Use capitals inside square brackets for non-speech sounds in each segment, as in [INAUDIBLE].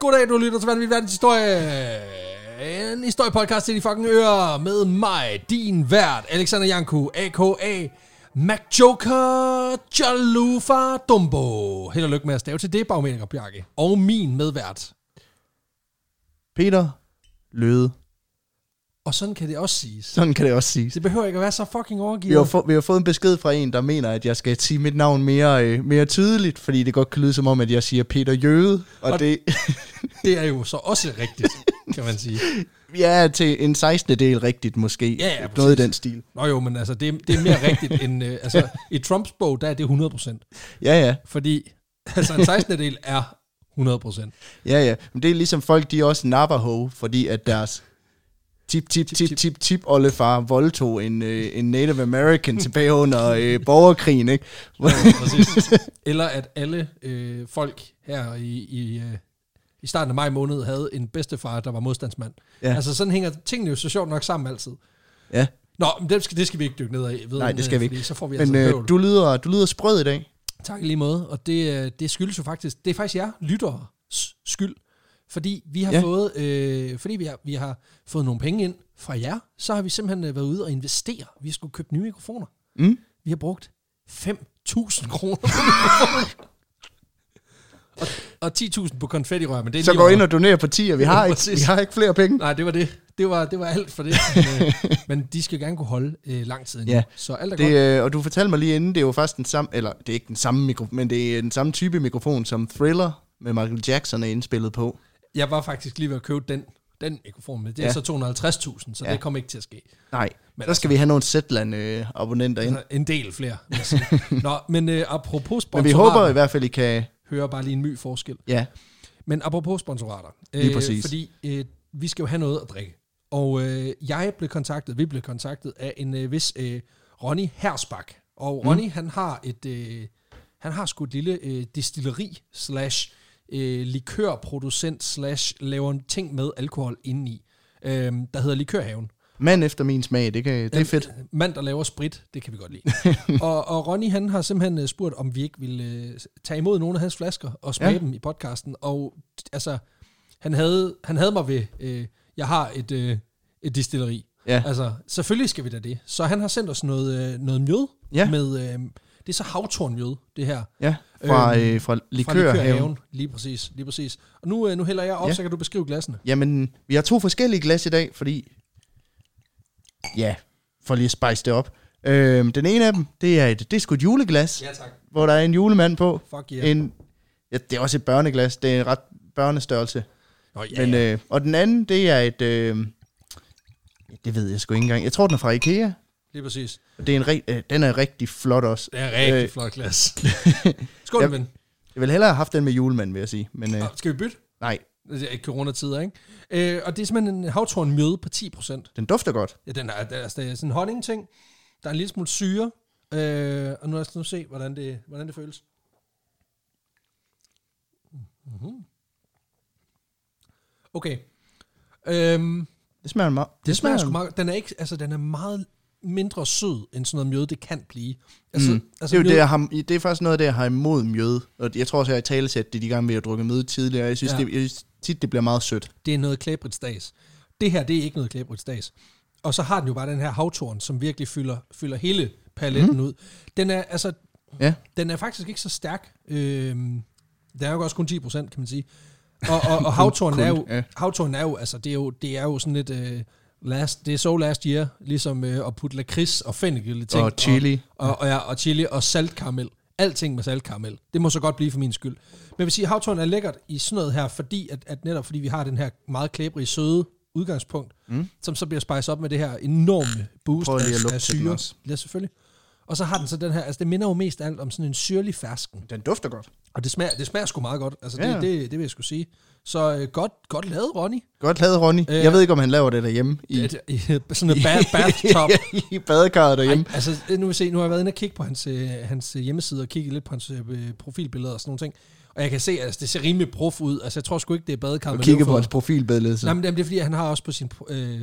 Goddag, du lytter til Vanvittig Verdens Historie. En historiepodcast til de fucking ører med mig, din vært, Alexander Janku, a.k.a. Mac Joker Jalufa Dumbo. Held og lykke med at stave til det, bagmeninger Bjarke. Og min medvært. Peter Løde. Og sådan kan det også siges. Sådan kan det også siges. Det behøver ikke at være så fucking Vi har, overgivet. få, vi har fået en besked fra en, der mener, at jeg skal sige mit navn mere, øh, mere tydeligt, fordi det godt kan lyde som om, at jeg siger Peter Jøde, og, Og- og det [LAUGHS] Det er jo så også rigtigt, kan man sige. ja, er til en 16. del rigtigt måske. Ja, ja, Noget i præcis. den stil. Nå jo, men altså, det, er- det er mere rigtigt end... Øh, altså, i Trumps bog, der er det 100%. Ja, ja. Fordi altså, en 16. del er 100%. Ja, ja. Men det er ligesom folk, de er også Navajo, fordi at deres tip, tip, tip, tip, tip, oldefar voldtog en, øh, en Native [LAUGHS] American tilbage under øh, borgerkrigen, ikke? [LAUGHS] Præcis. Eller at alle øh, folk her i, i, øh, i starten af maj måned havde en bedstefar, der var modstandsmand. Ja. Ja. Altså sådan hænger tingene jo så sjovt nok sammen altid. ja. Nå, men det skal, det skal vi ikke dykke ned af. Ved Nej, det skal vi ikke. Så får vi Men altså øh, øh, du, lyder, du lyder sprød i dag. Tak i lige måde. Og det, øh, det skyldes jo faktisk, det er faktisk jer lytteres skyld. Fordi vi har ja. Ja. fået, øh, fordi vi har, vi har fået nogle penge ind fra jer, så har vi simpelthen øh, været ude og investere. Vi har skulle købe nye mikrofoner. Mm? Vi har brugt 5.000 kroner. og, og 10.000 på konfettirør, men det er Så lige gå meget. ind og doner på 10, og vi har, Ja, ikke, præcis. vi har ikke flere penge. Nej, det var det. Det var, det var alt for [LAUGHS] det. men, øh, men de skal gerne kunne holde øh, lang tid endnu. Ja. Ja. Så alt er det, godt. Det, øh, og du fortalte mig lige inden, det er jo faktisk den samme, eller det er ikke den samme mikrofon, men det er den samme type mikrofon som Thriller med Michael Jackson er indspillet på. Jeg var faktisk lige ved at købe den, den mikrofon, men det er Ja. så 250.000, så ja. Ja. det kommer ikke til at ske. Nej, Men men så skal vi have nogle Zetland-abonnenter ind. Altså, en del flere. vil jeg sige. [LAUGHS] Nå, men øh, apropos Men vi sponsorater, håber i hvert fald, I kan... hører bare lige en my forskel. Ja, Men apropos sponsorater. Lige præcis. Fordi øh, vi skal jo have noget at drikke. Og øh, jeg blev kontaktet, vi blev kontaktet af en øh, vis øh, Ronny Hersbak. Mm. Og Ronny, han har et, øh, han har sgu et lille øh, destilleri slash øh, likørproducent slash laver ting med alkohol indeni, øh, der hedder Likørhaven. mand efter min smag, det, kan, det er fedt. Øh, Mand, der laver sprit, det kan vi godt [LAUGHS] lide. og, og Ronny, han har simpelthen øh, spurgt, om vi ikke ville øh, tage imod nogle af hans flasker og smage ja. Ja. dem i podcasten. Og t- altså, han havde, han havde mig ved, øh, jeg har et, øh, et distilleri. Ja. Altså, selvfølgelig skal vi da det. Så han har sendt os noget, øh, noget mjød Ja. med, øh, det er så havtornmjød, det her. Ja, fra, Øhm, øh, fra Fra Likørhaven. Likørhaven. Lige præcis, lige præcis. Og nu, øh, nu hælder jeg op, ja. Ja. så kan du beskrive glassene. Jamen, vi har to forskellige glas i dag, fordi... Ja, for lige at spice det op. Øhm, den ene af dem, det er et, det er sgu et juleglas, ja. tak. hvor der er en julemand på. Fuck Yeah. yeah. En, ja, det er også et børneglas, det er en ret børnestørrelse. Nå, ja, Ja, Men, øh, og den anden, det er et... Øh, ja, det ved jeg sgu ikke engang. Jeg tror, den er fra Ikea. lige præcis. Og Det er en, ri- øh, den er rigtig flot også. Det er rigtig øh. Øh. flot [LAUGHS] glas. Skål, Jeg- ven. Jeg ville hellere have haft den med julemanden, vil jeg sige. Men øh, Nå, Skal vi bytte? nej, Det er ikke coronatider, ikke? Øh, og det er simpelthen en havtornmjøde på 10%. den dufter godt. Ja, den er, altså, det er sådan en honningting. Der er en lille smule syre. Øh, og nu lad os nu se, hvordan det, hvordan det føles. Mhm. Okay. Øhm, Det smager meget. det smager sgu meget. Den er, ikke, altså, den er meget mindre sød, end sådan noget mjøde, det kan blive. Altså, Mm. altså det, er jo det, mjøde- jeg har, det er faktisk noget af det, jeg har imod mjøde. Og jeg tror også, jeg har i talesæt det de gange, vi har drukket mjøde tidligere. Jeg synes, Ja. ja. det, jeg synes tit, det bliver meget sødt. det er noget klæbritsdags. Det her, det er ikke noget klæbritsdags. Og så har den jo bare den her havtorn, som virkelig fylder, fylder hele Mhm. paletten mm. ud. Den er, altså, Ja. den er faktisk ikke så stærk. Øhm, den er jo også kun 10 procent, kan man sige. Og, og, og havtornen [LAUGHS] kun, er jo, ja. havtornen er jo, altså, det er jo, det er jo sådan lidt, øh, last, det er so last year, ligesom øh, at putte lakrids og fennikel i ting. Og chili. Og, og, ja, og chili og saltkaramel. Alting med saltkaramel. Det må så godt blive for min skyld. Men jeg vil sige, havtorn er lækkert i sådan noget her, fordi at, at netop fordi vi har den her meget klæbrige, søde udgangspunkt, mm. som så bliver spejset op med det her enorme boost Prøv lige at af- lugte af til den syre. også. Ja, selvfølgelig. Og så har den så den her, altså det minder jo mest af alt om sådan en syrlig fersken. Den dufter godt. Og det smager, det smager sgu meget godt. Altså det, Ja. det, det, vil jeg skulle sige. Så øh, godt, godt lavet, Ronny. Godt lavet, Ronny. Øh. Jeg ved ikke, om han laver det derhjemme. I, I, I, sådan en ba- bathtub. [LAUGHS] i badekarret derhjemme. Ej, altså, nu vil jeg se, nu har jeg været inde og kigge på hans, øh, hans øh, hjemmeside og kigget lidt på hans øh, profilbilleder og sådan nogle ting. Og jeg kan se, at altså, det ser rimelig prof ud. Altså, jeg tror sgu ikke, det er badekar. Og man kigge løber på for. hans profilbillede. så- Nej, men det er fordi, han har også på sin øh,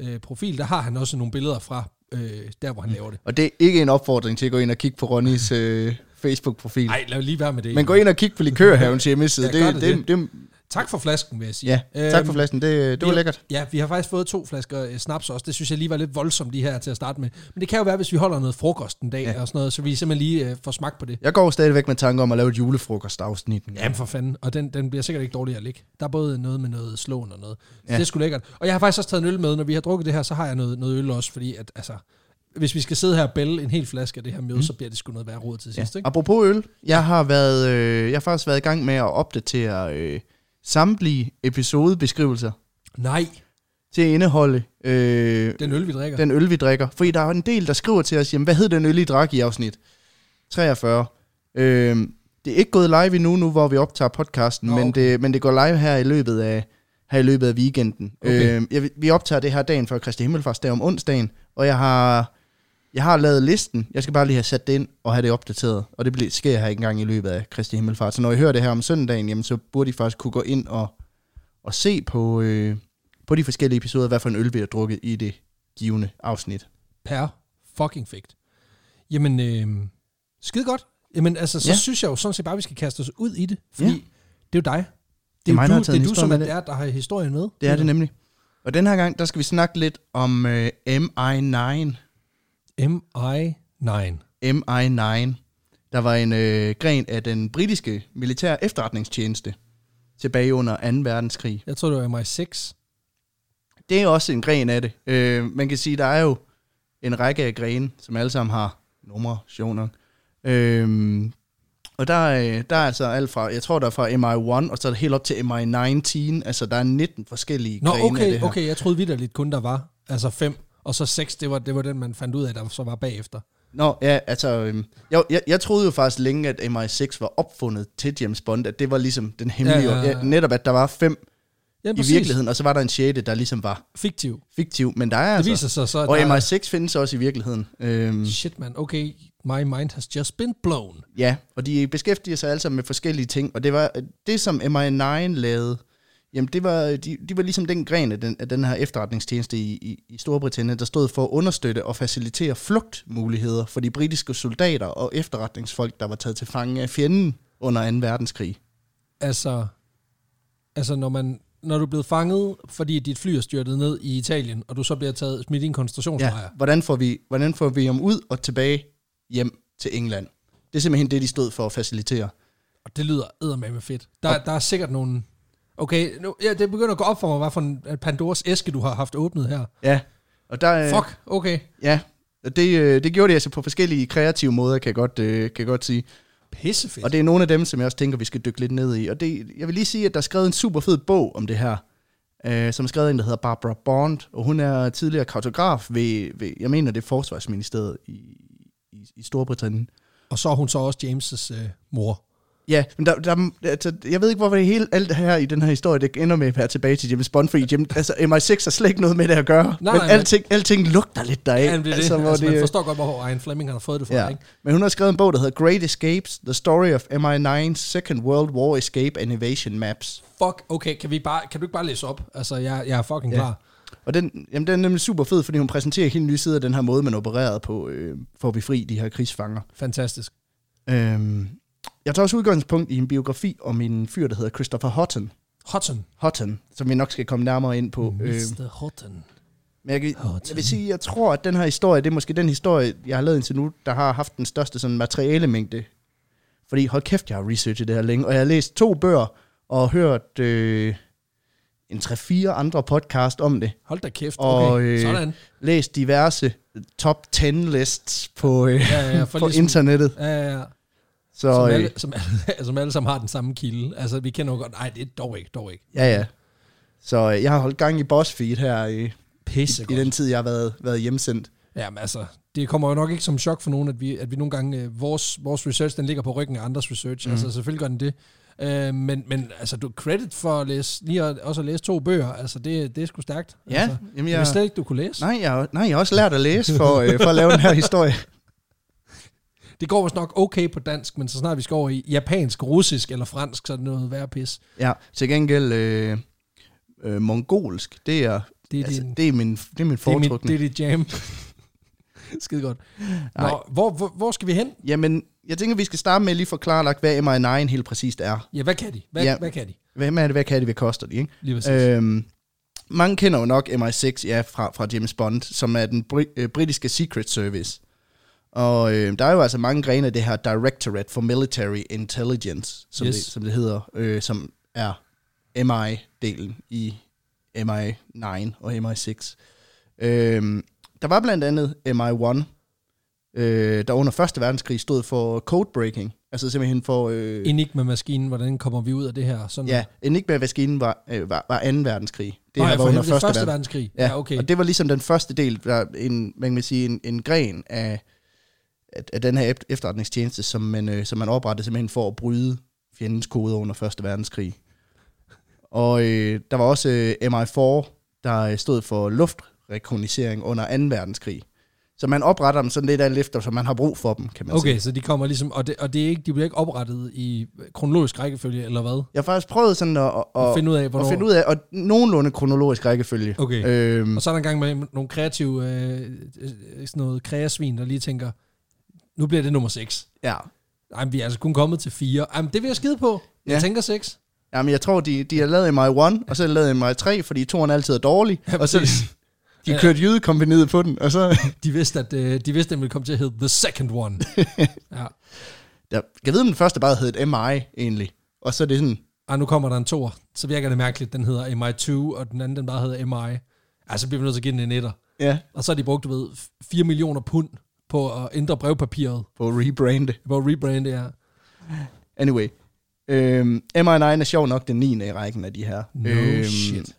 øh, profil, der har han også nogle billeder fra øh, der, Mm. hvor han laver det. Og det er ikke en opfordring til at gå ind og kigge på Ronnys øh, Facebook-profil. Nej, lad lige være med det. Men gå ind og kig på Likørhavens hjemmeside. Ja, gør det, det det, det, det, Tak for flasken, vil jeg sige. Ja, tak for flasken. Det, det var vi- lækkert. Ja, vi har faktisk fået to flasker øh, snaps også. Det synes jeg lige var lidt voldsomt lige her til at starte med. Men det kan jo være, hvis vi holder noget frokost en dag ja. og sådan noget, så vi simpelthen lige øh, får smagt på det. Jeg går stadigvæk med tanke om at lave et julefrokostafsnit. Jamen for fanden, og den, den bliver sikkert ikke dårligere at ligge. Der er både noget med noget slåen og noget. Så Ja. ja. det er sgu lækkert. Og jeg har faktisk også taget en øl med, når vi har drukket det her, så har jeg noget, noget øl også, fordi at, altså, hvis vi skal sidde her og bælge en hel flaske af det her møde, mm. så bliver det sgu noget værre råd til sidst, ja. ikke? Apropos øl, jeg har, været, øh, jeg har faktisk været i gang med at opdatere øh, samtlige episodebeskrivelser Nej, til at indeholde øh, den øl, vi drikker. Den. den øl, vi drikker. Fordi der er en del, der skriver til os, jamen, hvad hed den øl, I drak i afsnit 43? Øh, det er ikke gået live endnu, nu hvor vi optager podcasten, Nå, men, okay. det, men det går live her i løbet af, her i løbet af weekenden. Okay. Okay. Øh, jeg, vil- vi optager det her dagen før Kristi Himmelfarts dag om onsdagen, og jeg har, jeg har lavet listen. Jeg skal bare lige have sat det ind og have det opdateret, og det bliver, sker her ikke engang i løbet af Kristi Himmelfart. Så når I hører det her om søndagen, jamen, så burde I faktisk kunne gå ind og, og se på, øh, på de forskellige episoder, hvad for en øl vi har drukket i det givende afsnit. Per fucking figt. Jamen, øh, skide godt. Jamen altså, så ja. Ja. synes jeg jo sådan set bare, at vi skal kaste os ud i det, fordi Ja. det er jo dig. Det Det er er, mig, jo der har du, taget det en er du, historie som er med det. der, der har historien med. Det er det nemlig. Og den her gang, der skal vi snakke lidt om øh, MI9. MI9. MI9, der var en øh, gren af den britiske militære efterretningstjeneste tilbage under 2. verdenskrig. Jeg tror, det var MI6. Det er også en gren af det. Øh, man kan sige, der er jo en række af grene, som alle sammen har numre, sjovt nok. Øh, og der, er, øh, der er altså alt fra, jeg tror der er fra MI1, og så er det helt op til MI19, altså der er 19 forskellige Nå, grene af det okay, her. okay, jeg troede vidderligt kun, der var altså fem, og så seks, det var, det var den, man fandt ud af, der så var bagefter. Nå, ja, altså, øhm, jeg, jeg, jeg troede jo faktisk længe, at MI6 var opfundet til James Bond, at det var ligesom den hemmelige, Ja, ja, ja, ja, ja. ja. netop at der var fem Ja, i virkeligheden, og så var der en sjette, der ligesom var Fiktiv. Det fiktiv, men der er altså, viser sig så, at og der er- MI6 findes også i virkeligheden, øhm, Shit, man. Okay, my mind has just been blown. ja, og de beskæftiger sig alle sammen med forskellige ting, og det var det, som MI9 lavede, jamen det var, de, de var ligesom den gren af den, af den her efterretningstjeneste i, i, i Storbritannien, der stod for at understøtte og facilitere flugtmuligheder for de britiske soldater og efterretningsfolk, der var taget til fange af fjenden under 2. verdenskrig. Altså, altså når man når du er blevet fanget, fordi dit fly er styrtet ned i Italien, og du så bliver taget smidt i en Ja, koncentrationslejr. hvordan får vi, hvordan får vi dem ud og tilbage hjem til England? Det er simpelthen det, de stod for at facilitere. Og det lyder eddermame fedt. Der, der er sikkert nogle... Okay, nu, ja, det begynder at gå op for mig, hvad for en Pandoras æske, du har haft åbnet her. Ja, og der, øh, Fuck, okay. Ja, og det, øh, det gjorde de altså på forskellige kreative måder, kan jeg godt, øh, kan jeg godt sige. Pissefedt. Og det er nogle af dem, som jeg også tænker, vi skal dykke lidt ned i. Og det, jeg vil lige sige, at der er skrevet en super fed bog om det her, øh, som er skrevet af en, der hedder Barbara Bond, og hun er tidligere kartograf ved, ved jeg mener, det er Forsvarsministeriet i, i, i Storbritannien. Og så er hun så også James' øh, mor. Ja, men der, der, altså, jeg ved ikke, hvorfor det hele, alt det her i den her historie, det ender med at være tilbage til James Bond, fordi James, altså, MI6 har slet ikke noget med det at gøre, nej, men men- alting, alting lugter lidt deraf. Ja, det, altså, hvor det. Altså, man øh, forstår godt, hvor Ian Fleming har fået det fra, ja. Ja. ikke? Men hun har skrevet en bog, der hedder Great Escapes, The Story of MI9's Second World War Escape and Invasion Maps. Fuck, okay, kan, vi bare, kan du ikke bare læse op? Altså, jeg, jeg er fucking ja. Ja. klar. Og den, jamen, den er nemlig super fed, fordi hun præsenterer helt nye sider af den her måde, man opererede på, øh, for at befri de her krigsfanger. Fantastisk. Øhm, jeg tager også udgangspunkt i en biografi om en fyr, der hedder Christopher Houghton, Hudson. Houghton som vi nok skal komme nærmere ind på. Øh, Mr. Hudson. men jeg, kan, Houghton. jeg vil sige, jeg tror, at den her historie, det er måske den historie, jeg har lavet indtil nu, der har haft den største sådan, materiale mængde Fordi hold kæft, jeg har researchet det her længe, og jeg har læst to bøger og hørt øh, en 3-4 andre podcast om det. Hold da kæft, Og, okay. øh, Sådan. Læst diverse top 10 lists på, øh, Ja, ja, for på ligesom- internettet. Ja, ja, ja. Som, Så øh, alle, som, alle, [LAUGHS] som alle sammen har den samme kilde. Altså, vi kender jo godt... Nej, det er dog ikke, dog ikke. ja, ja. Så øh, jeg har holdt gang i BuzzFeed her øh, i, Pisse i godt. den tid, jeg har været, været hjemsendt. Jamen altså, det kommer jo nok ikke som chok for nogen, at vi, at vi nogle gange, øh, vores, vores research, den ligger på ryggen af andres Mhm. research. Mm. Altså selvfølgelig gør den det. Øh, men, men altså, du credit for at læse, lige at, også at læse to bøger, altså det, det er sgu stærkt. Ja, altså, jamen, jeg... Det jeg- slet ikke, du kunne læse. Nej. Nej, jeg, har- nej, jeg har også lært at læse for, øh, for at lave den [LAUGHS] her historie. Det går vist nok okay på dansk, men så snart vi skal over i japansk, russisk eller fransk, så er det noget værre pis. Ja, til gengæld øh, øh, mongolsk, det er, Det er altså, din- det er min, det er min Det er, mit, foretrukne. det er dit jam. [LAUGHS] Skide godt. Nå, hvor, hvor, hvor skal vi hen? Jamen, jeg tænker, vi skal starte med lige at forklare dig, hvad MI9 helt præcist er. Ja, hvad kan de? Hvad, ja. Ja. hvad kan de? Hvem er det, hvad kan det, hvad koster de, ikke? Lige præcis. Øh, Øhm, mange kender jo nok MI6 ja, fra, fra James Bond, som er den bri- øh, britiske Secret Service. Og øh, der er jo altså mange grene af det her Directorate for Military Intelligence, som, yes. Yes. det, som det hedder, øh, som er MI-delen i MI9 og MI6. Øhm, der var blandt andet MI1, øh, der under 1. verdenskrig stod for codebreaking, altså simpelthen for... Øh, Enigma-maskinen, hvordan kommer vi ud af det her? Sådan, Ja, Enigma-maskinen var, øh, var, var 2. verdenskrig. Det Det Nå, her ja, var for under helvede, det er 1. første verdenskrig. verdenskrig. Ja, ja, okay. Og det var ligesom den første del, der er en, man kan sige, en, en gren af, af, af den her eft- efterretningstjeneste, som man, øh, som man oprettede simpelthen for at bryde fjendens kode under 1. verdenskrig. Og øh, der var også øh, MI4, der øh, stod for luftrekognisering under 2. verdenskrig. Så man opretter dem sådan lidt af efter, så man har brug for dem, kan man sige. Okay, så de kommer ligesom, og, det, og det er ikke, de bliver ikke oprettet i kronologisk rækkefølge, eller hvad? Jeg har faktisk prøvet sådan at, at, Og, at, finde ud af, at hvornår. finde ud af, og nogenlunde kronologisk rækkefølge. Okay. Øhm, Og så er der en gang med nogle kreative, øh, øh, sådan noget kreasvin, der lige tænker, nu bliver det nummer 6. ja. Ej, men vi er altså kun kommet til 4. Ej, men det vil jeg skide på. Jeg Ja. tænker 6. Jamen, jeg tror, de, de har lavet MI1, og så har de lavet MI3, fordi toren altid er dårlig. Ja, og så præcis. de Ja. ja. kørte jydekompaniet på den, og så... [LAUGHS] [LAUGHS] De vidste, at øh, de vidste, at den ville komme til at hedde The Second One. ja. Ja, jeg ved, om den første bare hed et MI, egentlig. Og så er det sådan... Ej, nu kommer der en toer. Så virker det mærkeligt, den hedder MI2, og den anden, den bare hedder MI. Ej, så bliver vi nødt til at give den en etter. Ja, Og så har de brugt, du ved, 4 millioner pund på at ændre brevpapiret. på rebrande. På at rebrande, ja. Anyway. Øhm, MI9 er sjov nok den 9. i rækken af de her. No Øhm, shit.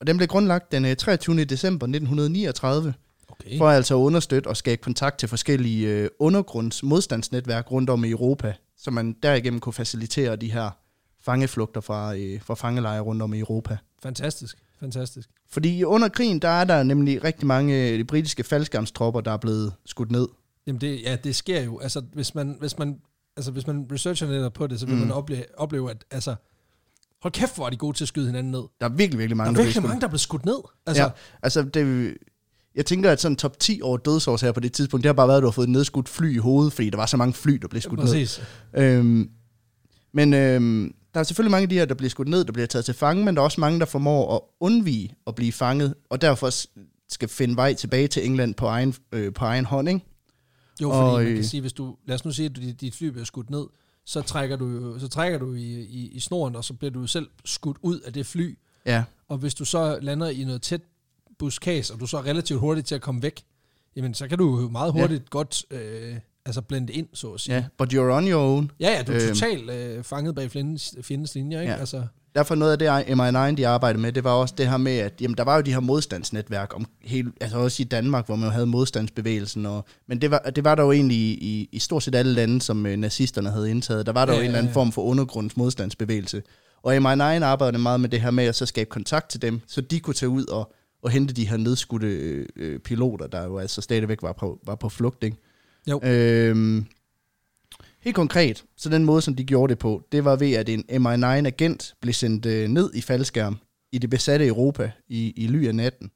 Og den blev grundlagt den øh, 23. december 1939, Okay. for altså at understøtte og skabe kontakt til forskellige øh, undergrunds modstandsnetværk rundt om i Europa, så man derigennem kunne facilitere de her fangeflugter fra, øh, fra fangelejre rundt om i Europa. Fantastisk. Fantastisk. Fordi under krigen, der er der nemlig rigtig mange øh, de britiske faldskærmstropper, der er blevet skudt ned. Jamen det, ja, det sker jo. Altså, hvis man, hvis man, altså, hvis man researcher lidt på det, så vil mm. Mm. man opleve, opleve, at altså, hold kæft, hvor er de gode til at skyde hinanden ned. Der Der er virkelig, virkelig mange, er bliver virkelig skudt mange, der er blevet skudt ned. Altså, Altså, ja, altså det, jeg tænker, at sådan top 10 over dødsårs her på det tidspunkt, det har bare været, at du har fået nedskudt fly i hovedet, fordi der var så mange fly, der blev skudt ned. præcis. Øhm, men øhm, der er selvfølgelig mange af de her, der bliver skudt ned, der bliver taget til fange, men der er også mange, der formår at undvige at blive fanget, og derfor s- skal finde vej tilbage til England på egen, øh, på egen hånd, ikke? Jo, fordi Og, man kan øh, sige, hvis du, lad os nu sige, at dit- dit fly bliver skudt ned, så trækker du, jo- så trækker du i, i, i snoren, og så bliver du jo selv skudt ud af det fly. Ja. Og hvis du så lander i noget tæt buskads, og du så er relativt hurtigt til at komme væk, jamen så kan du jo meget Ja. hurtigt ja. godt øh, altså blende ind, så at sige. ja. But you're on your own. Ja, ja, du er Øhm. totalt øh, fanget bag fjendens, fjendens linjer, ikke? Ja. Ja. Altså, Derfor noget af det, MI9 de arbejdede med, det var også det her med, at jamen, der var jo de her modstandsnetværk, om hele, altså også i Danmark, hvor man jo havde modstandsbevægelsen. Og, men det var, det var der jo egentlig i, i, i stort set alle lande, som øh, nazisterne havde indtaget. Der var der Ja, jo en ja, eller anden ja. form for undergrunds modstandsbevægelse. Og MI9 arbejdede meget med det her med at så skabe kontakt til dem, så de kunne tage ud og, og hente de her nedskudte øh, øh, piloter, der jo altså stadigvæk var på, var på flugt. Ikke? Jo. Øhm, Helt konkret, så den måde, som de gjorde det på, det var ved, at en MI9-agent blev sendt øh, ned i faldskærm i det besatte Europa i, i ly af natten.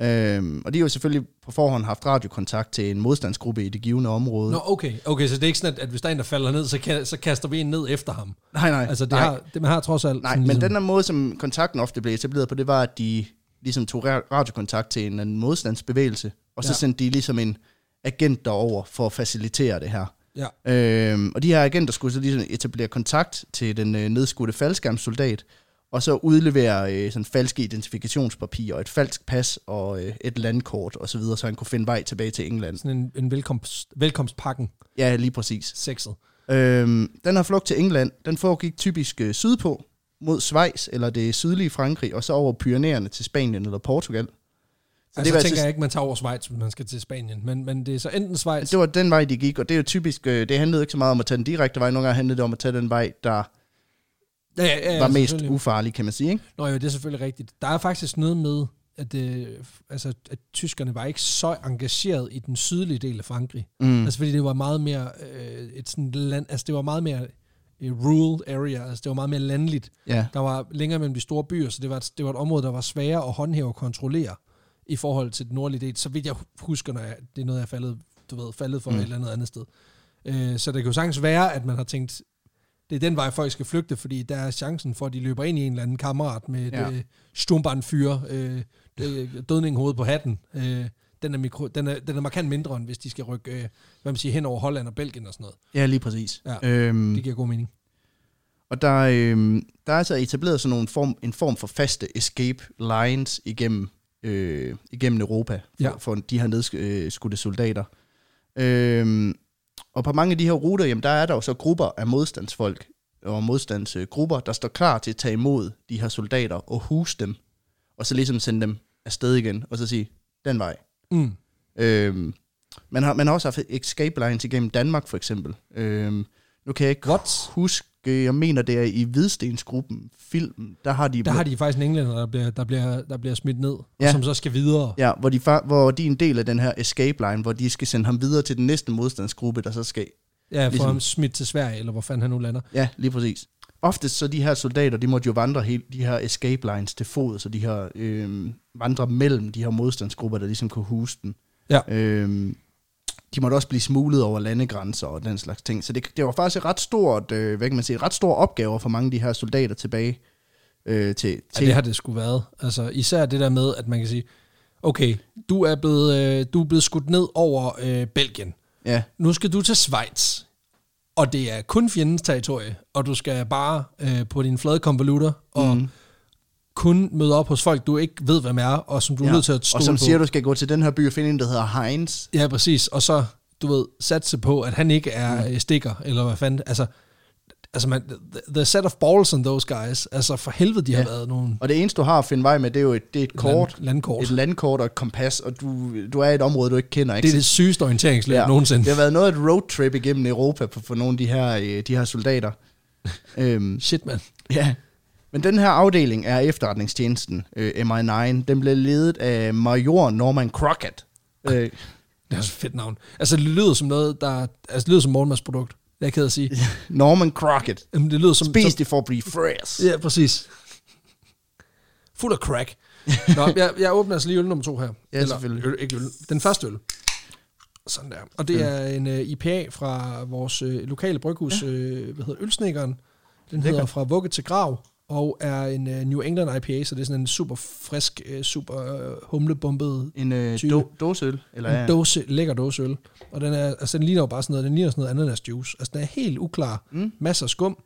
Øhm, og de har jo selvfølgelig på forhånd haft radiokontakt til en modstandsgruppe i det givende område. nå, okay, okay, så det er ikke sådan, at, at hvis der er en, der falder ned, så, kan, så kaster vi en ned efter ham. nej, nej. Altså, det, nej, har, det man har trods alt... nej sådan ligesom- men den her måde, som kontakten ofte blev etableret på, det var, at de ligesom tog ra- radiokontakt til en eller anden modstandsbevægelse, og så Ja. ja. sendte de ligesom en agent derover for at facilitere det her. Ja, Øhm, og de her agenter skulle så ligesom etablere kontakt til den øh, nedskudte faldskærmssoldat, og så udlevere øh, sådan falske identifikationspapirer, og et falsk pas og øh, et landkort osv., så, så han kunne finde vej tilbage til England. sådan en, en velkomst, velkomstpakken Ja, lige præcis. sexet. Øhm, den her flugt til England, den foregik typisk øh, sydpå, mod Schweiz eller det sydlige Frankrig, og så over Pyreneerne til Spanien eller Portugal. Så Så altså, det var det tænker altså- jeg ikke, man tager over Schweiz, hvis man skal til Spanien. Men, men det er så enten Schweiz... Det var den vej, de gik, og det er jo typisk, øh, det handlede ikke så meget om at tage den direkte vej, nogle gange handlede det om at tage den vej, der ja, ja, ja, var mest selvfølgelig. ufarlig, kan man sige, ikke? Nå jo, det er selvfølgelig rigtigt. Der er faktisk noget med, at, øh, altså, at tyskerne var ikke så engageret i den sydlige del af Frankrig. Mm. Altså fordi det var meget mere øh, et sådan land, altså det var meget mere øh, rural area, altså det var meget mere landligt. Ja. Der var længere mellem de store byer, så det var, et, det var et område, der var sværere at håndhæve og kontrollere i forhold til den nordlige del, så vidt jeg husker, når jeg, det er noget, jeg er faldet, du ved, faldet for mm. et eller andet andet sted. Øh, så det kan jo sagtens være, at man har tænkt, det er den vej, folk skal flygte, fordi der er chancen for, at de løber ind i en eller anden kammerat med et Ja. ja. øh, stumbarnfyre, øh, øh, dødning hoved på hatten. Øh, den, er mikro, den, er, den er markant mindre, end hvis de skal rykke øh, hvad man siger, hen over Holland og Belgien og sådan noget. Ja, lige præcis. Ja. Øhm, Det giver god mening. Og der, øh, der er altså etableret sådan nogle form, en form for faste escape lines igennem, øh, igennem Europa for, Ja. ja. for de her nedskudte soldater. Øh, og på mange af de her ruter, jamen, der er der jo så grupper af modstandsfolk og modstandsgrupper, der står klar til at tage imod de her soldater og huse dem, og så ligesom sende dem afsted igen, og så sige, den vej. Mm. Øhm, man, har, man har også haft escape lines igennem Danmark, for eksempel. Øhm, nu kan jeg ikke What? huske, jeg mener, det er i Hvidstensgruppen filmen, der har de... Der har de faktisk en englænder, der bliver, der bliver, der bliver smidt ned, ja. Ja. og som så skal videre. Ja, hvor de, fa- hvor de er en del af den her escape line, hvor de skal sende ham videre til den næste modstandsgruppe, der så skal... Ja, for Ligesom- ligesom. smidt til Sverige, eller hvor fanden han nu lander. Ja, lige præcis. Oftest så de her soldater, de måtte jo vandre hele de her escape lines til fod, så de her øh, vandre mellem de her modstandsgrupper, der ligesom kunne huse dem. Ja. Øh, de måtte også blive smuglet over landegrænser og den slags ting. Så det, det var faktisk et ret stort, øh, hvad kan man sige, et ret stor opgave for mange af de her soldater tilbage øh, til, Ja, til det har det skulle været. Altså, især det der med, at man kan sige, okay, du er blevet, øh, du er blevet skudt ned over øh, Belgien. ja, Nu skal du til Schweiz, og det er kun fjendens territorie, og du skal bare øh, på din flade konvolutter og Mhm. mm. kun møde op hos folk, du ikke ved, hvem er, og som du ja. er nødt til at stole Og som på. siger, du skal gå til den her by og finde en, der hedder Heinz. Ja, præcis. Og så, du ved, satse på, at han ikke er mm. stikker, eller hvad fanden. Altså, altså man, the, the set of balls on those guys. Altså, for helvede, de ja. har Ja. været nogle Og det eneste, du har at finde vej med, det er jo et, det er et kort, Land, landkort. et landkort og et kompas, og du, du er i et område, du ikke kender. Ikke? det er det sygeste orienteringsløb ja. nogensinde. Det har været noget af et roadtrip igennem Europa for, for nogle af de her, øh, de her [LAUGHS] soldater. øhm, Shit, mand. ja. Men den her afdeling af efterretningstjenesten, øh, MI9, den blev ledet af major Norman Crockett. Øh, Det er også et fedt navn. Altså, det lyder som noget, der... Altså, det lyder som morgenmadsprodukt. Det er jeg ked af at sige. Norman Crockett. Jamen, det lyder som... Spis som, det for at blive fresh. Ja, præcis. Fuld af crack. [LAUGHS] Nå, jeg, jeg åbner altså lige øl nummer to her. Ja, selvfølgelig. Øl, ikke øl, den første øl. Sådan der. Og det er en uh, IPA fra vores uh, lokale bryghus, ja. uh, hvad hedder Ølsnikkeren. Den hedder fra vugge til grav, og er en uh, New England IPA, så det er sådan en super frisk, uh, super uh, humlebumpet En øh, Type. do, dåseøl, eller en dåse, lækker dåseøl. Og den, er, altså, den ligner jo bare sådan noget, den ligner sådan noget ananas juice. Altså den er helt uklar. Mm. Masser af skum.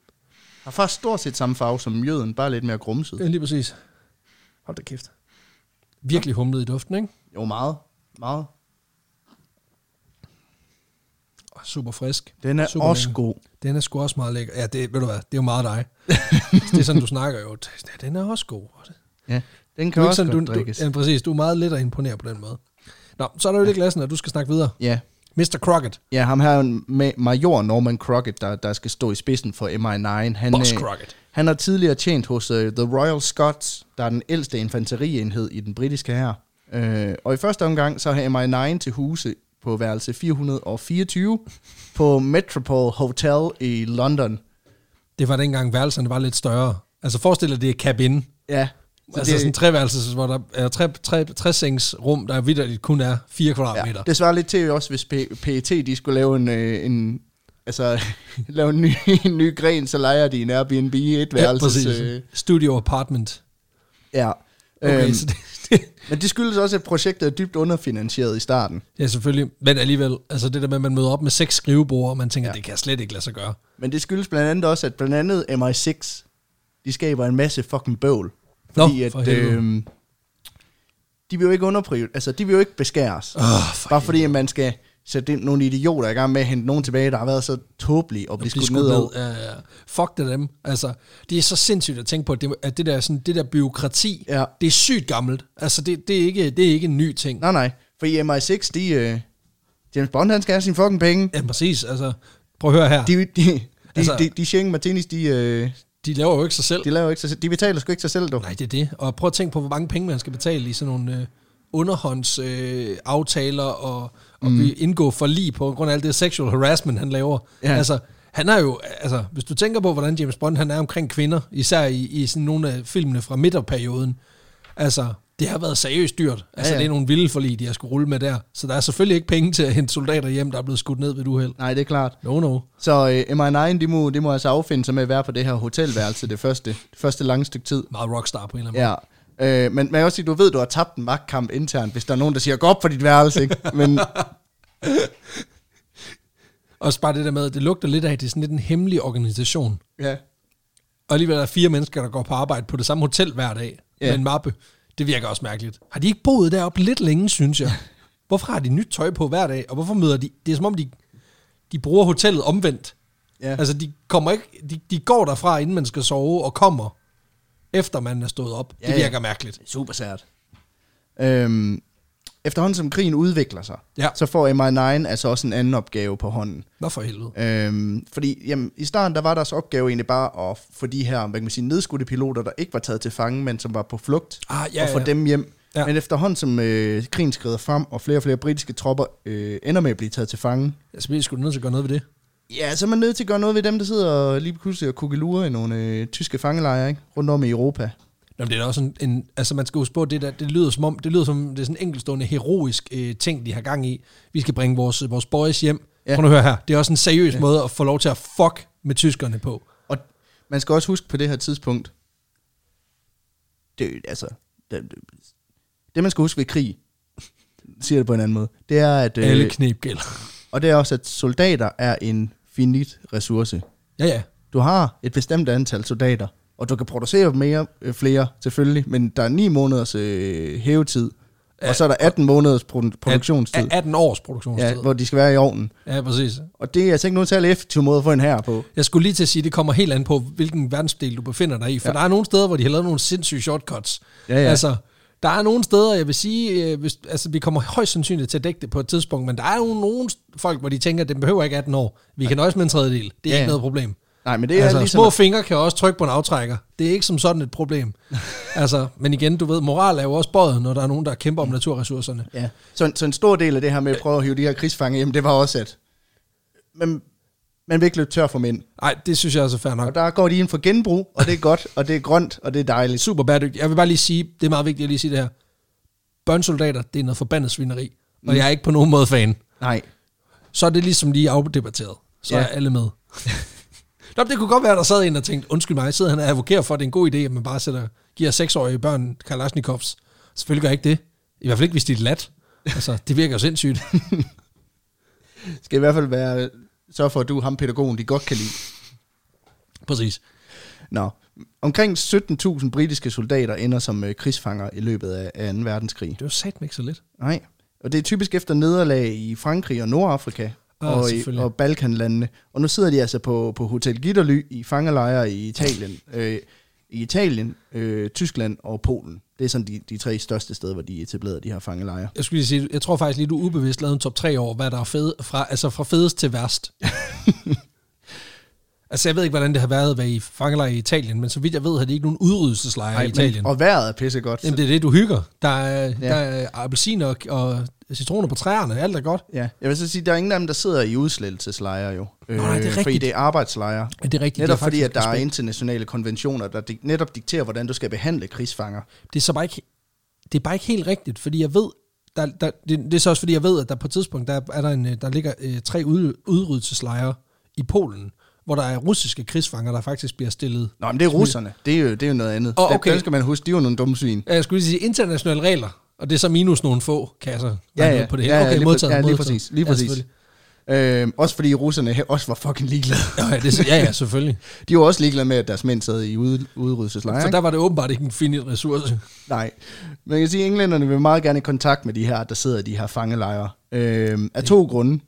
Har faktisk stort set samme farve som mjøden, bare lidt mere grumset. Ja, lige præcis. Hold da kæft. Virkelig humlet i duften, ikke? Jo, meget. Meget. Og Super frisk. Den er Super Super også lækker. god. Den er sgu også meget lækker. Ja, det, ved du hvad, det er jo meget [LAUGHS] dig. Altså, det er sådan, du snakker jo. Ja, den er også god. Ja. Du Den kan er ikke du også sådan, sådan, du, godt du, drikkes. ja, præcis, du er meget let at imponere på den måde. Nå, så er der jo det glassen, at du skal snakke videre. ja. Mr. Crockett. ja, ham her er en ma- major Norman Crockett, der, der skal stå i spidsen for MI9. Han, Boss øh, Crockett. han har tidligere tjent hos uh, The Royal Scots, der er den ældste infanterienhed i den britiske hær. Uh, og i første omgang så har MI9 til huse på værelse 424 på Metropole Hotel i London. Det var dengang værelserne var lidt større. Altså forestil dig, det er cabin. Ja, Så altså det, sådan en treværelses, hvor der er tre, tre, tre sengs rum, der vidderligt kun er 4 kvadratmeter. Ja, det svarer lidt til også, hvis P- PET de skulle lave en, øh, en altså [LAUGHS] lave en ny, en ny gren, så leger de en Airbnb i et værelse. øh, Studio apartment. ja. Okay, øhm, øhm. så det, [LAUGHS] det, men det skyldes også, at projektet er dybt underfinansieret i starten. ja, selvfølgelig. Men alligevel, altså det der med, at man møder op med seks skrivebord, og man tænker, ja. Ja. det kan jeg slet ikke lade sig gøre. Men det skyldes blandt andet også, at blandt andet MI6, de skaber en masse fucking bøvl. Nå, Fordi for at, helvede. øhm, de vil jo ikke underprioritere, altså de vil jo ikke beskæres. Åh, oh, for Bare fordi at man skal sætte ind- nogle idioter i gang med at hente nogen tilbage, der har været så tåbelige og blive blive skudt ned. over. Ja, ja, ja. Fuck det dem. Altså, det er så sindssygt at tænke på, at det, at det der, sådan, det der byråkrati, Ja. det er sygt gammelt. Altså, det, det, er ikke, det er ikke en ny ting. Nej, nej. For i MI6, de... Øh, James Bond, han skal have sine fucking penge. Ja, præcis. Altså, prøv at høre her. De, De, de, de, Altså- altså, de, de Shane Martinis, de, øh, de laver jo ikke sig selv. de laver ikke sig selv. De betaler sgu ikke sig selv, du. Nej, det er det. Og prøv at tænke på, hvor mange penge man skal betale i sådan nogle øh, underhåndsaftaler øh, aftaler og, og mm. indgå for lige på grund af alt det sexual harassment, han laver. Ja. Ja. Altså, han er jo, altså, hvis du tænker på, hvordan James Bond han er omkring kvinder, især i, i sådan nogle af filmene fra midterperioden, altså, det det har været seriøst dyrt. Altså, ja, Ja, ja. ja. det er nogle vilde forlig, de har skulle rulle med der. Så der er selvfølgelig ikke penge til at hente soldater hjem, der er blevet skudt ned ved et uheld. Nej, det er klart. No, no. Så øh, MI9, de må, de må altså affinde sig med at være på det her hotelværelse det første, det første lange stykke tid. Meget rockstar på en eller anden Ja. Øh, men man kan også sige, du ved, du har tabt en magtkamp internt, hvis der er nogen, der siger, gå op på dit [LAUGHS] værelse, ikke? Men måde. Også bare det der med, at det lugter lidt af, at det er sådan lidt en hemmelig organisation. ja, Og alligevel er der fire mennesker, der går på arbejde på det samme hotel hver dag ja. Ja. med en mappe. Det virker også mærkeligt. Har de ikke boet deroppe lidt længe, synes [LAUGHS] jeg? Hvorfor har de nyt tøj på hver dag, og hvorfor møder de... Det er som om, de, de bruger hotellet omvendt. ja. Altså, de, kommer ikke, de, de går derfra, inden man skal sove, og kommer, efter man er stået op. Ja, Ja, det ja. virker mærkeligt. Super sært. Øhm, efterhånden som krigen udvikler sig, Ja. så får MI9 altså også en anden opgave på hånden. Nå for helvede. Øhm, fordi jamen, i starten, der var deres opgave egentlig bare at få de her, hvad kan man sige, nedskudte piloter, der ikke var taget til fange, men som var på flugt, Ah, ja, og få ja. dem hjem. Ja. Ja. Men efterhånden som øh, krigen skrider frem, og flere og flere britiske tropper øh, ender med at blive taget til fange, Altså, vi er sgu nødt til at gøre noget ved det. ja, så er man nødt til at gøre noget ved dem, der sidder og lige pludselig og kukkelurer i nogle øh, tyske fangelejre, ikke? rundt om i Europa. Nå, men det er da også en, en, altså man skal huske på, at det, der, det lyder som om, det lyder som, det er sådan en enkeltstående heroisk øh, ting, de har gang i. Vi skal bringe vores, vores boys hjem. Ja. Ja. Prøv nu at høre her, det er også en seriøs ja. måde at få lov til at fuck med tyskerne på. Og man skal også huske på det her tidspunkt, det, altså, det, det, det man skal huske ved krig, siger det på en anden måde, det er, at, Øh. Alle knep gælder. og det er også, at soldater er en finit ressource. Ja, ja. Du har et bestemt antal soldater, og du kan producere mere, øh, flere selvfølgelig, men der er 9 måneders øh, hævetid, og så er der 18 måneders produ- produktionstid, Af 18 års produktionstid. ja, hvor de skal være i ovnen. Ja, ja præcis. Og det er altså ikke nogen særlig effektiv måde at få en her på. Jeg skulle lige til at sige, at det kommer helt an på, hvilken verdensdel du befinder dig i. For ja. der er nogle steder, hvor de har lavet nogle sindssyge shortcuts. Ja, ja. Altså, der er nogle steder, jeg vil sige, øh, hvis, altså, vi kommer højst sandsynligt til at dække det på et tidspunkt, men der er jo nogle folk, hvor de tænker, at den behøver ikke 18 år. Vi kan nøjes med en tredjedel. Det er ja. Ja, ikke ja. noget problem. Nej, men det er Altså, ligesom... små fingre kan også trykke på en aftrækker. Det er ikke som sådan et [LAUGHS] problem. altså, men igen, du ved, moral er jo også bøjet, når der er nogen, der kæmper om naturressourcerne. Ja. Så, en, så en stor del af det her med at prøve at hive de her krigsfange hjem, det var også, at man, man vil ikke løbe tør for mænd. Nej, det synes jeg også er fair nok. Og der går de ind for genbrug, og det er godt, og det er grønt, og det er dejligt. super bæredygtigt. Jeg vil bare lige sige, det er meget vigtigt at lige sige det her. Børnsoldater, det er noget forbandet svineri, og jeg er ikke på nogen måde fan. Nej. Så er det ligesom lige afdebatteret. Så ja. Ja. er alle [LAUGHS] med. Nå, det kunne godt være, der sad en og tænkte, undskyld mig, sidder han og advokerer for, at det er en god idé, at man bare sætter, giver seksårige børn Kalashnikovs. Selvfølgelig gør jeg ikke det. I hvert fald ikke, hvis de er lat. Altså, det virker jo sindssygt. [LAUGHS] Skal i hvert fald være, så for, at du er ham pædagogen, de godt kan lide. Præcis. Nå. Omkring 17.000 britiske soldater ender som øh, krigsfanger i løbet af, af 2. verdenskrig. Det var sat ikke så lidt. Nej. Og det er typisk efter nederlag i Frankrig og Nordafrika Ah, og, i, selvfølgelig. og Balkanlandene. Og nu sidder de altså på, på Hotel Gitterly i fangelejre i Italien, øh, i Italien øh, Tyskland og Polen. Det er sådan de, de tre største steder, hvor de etablerede de her fangelejre. Jeg skulle lige sige, jeg tror faktisk lige, du ubevidst lavede en top 3 over, hvad der er fed, fra, altså fra fedest til værst. [LAUGHS] altså, jeg ved ikke, hvordan det har været at være i fangelejre i Italien, men så vidt jeg ved, har de ikke nogen udryddelseslejre i Italien. Men, og vejret er pissegodt. Jamen, det er det, du hygger. Der er, ja. Ja. der er appelsiner og, og citroner på træerne, alt er godt. Ja, jeg vil så sige, der er ingen af dem, der sidder i udslettelseslejre jo. Øh, nej, det er Fordi rigtigt. det er arbejdslejre. Men det er rigtigt. Netop det er fordi, faktisk at der er respekt. internationale konventioner, der di- netop dikterer, hvordan du skal behandle krigsfanger. det er så bare ikke, det er bare ikke helt rigtigt, fordi jeg ved, der, der, det, det er så også fordi, jeg ved, at der på et tidspunkt, der, er der, en, øh, der ligger øh, tre ud, udryddelseslejre i Polen, hvor der er russiske krigsfanger, der faktisk bliver stillet Nå, men det er russerne. Det er jo, det er jo noget andet. Åh, Oh, okay. okay. Det skal man huske, de er jo nogle dumme svin. Ja, Jeg skulle lige sige internationale regler, og det er så minus nogle få kasser der er med på det her. Ja, ja, okay, lige, modtaget, ja, lige modtaget. præcis. Lige Ja, præcis. selvfølgelig. Ja, øhm, også fordi russerne [LAUGHS] he- også var fucking ligeglade. Nå, Ja, det, ja, ja, [LAUGHS] selvfølgelig. De var også ligeglade med, at deres mænd sad i ude, udryddelseslejre. Så ikke? der var det åbenbart ikke en finit ressource. Nej. Man kan sige, at englænderne vil meget gerne i kontakt med de her, der sidder i de her fangelejre. Øhm, af to grunde.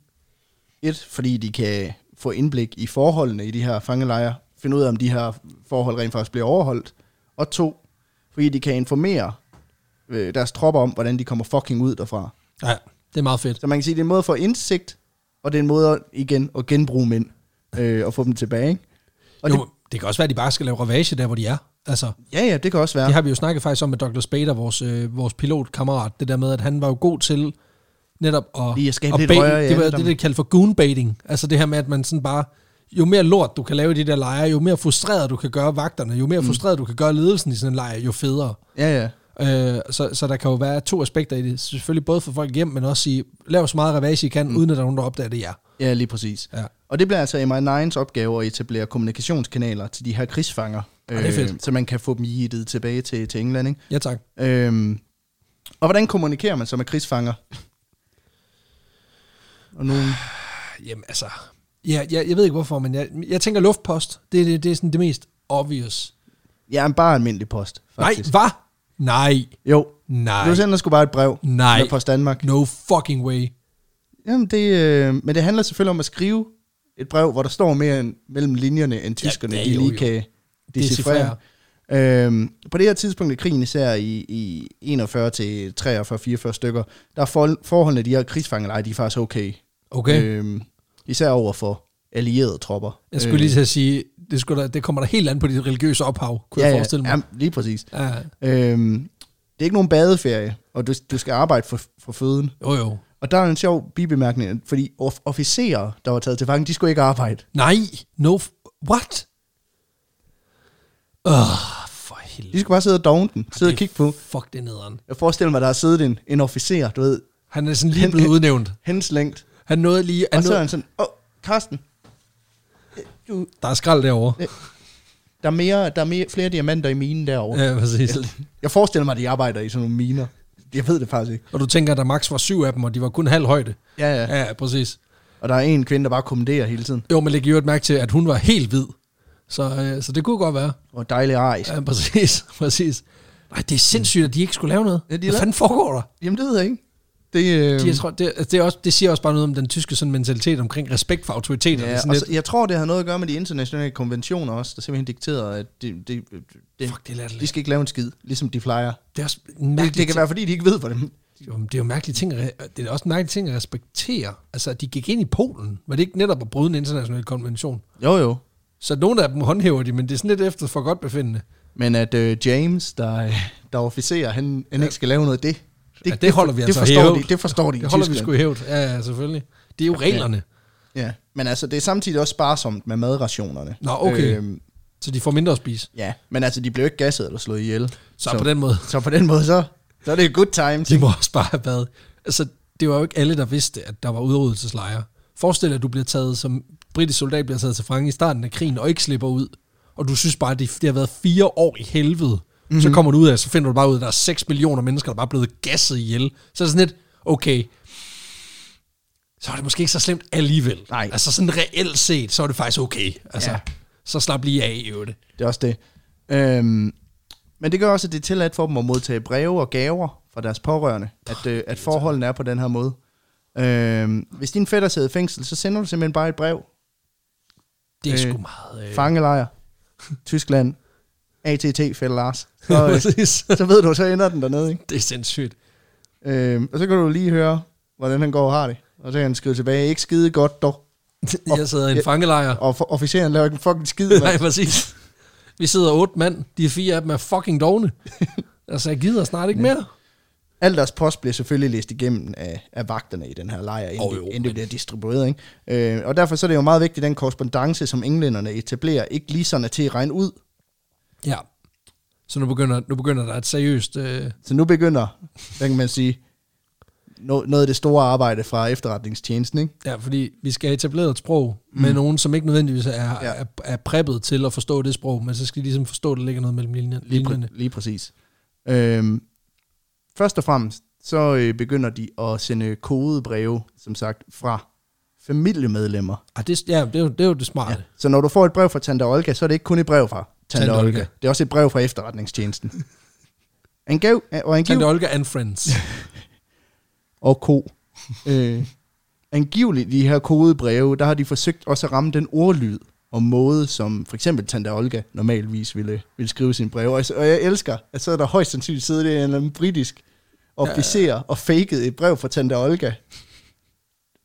Et, fordi de kan få indblik i forholdene i de her fangelejre. Finde ud af, om de her forhold rent faktisk bliver overholdt. Og to, fordi de kan informere øh, deres tropper om, hvordan de kommer fucking ud derfra. Ja, det er meget fedt. Så man kan sige, at det er en måde at få indsigt, og det er en måde at, igen at genbruge mænd øh, og få dem tilbage. Ikke? Og Jo, det, det, det kan også være, at de bare skal lave ravage der, hvor de er. Altså, ja, ja, det kan også være. Det har vi jo snakket faktisk om med Dr. Spader, vores, øh, vores pilotkammerat, det der med, at han var jo god til netop at, Lige at skabe lidt bait- røre i Det var alle det, dem. det kaldte for goonbaiting. Altså det her med, at man sådan bare, jo mere lort du kan lave i de der Mm. lejre, jo mere frustreret du kan gøre vagterne, jo mere frustreret du kan gøre ledelsen i sådan en lejr, jo federe. Ja, ja. Øh, så, så der kan jo være to aspekter i det. Selvfølgelig både for folk hjem, men også i, lav så meget ravage I kan, mm. uden at der er nogen, der opdager det er jer. Ja, lige præcis. Ja. Og det bliver altså MI9's opgave at etablere kommunikationskanaler til de her krigsfanger, Øh, Og det er fedt. så man kan få dem jittet tilbage til, til England. Ikke? Ja tak. Øhm, og hvordan kommunikerer man så med krigsfanger? Og nu, Jamen altså, ja, jeg, jeg ved ikke hvorfor, men jeg, jeg tænker luftpost. Det, det, det er sådan det mest obvious. ja, bare almindelig post, faktisk. Faktisk. Nej, hvad? Nej, Jo, nej, du sender sgu bare et brev nej. med Post Danmark. No fucking way. Jamen det, øh, men det handler selvfølgelig om at skrive et brev, hvor der står mere end, mellem linjerne, end Ja, tyskerne det ja, er de jo- lige jo. kan decifrere. Øhm, på det her tidspunkt i krigen, især i, i 41 til 43, 44 stykker, der er for, forholdene i de her krigsfangeleje, de er faktisk okay. Okay, øh, Øhm, især over for allierede tropper. Øh, jeg skulle lige til at sige, det, skulle da, det kommer der helt an på dit religiøse ophav, kunne ja, jeg forestille mig. Ja, jamen, lige præcis. Ja. Øhm, det er ikke nogen badeferie, og du, du skal arbejde for, for føden. Jo jo. Og der er en sjov bibemærkning, fordi of, officerer, der var taget til fange, de skulle ikke arbejde. Nej, no, f- what? Åh, oh, for helvede. De skulle bare sidde og dogne den, sidde og Det er kigge på. Fuck det er nederen. Jeg forestiller mig, der har siddet en, en officer, du ved, Han er sådan lige blevet udnævnt. henslængt. Han nåede lige... Han Og så er nåede, han sådan, åh, Karsten, du, der er skrald derovre. der er, mere, der er mere, flere diamanter i minen derovre. Ja, præcis. Jeg forestiller mig, at de arbejder i sådan nogle miner. Jeg ved det faktisk ikke. Og du tænker, at der max var syv af dem, og de var kun halv højde. Ja, ja. Ja, ja præcis. Og der er en kvinde, der bare kommenterer hele tiden. Jo, men læg i øvrigt mærke til, at hun var helt hvid. Så, øh, så det kunne godt være. Og dejlig arisk. Ja, præcis. [LAUGHS] præcis. Nej, det er sindssygt, at de ikke skulle lave noget. Ja, de er Hvad la- fanden foregår der? Jamen, det ved jeg ikke. Det, øh, De, jeg tror, det, det, er også, det siger også bare noget om den tyske sådan, mentalitet omkring respekt for autoriteter. Ja, ja, sådan og lidt, så, jeg tror, det har noget at gøre med de internationale konventioner også, der simpelthen dikterede, at de, de, de, fuck, det er latterligt. de skal ikke lave en skid, ligesom de plejer. Det er også en Det, mærkelig det kan være, fordi de ikke ved, hvordan ting, jo, men det er jo mærkelige ting, at re- det er også en mærkelig ting at respektere. Altså, at de gik ind i Polen. Var det ikke netop at bryde en international konvention? Jo, jo. Så nogle af dem håndhæver de, men det er sådan lidt efter for godt befindende. Men at øh, James, der, øh, der er officerer, han, han ikke skal lave noget af det. Det, ja, det holder vi det, altså i forstår hævd. de, det forstår de i Det holder vi Tyskland. sgu i hævd. Ja, ja, selvfølgelig. Det er jo reglerne. Ja, men altså, det er samtidig også sparsomt med madrationerne. Nå, okay. Øhm, Så de får mindre at spise. ja, men altså, de blev ikke gasset eller slået ihjel. Så, på den måde, så på den måde, så, så er det et good time. de tænker må også bare have været... Altså, det var jo ikke alle, der vidste, at der var udryddelseslejre. Forestil dig, at du bliver taget som britisk soldat, bliver taget til fange i starten af krigen, og ikke slipper ud. Og du synes bare, at det, det har været fire år i helvede. Mm-hmm. Mhm. Så kommer du ud af, så finder du bare ud af, at der er 6 millioner mennesker, der bare er blevet gasset ihjel. Så er det sådan lidt, okay, så er det måske ikke så slemt alligevel. Nej. Altså sådan reelt set, så er det faktisk okay. Altså, Ja. ja. så slap lige af i øvrigt. Det er også det. Øhm, men det gør også, at det er tilladt for dem at modtage breve og gaver fra deres pårørende, at, øh, at forholdene er på den her måde. Øhm, hvis din fætter sidder i fængsel, så sender du simpelthen bare et brev. Det er øh, Øh, sgu meget... Øh, [LAUGHS] Fangelejr, Tyskland, ATT, Fælde Lars. Så, øh, Præcis. så ved du, så ender den dernede, ikke? det er sindssygt. Øhm, og så kan du lige høre, hvordan han går og har det. Og så kan han skrive tilbage, ikke skide godt dog. Jeg sidder i en Ja. fangelejr. Og for, officeren laver ikke en fucking skid, Nej, mand. præcis. Vi sidder otte mand. De fire af dem er fucking [LAUGHS] dogne. Altså, jeg gider snart ikke mere. Al deres post bliver selvfølgelig læst igennem af, af vagterne i den her lejr, inden, Åh, oh, jo, jo, inden men- det bliver distribueret. Ikke? Øh, og derfor så er det jo meget vigtigt, at den korrespondence, som englænderne etablerer, ikke lige sådan er til at regne ud. Ja. Så nu begynder, nu begynder der et seriøst... Øh, Så nu begynder, hvad kan man sige, no, noget af det store arbejde fra efterretningstjenesten. Ikke? ja, fordi vi skal have etableret et sprog mm. med nogen, som ikke nødvendigvis er, ja. er, er preppet til at forstå det sprog, men så skal de ligesom forstå, at der ligger noget mellem linjen- Lige, linjerne. præ- lige præcis. Øhm, først og fremmest, så øh, begynder de at sende kodebreve, som sagt, fra familiemedlemmer. Ah, det, ja, det er, jo, det er jo det smarte. Ja. Så når du får et brev fra Tante Olga, så er det ikke kun et brev fra Tante Tante, Tante Olga. Olga. Olga. Det er også et brev fra efterretningstjenesten. Han gav, og han Ja. gav, Tante Olga and [LAUGHS] Friends. og ko. Øh, angiveligt i de her kodebreve, der har de forsøgt også at ramme den ordlyd og måde, som for eksempel Tante Olga normalvis ville, ville skrive sine breve. Og jeg, og jeg elsker, at så er der højst sandsynligt siddet en eller anden britisk officer ja. og faked et brev fra Tante Olga,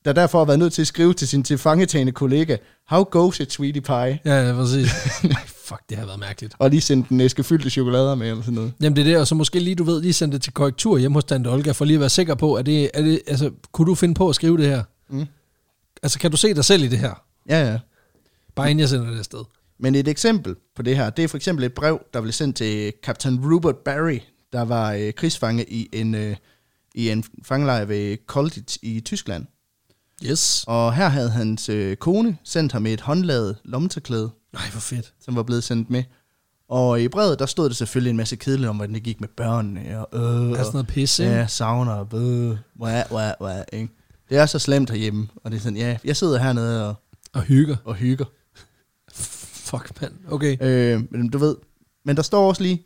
der derfor har været nødt til at skrive til sin tilfangetagende kollega, How goes it, sweetie pie? Ja, ja præcis. Ej, fuck, det har været mærkeligt. Og lige sende den æske fyldte chokolader med, eller sådan noget. Jamen det er det, og så måske lige, du ved, lige sende det til korrektur hjemme hos Tante Olga, for lige at være sikker på, at det, er det, altså, kunne du finde på at skrive det her? Mm. Altså, kan du se dig selv i det her? Ja, ja. Bare inden jeg sender det afsted. Men et eksempel på det her, det er for eksempel et brev, der blev sendt til kaptajn Rupert Barry, der var øh, krigsfange i en, øh, i en fangelejr ved Kolditz i Tyskland. Yes. Og her havde hans øh, kone sendt ham et håndlavet lommetørklæde, Nej, hvor fedt. som var blevet sendt med. Og i brevet, der stod der selvfølgelig en masse kedeligt om, hvordan det gik med børnene, og øh, Altså og, noget pisse, ikke? ja, savner, og øh, wah, wah, wah, ikke? Det er så slemt herhjemme, og det er sådan, ja, jeg sidder hernede og, Og hygger. og hygger. Fuck, mand. Okay. Øh, men du ved, men der står også lige,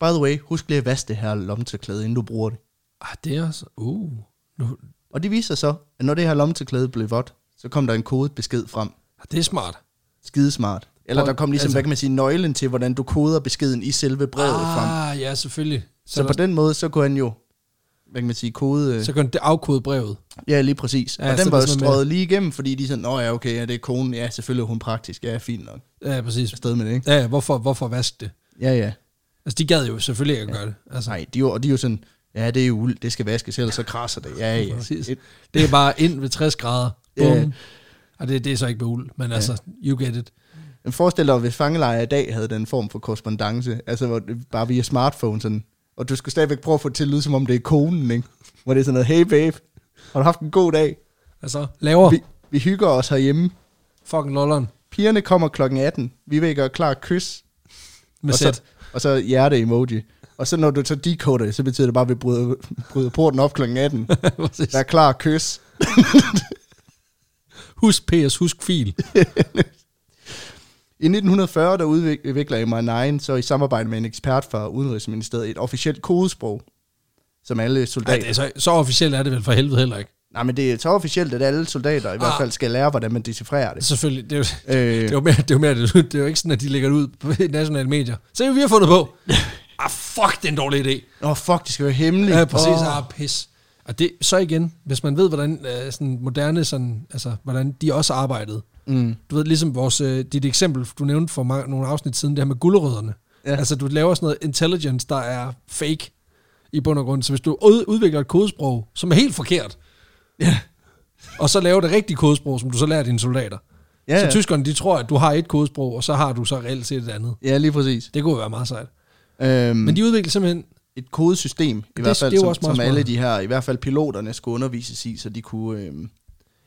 by the way, husk lige at vaske det her lommetørklæde, inden du bruger det. Ah, det er også... Uh. Nu, Og det viser sig så, at når det her lommetørklæde blev vådt, så kom der en kodet besked frem. ah, det er smart. Skidesmart. Eller Prøv- der kom ligesom, altså- altså, hvad kan man sige, nøglen til, hvordan du koder beskeden i selve brevet ah, frem. ah, ja, selvfølgelig. Så, Så så, på den måde, så kunne han jo, hvad kan man sige, kode... øh, så kan det afkode brevet. ja, lige præcis. Ja, Ja, og så den er var det jo sådan noget med- strøget lige igennem, fordi de sådan, nå ja, okay, ja, det er konen, ja, selvfølgelig er hun praktisk, ja, fint nok. Ja, præcis. Afsted med det, ikke? Ja, ja, hvorfor, hvorfor vaske det? Ja, ja. Altså, de gad jo selvfølgelig ikke at gøre det. Altså, Nej, de, er jo- og de er jo sådan, ja, det er jo uld, det skal vaskes, ellers så krasser det. Ja, ja. Præcis. Et- det er bare ind ved 60 grader. Bum. Ja. Yeah. Og det, det er så ikke med uld, men yeah. altså, you get it. Men Forestil dig, hvis fangelejre i dag havde den form for korrespondence, altså hvor det bare via smartphone sådan, og du skulle stadigvæk prøve at få det til at lyde, som om det er konen, ikke? Hvor det er sådan noget, hey babe, har du haft en god dag? Altså, laver Vi, vi hygger os herhjemme. fucking lolleren Pigerne kommer klokken 18. Vi vil gøre klar kys. med og, sæt. [LAUGHS] så, og så hjerte-emoji. Og så når du så decoder det, så betyder det bare, at vi bryder, bryder porten op [LAUGHS] klokken 18. Præcis. Der er klar kys. Husk PS, husk fil. I 1940 der udvikler MI9 så i samarbejde med en ekspert fra Udenrigsministeriet et officielt kodesprog, som alle Ej, soldater... det er så, så officielt er det vel for helvede heller ikke. Nej, men det er så officielt, at alle soldater i hvert fald skal lære, hvordan man decifrerer det. Selvfølgelig, det er jo, Ah. Øh, Det er jo mere, det er jo, mere, det er jo ikke sådan, at de lægger det ud på nationale medier. Se, hvad vi har fundet på. Ah, fuck, det er en dårlig idé. Åh, oh, fuck, det skal være hemmeligt. Ja, præcis. Åh. Ah, pis. Og det, så igen, hvis man ved, hvordan øh, sådan moderne, sådan, altså, hvordan de også arbejdede. Mm. Du ved, ligesom vores, øh, dit eksempel, du nævnte for mange, nogle afsnit siden, det her med gulderødderne. Ja. Ja. Altså, du laver sådan noget intelligence, der er fake i bund og grund. Så hvis du ud- udvikler et kodesprog, som er helt forkert, Ja. og så laver det rigtige kodesprog, som du så lærer dine soldater, Ja, så ja. tyskerne, de tror, at du har et kodesprog, og så har du så reelt set et andet. ja, lige præcis. Det kunne jo være meget sejt. Øhm, Men de udvikler simpelthen... Et kodesystem, i det, hvert fald, det er jo som, også meget som alle smart. de her, i hvert fald piloterne, skulle undervises i, så de kunne... Øhm,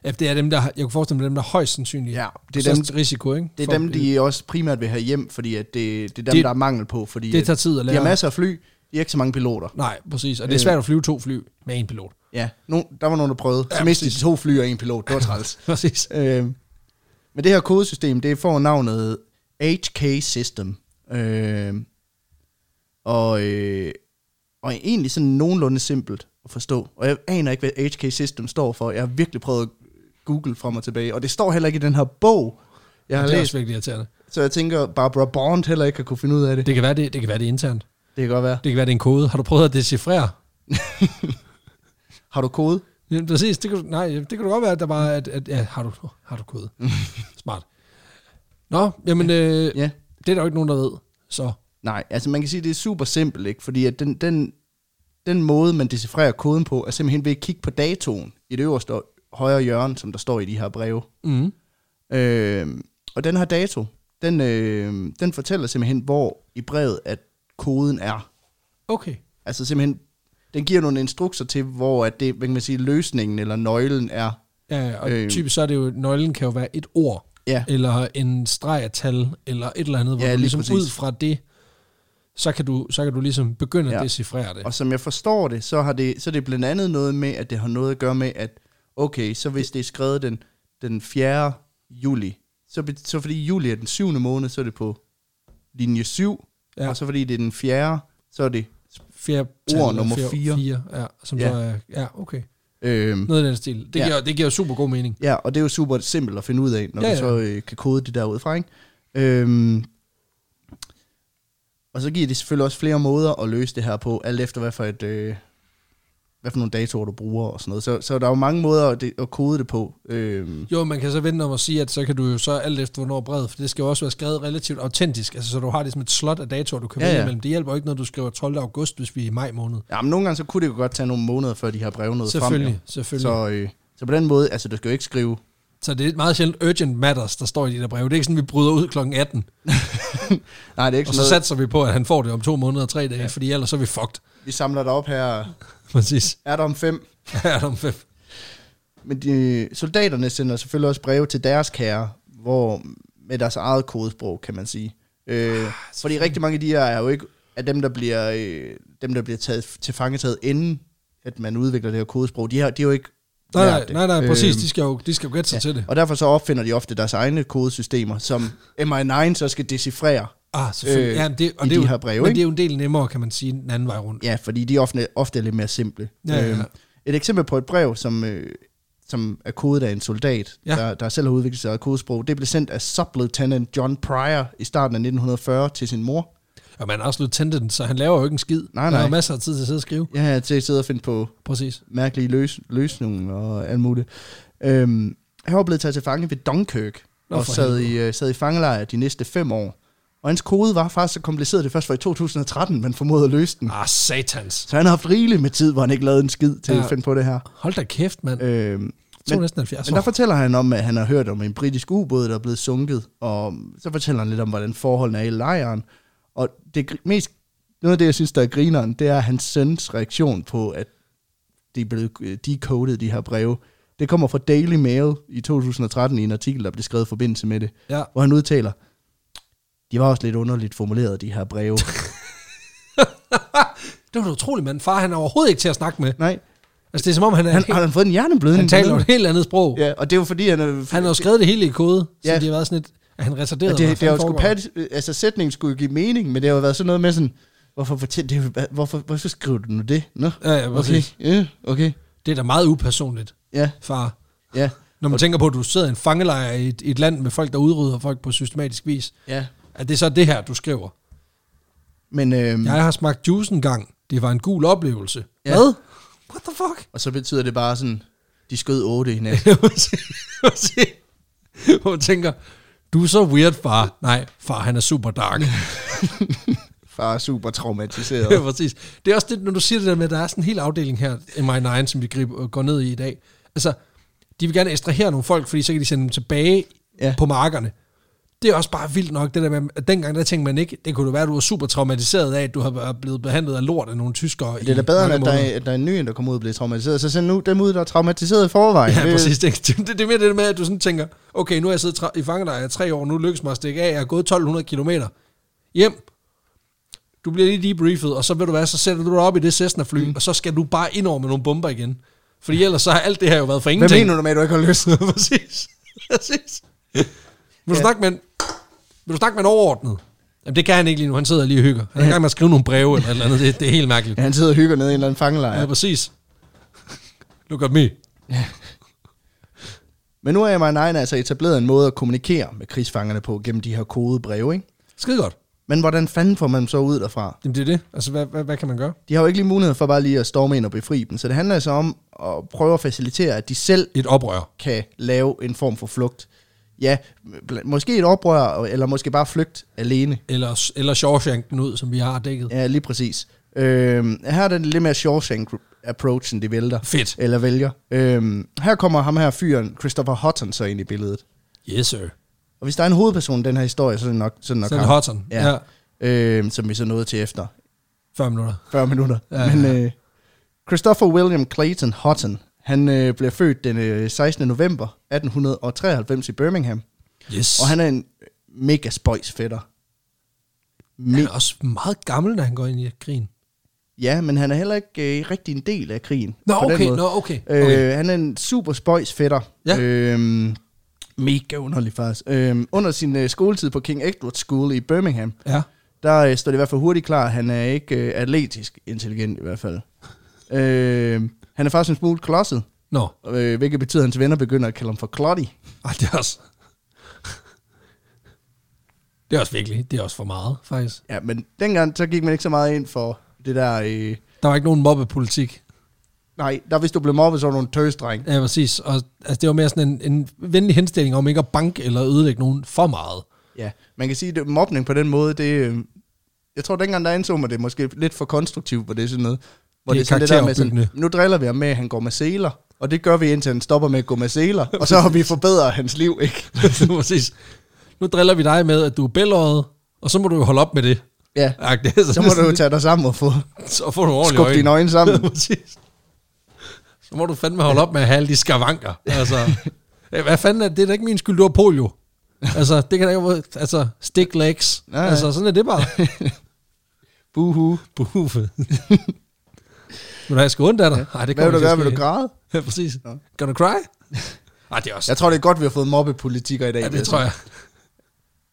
Ja, det er dem, der... har- Jeg kunne forestille mig, dem, der er højst sandsynligt. ja, det er dem, risiko, ikke? det For- er dem, de også primært vil have hjem, fordi at det, det er dem, Det- det, der er mangel på, fordi Det det, tager tid at de har lære. masser Øh. af fly, de er ikke så mange piloter. Nej, præcis. Og det er svært at flyve to fly med en pilot. [LAUGHS] Ja, no, der var nogen, der prøvede. Ja, Så mistede de præcis. to fly og en pilot. Det var træls. Præcis. Øh, men det her kodesystem, det får navnet HK System. Øh, og, øh, og er egentlig sådan nogenlunde simpelt at forstå. Og jeg aner ikke, hvad HK System står for. Jeg har virkelig prøvet at google frem og tilbage. Og det står heller ikke i den her bog, jeg har det er læst. også virkelig irriterende. Så jeg tænker, Barbara Bond heller ikke har kunne finde ud af det. Det, Det kan, være, det, det kan være, det er internt. det kan godt være. Det kan være, det er en kode. Har du prøvet at decifrere? Har du kode? Ja, præcis. Det kan, du- nej, det kan du godt være, at der var... At, at, ja, har du, har du [LAUGHS] kode? Smart. Nå, jamen, øh, Ja. det er der jo ikke nogen, der ved. Så Nej, altså man kan sige, at det er super simpelt, ikke? Fordi at den, den, den måde, man decifrerer koden på, er simpelthen ved at kigge på datoen i det øverste højre hjørne, som der står i de her breve. mm. Øh, og den her dato, den, øh, den fortæller simpelthen, hvor i brevet, at koden er. okay. Altså simpelthen, den giver nogle instrukser til, hvor at det, hvad kan man sige, løsningen eller nøglen er. Ja, og øh. Øh. typisk så er det jo, nøglen kan jo være et ord, Ja, eller en streg af tal, eller et eller andet, hvor Ja, ja, du lige ligesom præcis. ud fra det, så kan du, så kan du ligesom begynde ja. at Ja. decifrere det. og som jeg forstår det, så har det, så er det blandt andet noget med, at det har noget at gøre med, at okay, så hvis det er skrevet den, den 4. juli, så, be, så fordi juli er den 7. måned, så er det på linje 7, Ja. ja. og så fordi det er den 4., så er det, Fjerde ord nummer fire. fire ja, som ja. Ja. Så er, ja, okay. øhm, Noget i den stil. Det, ja. Ja. giver, det giver super god mening. ja, og det er jo super simpelt at finde ud af, når Ja, ja, ja. du så øh, kan kode det der ud fra, ikke? Øhm, og så giver det selvfølgelig også flere måder at løse det her på, alt efter hvad for et, øh, hvad for nogle datoer du bruger og sådan noget. Så, så der er jo mange måder at, det, at kode det på. Øhm, Jo, man kan så vente om at sige, at så kan du jo så alt efter, hvornår brevet, for det skal jo også være skrevet relativt autentisk, altså så du har det som et slot af datoer, du kan Ja, vælge ja. imellem. Det hjælper jo ikke, når du skriver 12. august, hvis vi er i maj måned. Ja, men nogle gange så kunne det jo godt tage nogle måneder, før de har breve noget frem. Selvfølgelig, jo. selvfølgelig. Så. Så, øh, så på den måde, altså du skal jo ikke skrive Så det er meget sjældent urgent matters, der står i de der breve. Det er ikke sådan, vi bryder ud klokken 18, Nej, det er ikke og sådan så noget. satser vi på, at han får det om to måneder og tre dage, Ja. ja. fordi ellers så er vi fucked. [LAUGHS] Vi samler dig op her. Præcis. Er der om fem? Ja, om fem. Men de, soldaterne sender selvfølgelig også breve til deres kære, hvor med deres eget kodesprog, kan man sige. Øh, ah, fordi rigtig mange af de her er jo ikke af dem, der bliver, øh, dem, der bliver taget, til fangetaget, inden at man udvikler det her kodesprog. De, har, de er jo ikke Nej, lært nej, det. nej, nej, præcis. Øh, De skal jo, de skal jo gætte sig ja. til det. Og derfor så opfinder de ofte deres egne kodesystemer, som MI9 så skal decifrere. Ah, selvfølgelig. øh, Øh, ja, men det, og i det er de jo, her breve, men ikke? det er jo en del nemmere, kan man sige, den anden vej rundt. Ja, fordi de er ofte, ofte er lidt mere simple. Ja, ja, ja. Øhm, Et eksempel på et brev, som, øh, som er kodet af en soldat, ja. Ja. der, der selv har udviklet sig af kodesprog, det blev sendt af sublieutenant John Pryor i starten af 1940 til sin mor. Og man er også lieutenant, så han laver jo ikke en skid. Nej, Der nej. er jo masser af tid til at sidde og skrive. Ja, til at sidde og finde på Præcis. mærkelige løs, løsninger og alt muligt. Øhm, han var blevet taget til fange ved Dunkirk, Nå, og for sad i, helvede. øh, sad i fangelejr de næste fem år. Og hans kode var faktisk så kompliceret, det først var i 2013, man formodede at løse den. Ah, satans. Så han har haft rigeligt med tid, hvor han ikke lavede en skid til ja. Ja. at finde på det her. Hold da kæft, mand. Øh, Øhm, men, 270 men men, der år. fortæller han om, at han har hørt om en britisk ubåd, der er blevet sunket, og så fortæller han lidt om, hvordan forholdene er i lejren. Og det gr- mest, noget af det, jeg synes, der er grineren, det er hans søns reaktion på, at de er blevet øh, decoded, de her breve. Det kommer fra Daily Mail i 2013 i en artikel, der blev skrevet i forbindelse med det, Ja. hvor han udtaler, de var også lidt underligt formuleret, de her [LAUGHS] breve. Det var da utroligt, mand. Far, han er overhovedet ikke til at snakke med. Nej, Altså, det er som om, han, er han, han, helt, har han fået en hjerneblødning? han taler jo et helt andet sprog. Ja. Ja, og det er jo fordi, han er... Han har jo skrevet det hele i kode, så Ja. ja. det har været sådan et... Er han retarderet? Og eller hvad det, det har jo fanden foregår der? sgu pat, øh, altså sætningen skulle jo give mening, men det har jo været sådan noget med sådan, hvorfor, fortæl, det, er jo- hva- hvorfor, hvorfor skriver du nu det? Nå, Ja, ja, okay, præcis. ja, okay, Det er da meget upersonligt, ja, far. ja, Når man tænker på, at du sidder i en fangelejr i et, i et land med folk, der udrydder folk på systematisk vis. ja. At det er så det her, du skriver. Mm. Men, øhm, ja. Jeg har smagt juice en gang. Det var en gul oplevelse. Ja. Hvad? What the fuck? [LAUGHS] og så betyder det bare sådan, de skød 8 i nat. Hvor man tænker, du er så weird, far. Nej, far, han er super dark. Far er super traumatiseret. [LAUGHS] Ja, præcis. Det er også det, når du siger det der med, at der er sådan en hel afdeling her, MI9, som de griber, øh, går ned i i dag. Altså, de vil gerne ekstrahere nogle folk, fordi så kan de sende dem tilbage Ja. ja. på markerne. Det er også bare vildt nok, det der med, at dengang der tænkte man ikke, det kunne det være, at du var super traumatiseret af, at du har været blevet behandlet af lort af nogle tyskere. Det er da bedre, end at der er, at der er en ny, end der kommer ud og bliver traumatiseret. Så send nu dem ud, der er traumatiseret i forvejen. Ja, Det- præcis. Det, det, det er mere det med, at du sådan tænker, okay, nu har jeg siddet tra- i fangelejr i tre år, nu lykkes mig at stikke af, jeg har gået 1200 kilometer. Hjem. Du bliver lige debriefet, og så ved du hvad, så sætter du dig op i det Cessna-fly, mm. og så skal du bare ind over med nogle bomber igen. Fordi ellers så har alt det her jo været for Hvad ingenting. mener du med, at du ikke har lyst? mener du? [LAUGHS] præcis. præcis. Vil du, Ja. snakke med en, vil du snakke med en overordnet? Jamen, det kan han ikke lige nu, han sidder lige og hygger. Han er i gang med at skrive nogle breve eller et eller andet, det, det er helt mærkeligt. Ja, han sidder og hygger nede i en eller anden fangelejr. Ja, præcis. Look at me. Men nu har MI9 altså etableret en måde at kommunikere med krigsfangerne på gennem de her kodede breve, ikke? Skide godt. Men hvordan fanden får man dem så ud derfra? Jamen, det er det. Altså, hvad, hvad, hvad kan man gøre? De har jo ikke lige mulighed for bare lige at storme ind og befri dem, så det handler altså om at prøve at facilitere, at de selv Et oprør. kan lave en form for flugt. Ja, bl- måske et oprør, eller måske bare flygt alene. Eller, eller Shawshank den ud, som vi har dækket. Ja. Ja, lige præcis. Øhm, her er den lidt mere Shawshank-approachen, de vælter. Fedt. Eller vælger. Øhm, her kommer ham her fyren, Christopher Hutton, så ind i billedet. Yes, sir. Og hvis der er en hovedperson i den her historie, så er det nok, så er det nok Så er det ham. Hotton. Ja. Ja. ja. Øhm, som vi så nåede til efter 40 minutter. 40 minutter. Ja, Ja, Men ja. øh, Christopher William Clayton Hutton, han øh, blev født den øh, 16. november 1893 i Birmingham, Yes. og han er en øh, mega spøjs fætter. han Me- er også meget gammel, når han går ind i krigen. ja, men han er heller ikke øh, rigtig en del af krigen. Nå, på den okay. måde. Nå, okay. okay. Øh, han er en super spøjs fætter. Ja. Øhm, mega underlig faktisk. Øhm, under sin øh, skoletid på King Edward School i Birmingham, Ja. der øh, står det i hvert fald hurtigt klart, at han er ikke øh, atletisk intelligent i hvert fald. Øh, han er faktisk en smule klodset, Nå. øh, hvilket betyder, at hans venner begynder at kalde ham for Kloddy. Ej, det er også... det er også virkelig. Det er også for meget, faktisk. Ja, men dengang så gik man ikke så meget ind for det der... Øh, Der var ikke nogen mobbepolitik. nej, der hvis du blev mobbet, så var du en tøsdreng. Ja, præcis. Og altså, det var mere sådan en, en venlig henstilling om ikke at banke eller ødelægge nogen for meget. [LAUGHS] Ja, man kan sige, at mobning på den måde, det... Øh, jeg tror, dengang der indså man det måske lidt for konstruktivt, hvor det er sådan noget. Hvor Det det, er er sådan det der med sådan, karakteropbyggende. nu driller vi ham med, at han går med seler. Og det gør vi, indtil han stopper med at gå med seler. Og så har vi forbedret hans liv, ikke? Præcis. Nu driller vi dig med, at du er bælåret, og så må du jo holde op med det. Ja, Ak, det er så må [LAUGHS] du jo tage dig sammen og få så får du ordentligt skubbe dine øjne [LAUGHS] sammen. Præcis. Så må du fandme holde op med at have alle de skavanker. Altså, [LAUGHS] øh, hvad fanden er det? Det er da ikke min skyld, du har polio. Altså, det kan da ikke være- Altså, stick legs. Nej, nej. Altså, sådan er det bare. [LAUGHS] Buhu. Buffe. [LAUGHS] Vil du have skånt af dig? Nej, det Hvad vil kommer du ikke gøre? til at Vil du græde? ske. [LAUGHS] Ja, præcis. Gonna cry? Nej, det er også... Jeg tror, det er godt, vi har fået mobbepolitikker i dag. Ja, vil det tror sige. jeg.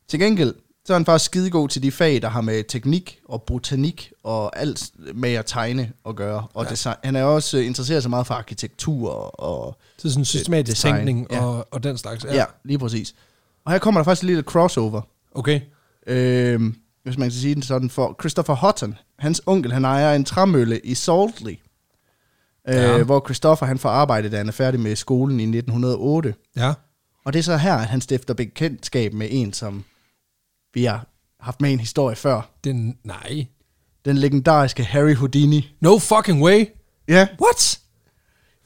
Til gengæld, så er han faktisk skidegod til de fag, der har med teknik og botanik og alt med at tegne at gøre. Og ja. design. han er også øh, interesseret så meget for arkitektur og... Det er sådan systematisk Design, tænkning ja. og, og den slags. Ja. ja, lige præcis. Og her kommer der faktisk et lille crossover. Okay. Øhm, hvis man kan sige den sådan for Christopher Hutton. Hans onkel, han ejer en træmølle i Saltley. Øh, Ja. Hvor Christopher, han får arbejde, da han er færdig med skolen i 1908. Ja. Og det er så her, at han stifter bekendtskab med en, som vi har haft med i en historie før. Det er... en- Nej. Den legendariske Harry Houdini. No fucking way. Ja. What?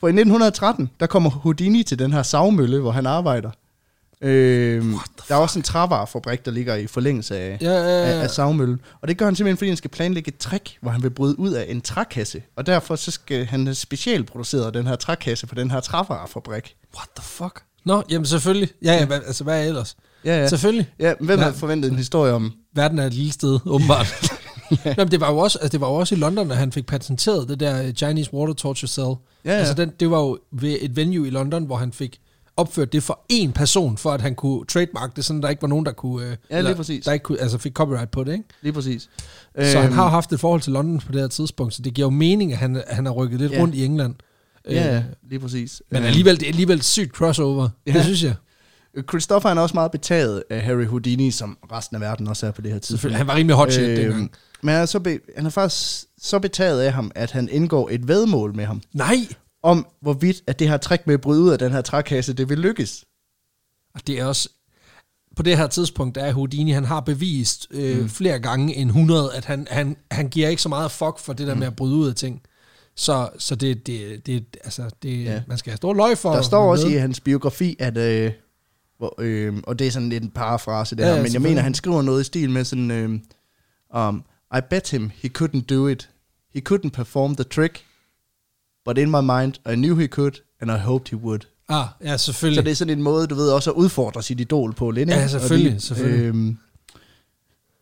For i 1913, der kommer Houdini til den her savmølle, hvor han arbejder. Øhm, der er også en trævarefabrik, der ligger i forlængelse af, Ja, ja, ja. af, af savmøllen. Og det gør han simpelthen, fordi han skal planlægge et trick, hvor han vil bryde ud af en trækasse. Og derfor så skal han have specialproduceret den her trækasse på den her trævarefabrik. What the fuck? Nå, jamen selvfølgelig. Ja, ja, hvad, altså hvad er ellers? Ja, ja. Selvfølgelig. Ja, hvem Ja. havde forventet en historie om... Verden er et lille [LAUGHS] sted, åbenbart. ja. Jamen, det var jo også, altså, det var jo også i London, at han fik patenteret det der øh, Chinese Water Torture Cell. Ja, ja. Altså, den, det var jo ved et venue i London, hvor han fik opført det for én person, for at han kunne trademark det, sådan der ikke var nogen, der kunne... Øh, lige præcis. Øhm. Der ikke kunne, altså fik copyright på det, ikke? Lige præcis. Så han har jo haft et forhold til London på det her tidspunkt, så det giver jo mening, at han, han har rykket lidt Ja. rundt i England. Øh, Ja, ja, lige præcis. Men Øhm, alligevel, det er alligevel et sygt crossover. Ja. Det Ja. synes jeg. Christopher han er også meget betaget af Harry Houdini, som resten af verden også er på det her tidspunkt. Selvfølgelig. Han var rimelig hot Øhm. shit øh, dengang. men han er, så be, han er faktisk så betaget af ham, at han indgår et vedmål med ham, Nej! om hvorvidt at det her træk med at bryde ud af den her trækasse, det vil lykkes. Og det er også... På det her tidspunkt, der er Houdini, han har bevist øh, mm. flere gange end 100, at han, han, han giver ikke så meget fuck for det der mm. med at bryde ud af ting. Så, så det, det, det, altså, det, ja. Ja. man skal have stor løg for. Der at står være også i med. hans biografi, at... Øh, hvor, øh, og det er sådan lidt en parafrase der, Ja, ja, ja, men jeg selvfølgelig. mener, han skriver noget i stil med sådan... Øh, um, I bet him he couldn't do it. He couldn't perform the trick. But in my mind, I knew he could, and I hoped he would. Ah, ja, Så selvfølgelig. det er sådan en måde, du ved, også at udfordre sit idol på lidt. ikke? Ja, selvfølgelig, Og det- selvfølgelig. Øhm,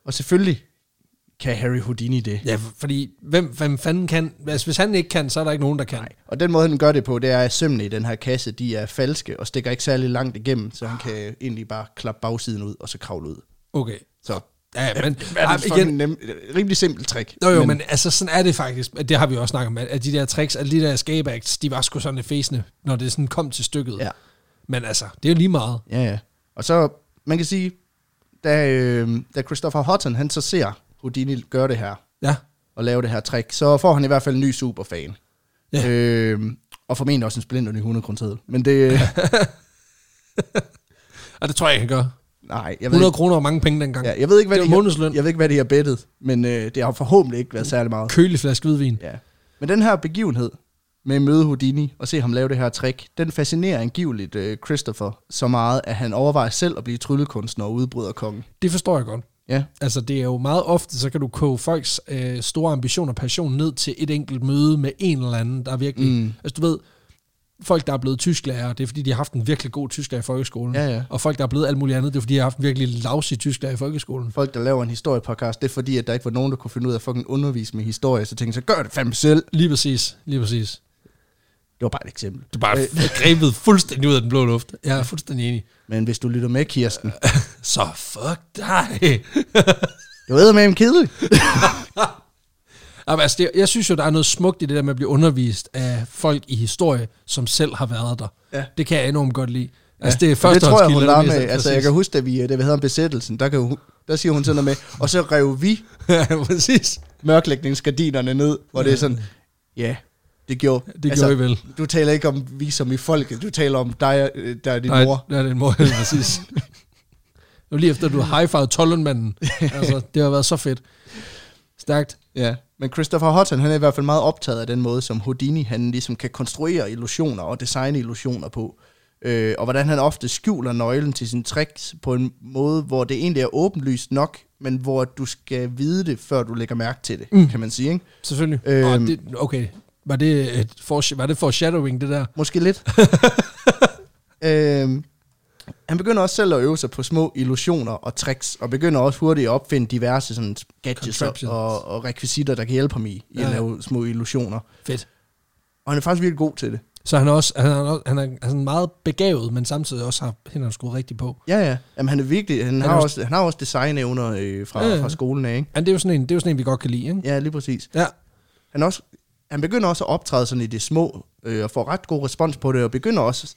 og selvfølgelig kan Harry Houdini det. Ja, fordi hvem, hvem fanden kan... Altså, hvis han ikke kan, så er der ikke nogen, der kan. Nej. Og den måde, han gør det på, det er, at sømmene i den her kasse, de er falske og stikker ikke særlig langt igennem, så han kan egentlig bare klappe bagsiden ud og så kravle ud. Okay. Så Ja, men... det er Ej, et igen. Nem, rimelig simpelt trick. Jo, jo, men, men altså sådan er det faktisk. Det har vi også snakket om, at at de der tricks, at de der escape acts, de var sgu sådan lidt fæsende, når det sådan kom til stykket. Ja. Men altså, det er jo lige meget. Ja, ja. Og så, man kan sige, da, øh, da Christopher Hutton, han så ser Houdini gøre det her, Ja, og lave det her trick, så får han i hvert fald en ny superfan. Ja. Ja. Øhm, og formentlig også en splinter ny 100 kroner Men [LAUGHS] det... og det tror jeg, han gør. Nej, jeg ved, 100 ikke, kroner var mange penge dengang. Ja. ja, jeg ved ikke, hvad Det de var har- månedsløn. Jeg ved ikke, hvad de har bettet, men øh, det har forhåbentlig ikke været særlig meget. Kølig flaske hvidvin. Ja. Men den her begivenhed med at møde Houdini og se ham lave det her trick, den fascinerer angiveligt øh, Christopher så meget, at han overvejer selv at blive tryllekunstner og udbryder kongen. Det forstår jeg godt. Ja, Altså, det er jo meget ofte, så kan du koge folks øh, store ambition og passion ned til et enkelt møde med en eller anden, der virkelig... Mm. Mm. Altså, du ved, folk, der er blevet tysklærer, det er, fordi de har haft en virkelig god tysklærer i folkeskolen. Ja, ja. Og folk, der er blevet alt muligt andet, det er, fordi de har haft en virkelig lousy tysklærer i folkeskolen. folk, der laver en historiepodcast, det er fordi, at der ikke var nogen, der kunne finde ud af at fucking undervise med historie, så tænkte jeg, så gør det fandme selv. Lige præcis, lige præcis. Det var bare et eksempel. Du bare f- grebet fuldstændig ud af den blå luft. Jeg er fuldstændig enig. Men hvis du lytter med, Kirsten, Så fuck dig. det var med en kedelig. Jamen, altså, det, jeg synes jo, der er noget smukt i det der med at blive undervist af folk i historie, som selv har været der. Ja. Det kan jeg enormt godt lide. Altså, det er Og det tror jeg, hun der var bliver med. sat- Altså, [LAUGHS] jeg kan huske, da vi, øh, da vi havde om besættelsen, der, kan hun, der siger hun sådan noget med, og så rev vi ja, præcis. mørklægningsgardinerne ned, hvor det er sådan, ja, det gjorde, Det altså, gjorde I vel. Du taler ikke om vi som i folket, du taler om dig, øh, der er din Nej, mor. Nej, det er din mor, ja, præcis. Det var lige efter, du high-fived Tollenmanden. Altså, det har været så fedt. Stærkt. Ja, men Christopher Hutton, han er i hvert fald meget optaget af den måde, som Houdini, han ligesom kan konstruere illusioner og designe illusioner på. Øh, og hvordan han ofte skjuler nøglen til sine tricks på en måde, hvor det egentlig er åbenlyst nok, men hvor du skal vide det, før du lægger mærke til det, mm. kan man sige. Ikke? Selvfølgelig. Øhm. Øhm. Og det, okay, var det, et for, var det foreshadowing, det der? Måske lidt. [LAUGHS] øhm, han begynder også selv at øve sig på små illusioner og tricks, og begynder også hurtigt at opfinde diverse sådan, gadgets og, Contraptions. og, og rekvisitter, der kan hjælpe ham i, i ja. Ja. at lave små illusioner. Fedt. Og han er faktisk virkelig god til det. Så han er også han er, også- han er, han er sådan meget begavet, men samtidig også har hænderne skruet rigtigt på. Ja, ja. Jamen, han er virkelig... Han, han, er har, også- også, han har også designevner øh, fra, Ja, ja. ja. fra skolen af, ikke? Men det er jo sådan en, det er jo sådan en vi godt kan lide, ikke? Ja, lige præcis. Ja. Han, er også, han begynder også at optræde sådan i det små, øh, og får ret god respons på det, og begynder også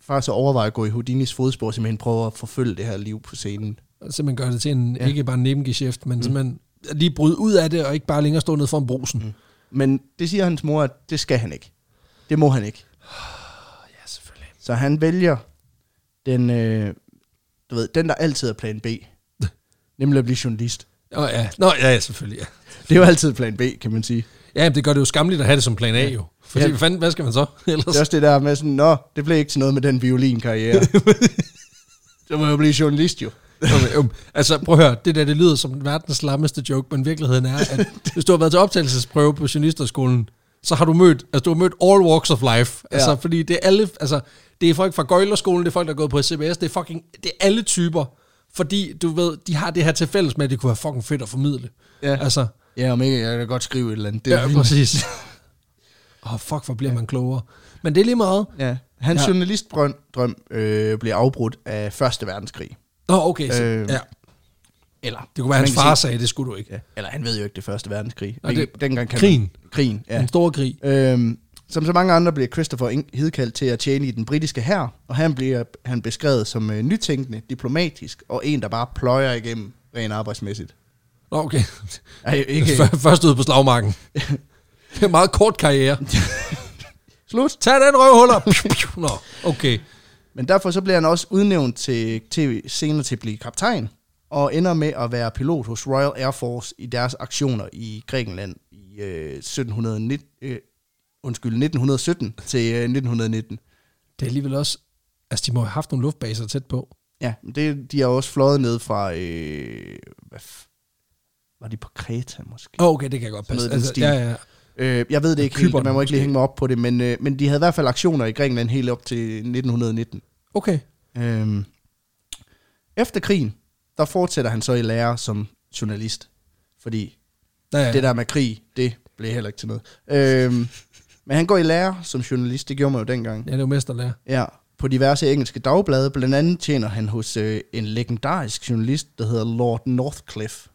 faktisk at overveje at gå i Houdinis fodspor, og simpelthen prøve at forfølge det her liv på scenen. Og Simpelthen gør det til en, Ja. ja. ikke bare en nemgeschæft, men mm. simpelthen lige bryde ud af det, og ikke bare længere stå ned foran brusen. Mm. Men det siger hans mor, at det skal han ikke. Det må han ikke. Ja, selvfølgelig. Så han vælger den, øh, du ved, den der altid er [LAUGHS] plan B. Nemlig at blive journalist. Nå ja, Nå, ja, ja selvfølgelig. Ja. Det er jo altid plan B, kan man sige. ja, men det gør det jo skamligt at have det som plan A jo. Fordi Ja. ja. fanden, hvad skal man så [LAUGHS] ellers? Det er også det der med sådan, nå, det blev ikke til noget med den [LAUGHS] violinkarriere. Så må jeg jo blive journalist jo. Okay, um, altså prøv at høre, det der det lyder som verdens lammeste joke, men virkeligheden er, [LAUGHS] at hvis du har været til optagelsesprøve på journalisterskolen, så har du mødt, altså du har mødt all walks of life. Altså Ja. fordi det er alle, altså det er folk fra Gøjlerskolen, det er folk, der er gået på CBS, det er fucking, det er alle typer. Fordi du ved, de har det her til fælles med, at det kunne være fucking fedt at formidle. Ja. Altså, Ja, om ikke, jeg kan godt skrive et eller andet. Det det er er ja, fint. [LAUGHS] præcis. Åh, oh, fuck, hvor bliver ja. man klogere. Men det er lige meget. Ja. Hans Ja. ja. journalistdrøm drøm, øh, blev afbrudt af Første Verdenskrig. Nå, oh, okay. Så, Øh, øh, ja. Eller, Det kunne være, at hans Man kan far sige- sagde, det skulle du ikke. Ja. ja. eller han ved jo ikke det er Første Verdenskrig. Nej, det- Den- Dengang kan krigen. Man, krigen, ja. Den store krig. Øhm, som så mange andre bliver Christopher Ing- hidkaldt til at tjene i den britiske hær, og han bliver han beskrevet som øh, nytænkende, diplomatisk og en, der bare pløjer igennem rent arbejdsmæssigt. Nå, okay. Ej, ikke. [LAUGHS] Okay. Først ud på slagmarken. Det er en meget kort [LAUGHS] karriere. Slut. Tag den røvhuller. Piu, piu. Nå, okay. Men derfor så bliver han også udnævnt til, til senere til at blive kaptajn, og ender med at være pilot hos Royal Air Force i deres aktioner i Grækenland i øh, 1719, øh, undskyld, 1917 til øh, 1919. Det er alligevel også... Altså, de må have haft nogle luftbaser tæt på. Ja, men det, de er også fløjet ned fra, øh, hvad f- var de på Kreta måske? Åh, okay, det kan jeg godt Sådan passe. noget i den Altså, stil. ja, ja. Øh, jeg ved det ikke helt, Cypern man må ikke lige måske. hænge mig op på det, men, øh, men de havde i hvert fald aktioner i Grækenland helt op til 1919. Okay. Øhm, efter krigen, der fortsætter han så i lære som journalist, fordi Ja, ja. ja. det der med krig, det blev heller ikke til noget. Øhm, men han går i lære som journalist, det gjorde man jo dengang. ja, det er jo mesterlærer. Ja, på diverse engelske dagblade, blandt andet tjener han hos øh, en legendarisk journalist, der hedder Lord Northcliffe.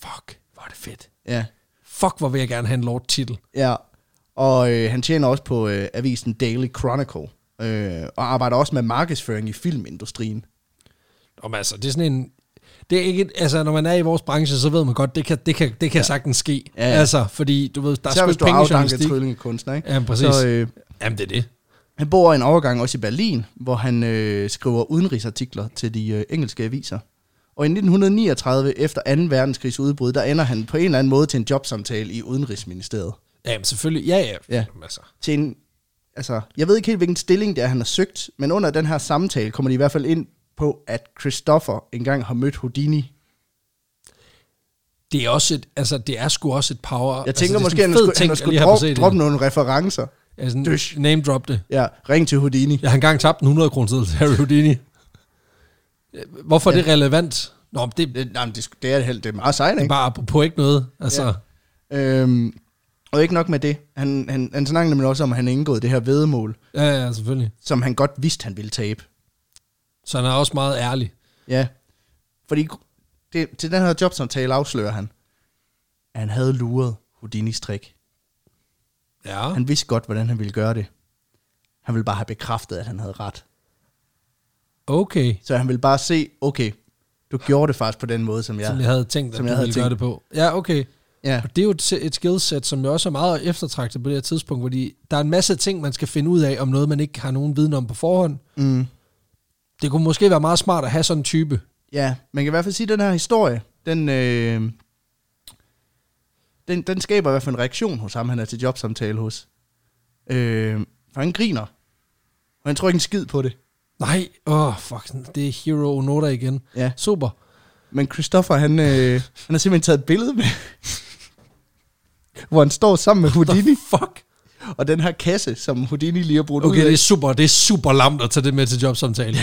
Fuck, hvor er det fedt. Ja, Fuck, hvor vil jeg gerne have en lord-titel. Ja, og øh, han tjener også på øh, avisen Daily Chronicle, øh, og arbejder også med markedsføring i filmindustrien. Om altså, det er sådan en... Det er ikke, et- altså, når man er i vores branche, så ved man godt, det kan, det kan, det kan ja. sagtens ske. Ja, ja. Altså, fordi du ved, der er Der Især sgu hvis ikke du penge i er afdanket journalistik. tryllingekunstner, ikke? Jamen, præcis. Så øh, Jamen, det er det. han bor en overgang også i Berlin, hvor han øh, skriver udenrigsartikler til de øh, engelske aviser. Og i 1939, efter 2. verdenskrigs udbrud, der ender han på en eller anden måde til en jobsamtale i Udenrigsministeriet. Jamen, selvfølgelig. Ja, ja. Ja. Jamen, altså. Til en, altså, jeg ved ikke helt, hvilken stilling det er, han har søgt, men under den her samtale kommer de i hvert fald ind på, at Christoffer engang har mødt Houdini det er også et, altså det er sgu også et power. Jeg tænker altså, måske, han han har skulle, han har skulle droppe, droppe nogle referencer. Altså, Dysh. name drop det. Ja, ring til Houdini. Jeg har engang tabt en 100 kroner til Harry Houdini. Hvorfor ja. er det relevant? Nå, men det, det Det, nej, men det, sku- det er helt, det er meget sejt, er ikke? bare på ikke noget. Altså, Ja. ja. Øhm, og ikke nok med det. Han, han, han snakker nemlig også om, at han indgået det her vedemål, ja, ja, selvfølgelig. som han godt vidste, han ville tabe. Så han er også meget ærlig. Ja. Fordi det, til den her jobsamtale afslører han, at han havde luret Houdinis trick. Ja. Oh. Han vidste godt, hvordan han ville gøre det. Han ville bare have bekræftet, at han havde ret. Okay. Så han ville bare se, okay, du gjorde det faktisk på den måde, som jeg... Som jeg havde tænkt, at Som du jeg havde ville gøre det tænkt. på. Ja, okay. ja. Og det er jo et, se- et skillset, som jo også er meget eftertragtet på det her tidspunkt, fordi der er en masse ting, man skal finde ud af, om noget, man ikke har nogen viden om på forhånd. Mm. Det kunne måske være meget smart at have sådan en type. Ja, man kan i hvert fald sige, at den her historie, den, øh, den, den skaber i hvert fald en reaktion hos ham, han er til jobsamtale hos. Øh, for han griner. Og han tror ikke en skid på det. Nej, åh, oh, fuck, det er Hero Onoda igen. Ja. Super. Men Christoffer, han, øh, han har simpelthen taget et billede med, hvor han står sammen med Houdini, Fuck. og den her kasse, som Houdini lige har brugt Okay, ud af. det er super, det er super lamt at tage det med til jobsamtale.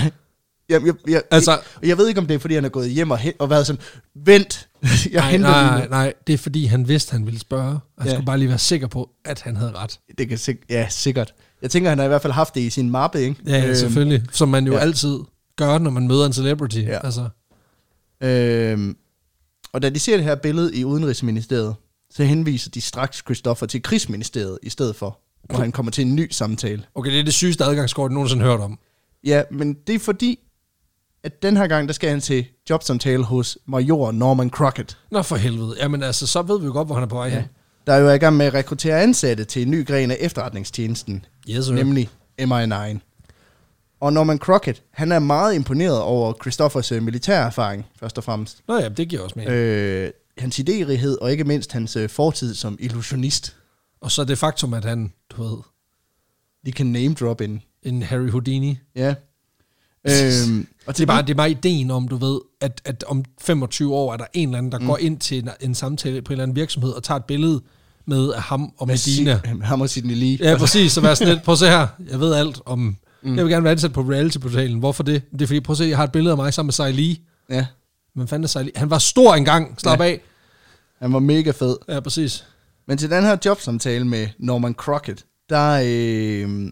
Jeg, jeg, jeg, altså, Altså- jeg, jeg ved ikke, om det er, fordi han er gået hjem og, he- og været sådan, vent, [LAUGHS] jeg nej, henter nej, lige nej, nej, det er fordi, han vidste, han ville spørge. og Han Ja. ja. skulle bare lige være sikker på, at han havde ret. nu." Det kan sik- ja, sikkert. Jeg tænker, han har i hvert fald haft det i sin mappe, ikke? Ja, øhm, selvfølgelig. Som man jo ja. ja. altid gør, når man møder en celebrity. Ja. Ja. Altså, Øhm, og da de ser det her billede i Udenrigsministeriet, så henviser de straks Christoffer til Krigsministeriet i stedet for, hvor han kommer til en ny samtale. okay, det er det sygeste adgangskort, jeg nogensinde har hørt om. Ja, men det er fordi, at den her gang, der skal han til jobsamtale hos major Norman Crockett, Nå for helvede. Jamen altså, så ved vi jo godt, hvor han er på vej ja. hen. der er jo i gang med at rekruttere ansatte til en ny gren af efterretningstjenesten, Yes, sir. nemlig MI9. Og Norman Crockett, han er meget imponeret over Christoffers øh, militærerfaring, først og fremmest. Nå ja, det giver også mening. Øh. Øh, hans idérighed og ikke mindst hans øh, fortid som illusionist. Og så det faktum, at han, du ved, De kan name drop in. en Harry Houdini. [LAUGHS] Ja. Øhm, og Det er, bare, det er bare ideen om, du ved, at, at om 25 år er der en eller anden, der mm. går ind til en, en samtale på en eller anden virksomhed og tager et billede med af ham og Medina. [LAUGHS] Sig- Ham og Sidney Lee. Ja, præcis. Så være sådan lidt, prøv at se her, jeg ved alt om... Mm. Jeg vil gerne være ansat på reality-portalen. Hvorfor det? Det er fordi, prøv at se, jeg har et billede af mig sammen med Sai Lee. ja. Men fanden er Sai Lee? Han var stor engang. Slap ja. af. Han var mega fed. Ja, præcis. Men til den her jobsamtale med Norman Crockett, der, øh,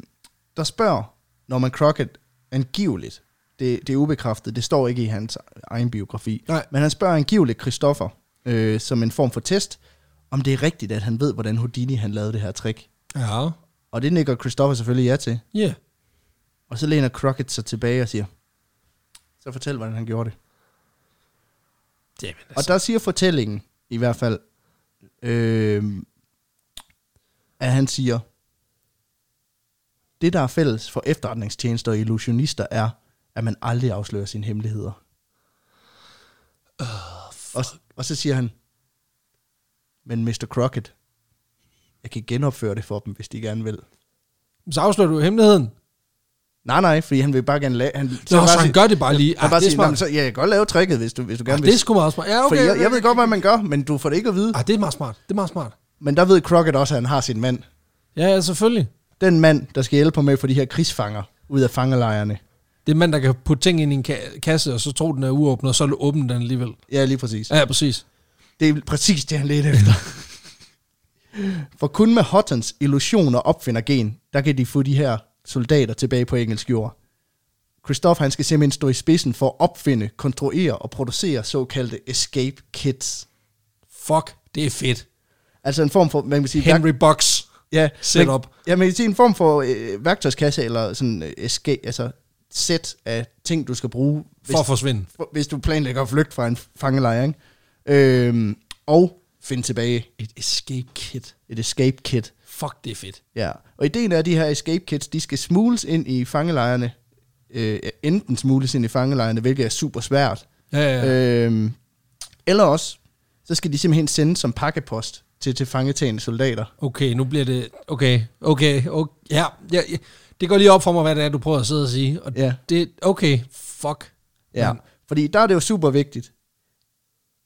der spørger Norman Crockett angiveligt, det, det er ubekræftet, det står ikke i hans egen biografi, Nej. men han spørger angiveligt Christoffer, øh, som en form for test, om det er rigtigt, at han ved, hvordan Houdini han lavede det her trick. Ja. Og det nikker Christoffer selvfølgelig ja til. Ja. Yeah. Og så læner Crockett sig tilbage og siger, så fortæl, hvordan han gjorde det. Jamen, altså. Og der siger fortællingen i hvert fald, øh, at han siger, det der er fælles for efterretningstjenester og illusionister er, at man aldrig afslører sine hemmeligheder. Øh, Uh, og, og så siger han, men Mr. Crockett, jeg kan genopføre det for dem, hvis de gerne vil. Så afslører du hemmeligheden. Nej, nej, fordi han vil bare gerne lave... Han, Så, Nå, så han gør det bare lige. Han Ah, bare det er siger, "Nå, men smart. så, ja, jeg kan godt lave tricket, hvis du, hvis du gerne Ah, vil. det er sgu meget smart. Ja, okay. Fordi jeg, jeg ved godt, hvad man gør, men du får det ikke at vide. Ah, det er meget smart. Det er meget smart. Men der ved Crockett også, at han har sin mand. Ja, ja, selvfølgelig. Den mand, der skal hjælpe ham med at få de her krigsfanger ud af fangelejrene. Det er en mand, der kan putte ting ind i en ka- kasse, og så tro, den er uåbnet, og så åbne den alligevel. Ja, lige præcis. Ja, ja, præcis. Det er præcis det, han [LAUGHS] ledte efter. For kun med Hottons illusion og opfindergen, der kan de få de her soldater tilbage på engelsk jord. Christoph, han skal simpelthen stå i spidsen for at opfinde, konstruere og producere såkaldte escape kits. Fuck, det er fedt. Altså en form for, man kan sige... værk- Henry Box. ja, Setup. Man, ja, man kan sige en form for øh, værktøjskasse, eller sådan øh, escape, altså sæt af ting, du skal bruge, hvis For at forsvinde. hvis du planlægger at flygte fra en fangelejr, ikke? Øhm, og finde tilbage Et escape kit. et escape kit. Fuck, det er fedt. Ja. Og ideen er, at de her escape kits, de skal smules ind i fangelejrene. Øh, enten smules ind i fangelejrene, hvilket er super svært. Ja, ja, ja. Øh. Ja. Øhm, eller også, så skal de simpelthen sendes som pakkepost til, til fangetagende soldater. Okay, nu bliver det... Okay, okay, okay. Ja, ja, ja, det går lige op for mig, hvad det er, du prøver at sidde og sige. Og Ja. det, okay, fuck. Ja. Men- Fordi der er det jo super vigtigt,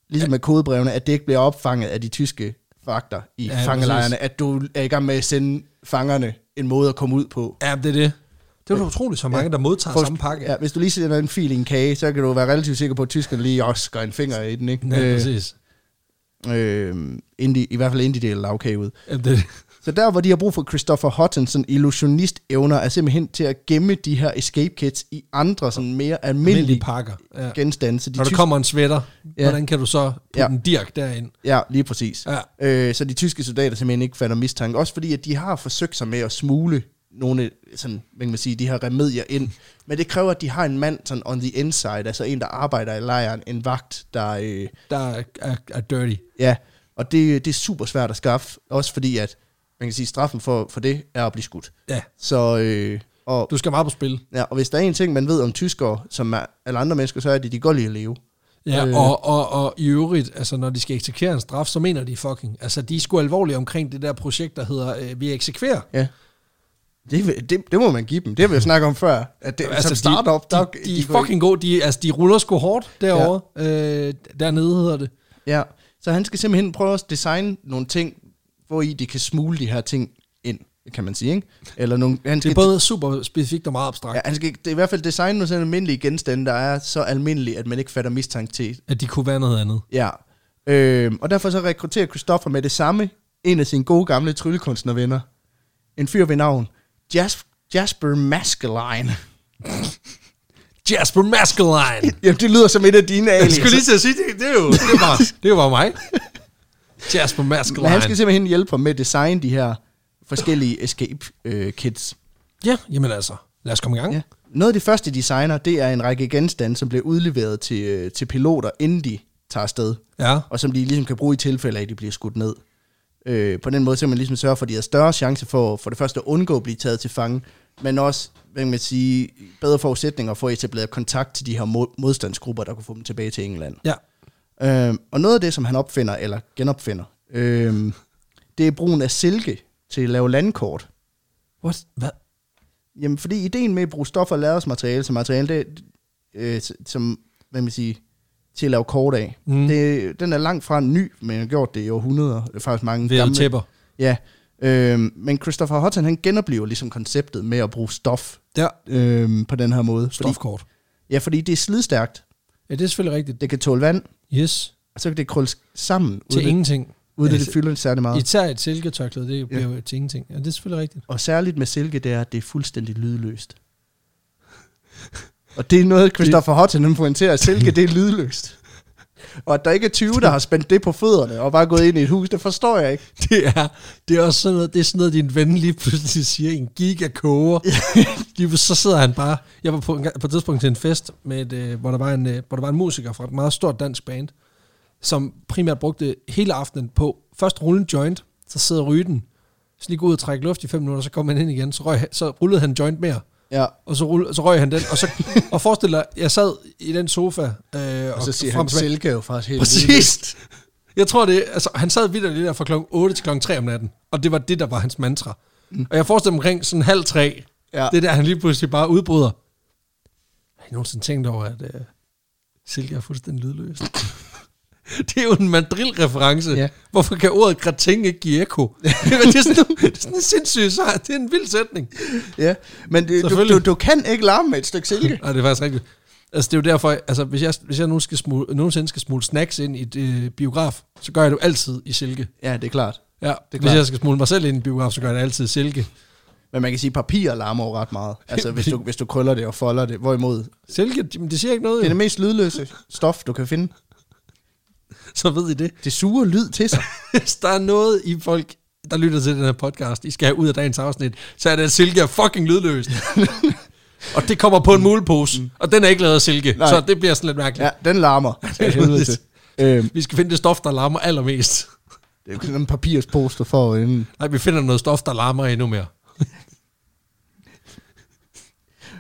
ligesom med kodebrevene, at det ikke bliver opfanget af de tyske vagter i Ja, ja, fangelejrene, præcis. at du er i gang med at sende fangerne en måde at komme ud på. Ja, det er det. Det er jo utroligt, så mange, der modtager Prøv- samme pakke. Ja, hvis du lige sætter en fil i en kage, så kan du være relativt sikker på, at tyskerne lige også gør en finger i den, ikke? Ja, præcis. øh, indi, I hvert fald inden de deler lavkage ud. Ja, det, Så der, hvor de har brug for Christopher Hottens sådan illusionist-evner, er simpelthen til at gemme de her escape kits i andre, sådan mere almindelige almindelige pakker. Ja. genstande. Så de Når der tyske- kommer en sweater, Ja. ja. hvordan kan du så putte Ja. ja. en dirk derind? Ja, lige præcis. Ja. Øh, så de tyske soldater simpelthen ikke fatter mistanke. Også fordi, at de har forsøgt sig med at smule nogle sådan, hvad kan man sige, de her remedier ind. Men det kræver, at de har en mand sådan on the inside, altså en, der arbejder i lejren, en vagt, der... Øh, Der er, er, er dirty. ja, og det, det er super svært at skaffe, også fordi, at man kan sige, straffen for, for det er at blive skudt. Ja, Så, øh, og, du skal meget på spil. ja, og hvis der er en ting, man ved om tyskere, som er, alle andre mennesker, så er det, de går lige at leve. Ja, Øh. og, og, og i øvrigt, altså når de skal eksekvere en straf, så mener de fucking, altså de er sgu alvorlige omkring det der projekt, der hedder, øh, vi eksekverer. Det, det, det må man give dem. Det har vi jo snakket om før. At Øh, det, altså, som startup, de, der, de, de er fucking gode, de, altså de ruller sgu hårdt derovre, ja. øh, dernede hedder det. Ja, så han skal simpelthen prøve at designe nogle ting, hvor i de kan smule de her ting ind, kan man sige, ikke? Eller nogle, han Det skal, er både super specifikt og meget abstrakt, ja, ja. han skal, det er i hvert fald designe nogle sådan almindelige genstande, der er så almindelige, at man ikke fatter mistanke til. at de kunne være noget andet. Ja. Øhm, og derfor så rekrutterer Christoffer med det samme en af sine gode gamle tryllekunstnervenner. En fyr ved navn Jas- Jasper Maskeline. Jasper Maskeline! [LAUGHS] Jamen, det lyder som et af [LAUGHS] dine Jeg aliaser. skulle lige til at sige, det, det er jo det var, det var mig. Jasper Men han skal Maskeline. simpelthen hjælpe ham med at designe de her forskellige escape øh, kits. Ja, jamen altså, lad os komme i gang. Ja. Noget af det første, de designer, det er en række genstande, som bliver udleveret til, øh, til piloter, inden de tager afsted, ja. og som de ligesom kan bruge i tilfælde af, at de bliver skudt ned. Øh, på den måde, så kan man ligesom sørge for, at de har større chance for, for det første at undgå at blive taget til fange, men også, hvad kan man sige, bedre forudsætninger for at etablere kontakt til de her mod- modstandsgrupper, der kunne få dem tilbage til England. ja. Øh, og noget af det, som han opfinder, eller genopfinder, øh, det er brugen af silke til at lave landkort. What? Hvad? Jamen, fordi ideen med at bruge stoffer og lærredsmateriale som materiale, det, øh, s- som, hvad kan man sige, til at lave kort af, Mm. mm. det, den er langt fra ny, men har gjort det i århundreder. Det er faktisk mange Ved at tæpper. Ja, øh, men Christopher Hudson, han genoplever ligesom konceptet med at bruge stof Der, øh, på den her måde. Fordi, stofkort. ja, fordi det er slidstærkt. Ja, det er selvfølgelig rigtigt. Det kan tåle vand, Yes, og så kan det krølle sammen, til uden, det, ingenting. uden at Altså, det fylder særlig meget. Især et silketørklæde, det bliver jo til ingenting. Ja, det er selvfølgelig rigtigt. Og særligt med silke, det er, at det er fuldstændig lydløst. Og det er noget, Christopher Hudson han pointerer, at silke, det er lydløst. Og at der ikke er 20, der har spændt det på fødderne og bare gået ind i et hus, det forstår jeg ikke. [LAUGHS] Det er, det er også sådan noget, det er sådan noget, din ven lige pludselig siger, en giga koger. [LAUGHS] lige, så sidder han bare, jeg var på, en, gang- på et tidspunkt til en fest, med et, øh, hvor, der var en, øh, hvor der var en musiker fra et meget stort dansk band, som primært brugte hele aftenen på først rulle en joint, så sidde og ryge den, så lige gå ud og trække luft i fem minutter, så kom han ind igen, så, røg, så rullede han en joint mere, Ja, og så, rulle, så røg han den, og, så, og forestil dig, jeg sad i den sofa, øh, og, og så siger frem han, og tilbage. silke er jo faktisk helt lydløst. Præcis. Jeg tror det, altså han sad vidt der fra klokken 8 til klokken 3 om natten, og det var det, der var hans mantra. Mm. Og jeg forestiller mig omkring sådan halv tre, Ja. det er der, han lige pludselig bare udbryder. Har I nogensinde tænkt over, at øh, Silke er fuldstændig lydløst? [LAUGHS] det er jo en mandrilreference. Ja. Hvorfor kan ordet gratin ikke give [LAUGHS] ekko? det er sådan, det er sådan en sindssyg sejr. Det er en vild sætning. Ja, men det, du, Selvfølgelig. du, du, kan ikke larme med et stykke silke. Nej, det er faktisk rigtigt. Altså, det er jo derfor, altså, hvis jeg, hvis jeg nu skal smule, nogensinde skal smule snacks ind i et øh, biograf, så gør jeg det jo altid i silke. [LAUGHS] Ja, det er klart. Ja, det hvis klart. jeg skal smule mig selv ind i en biograf, så gør jeg det altid i silke. Men man kan sige, at papir larmer jo ret meget. Altså, hvis du, hvis du krøller det og folder det. Hvorimod, Silke, men det siger ikke det noget, er jo. det mest lydløse stof, du kan finde. så ved I det. [LAUGHS] Det suger lyd til sig. Hvis der er noget i folk, der lytter til den her podcast, I skal have ud af dagens afsnit, så er det, at silke er fucking [LAUGHS] lydløst. og det kommer på en mulepose, og den er ikke lavet af silke, Mm. Nej. så det bliver sådan lidt mærkeligt. Ja, Ja. den larmer. det er af helvede lydløst. [LAUGHS] til. Øhm, Vi skal finde det stof, der larmer allermest. Det er jo sådan en papirspost, du får inden. Nej, vi finder noget stof, der larmer endnu mere.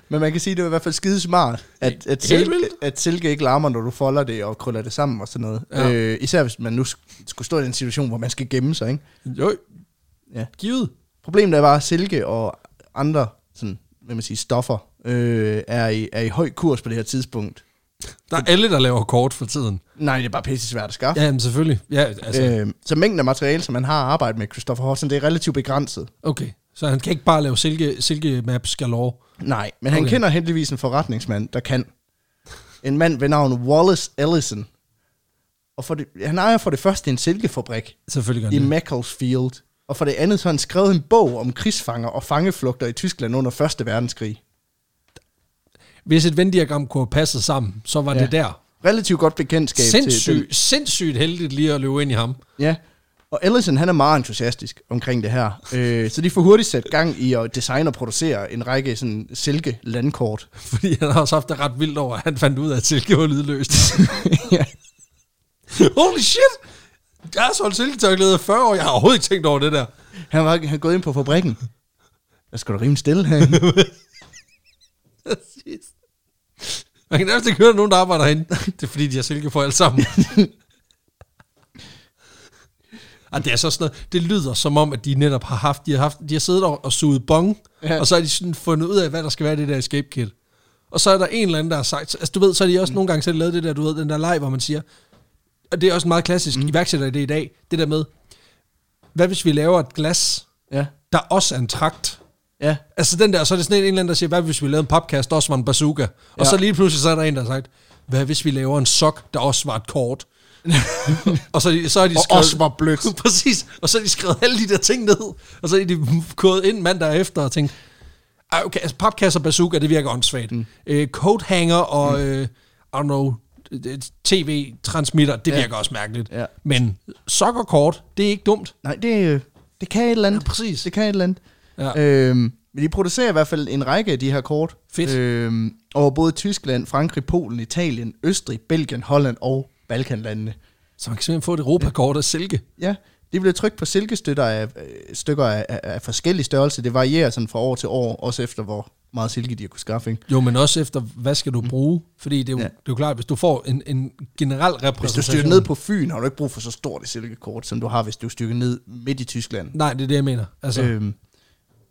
Men man kan sige, at det er i hvert fald skide smart, at, at, Helt silke, vildt. at silke ikke larmer, når du folder det og krøller det sammen og sådan noget. Ja. Ja. Øh, især hvis man nu sk- skulle stå i en situation, hvor man skal gemme sig. Ikke? Jo, Ja. givet. Problemet er bare, at silke og andre sådan, hvad man siger, stoffer øh, er, i, er i høj kurs på det her tidspunkt. Der er alle, der laver kort for tiden. Nej, det er bare pisse svært at skaffe. Ja, jamen selvfølgelig. Ja, altså, Ja, øh, så mængden af materiale, som man har at arbejde med, Christopher Hodgson, det er relativt begrænset. okay. Så han kan ikke bare lave silke, silke maps galore. Nej, men han Okay. kender heldigvis en forretningsmand, der kan. En mand ved navn Wallace Ellison. Og for det, han ejer for det første en silkefabrik Selvfølgelig gør han i det. Macclesfield. Og for det andet så har han skrevet en bog om krigsfanger og fangeflugter i Tyskland under 1. verdenskrig. Hvis et vendiagram kunne have passet sammen, så var ja. Ja. det der. Relativt godt bekendtskab til den. Sindssygt, sindssygt heldigt lige at løbe ind i ham. [LAUGHS] Ja. Og Ellison, han er meget entusiastisk omkring det her. Øh, så de får hurtigt sat gang i at designe og producere en række sådan silke landkort. Fordi han har også haft det ret vildt over, at han fandt ud af, at silke var lydløst. [LAUGHS] ja. Holy shit! Jeg har solgt silketørklæde i 40 år, jeg har overhovedet ikke tænkt over det der. Han var han er gået ind på fabrikken. [LAUGHS] Der skal du rimelig stille herinde. Præcis. Man kan nærmest ikke høre nogen, der arbejder herinde. Det er fordi, de har silke for alle sammen. Ej, det er så sådan noget, det lyder som om, at de netop har haft, de har, haft, de har siddet og, og suget bong, ja. Ja. og så har de sådan fundet ud af, hvad der skal være i det der escape kit. Og så er der en eller anden, der har sagt, altså du ved, så har de også nogle gange selv lavet det der, du ved, den der leg, hvor man siger, og det er også en meget klassisk mm. iværksætter i dag, det der med, hvad hvis vi laver et glas, Ja, der også er en trakt? ja. Altså den der, og så er det sådan en, en eller anden, der siger, hvad hvis vi lavede en papkasse, der også var en bazooka? Og Ja. så lige pludselig, så er der en, der har sagt, hvad hvis vi laver en sok, der også var et [LAUGHS] kort? og så, er de- så har de Og skrevet... også var blødt. [LAUGHS] Præcis, og så har de skrevet alle de der ting ned, og så er de gået ind mandag efter og tænkt, "Ej, okay, altså papkasser og bazooka, det virker åndssvagt. Mm. Øh, coathanger og, mm. øh, I don't know, øh, tv-transmitter, det Ja. virker også mærkeligt. Ja. Men sok og kort, det er ikke dumt. Nej, det, øh, det kan et eller andet. Præcis. Det kan et eller andet. Ja. Øhm, men de producerer i hvert fald en række af de her kort. Fedt. Øhm, over både Tyskland, Frankrig, Polen, Italien, Østrig, Belgien, Holland og Balkanlandene. Så man kan simpelthen få et europakort af silke. Ja, de blev trykt på silkestøtter af, øh, stykker af, af, af forskellige størrelser. Det varierer sådan fra år til år, også efter hvor meget silke de har kunne skaffe. Ikke? Jo, men også efter, hvad skal du bruge? Fordi det er jo, ja. Mm. Ja. det er jo klart, hvis du får en, en generel Hvis repræsentation... du stykker ned på Fyn, har du ikke brug for så stort et silkekort, som du har, hvis du stykker ned midt i Tyskland. Nej, det er det, jeg mener. Altså, øh. Øhm,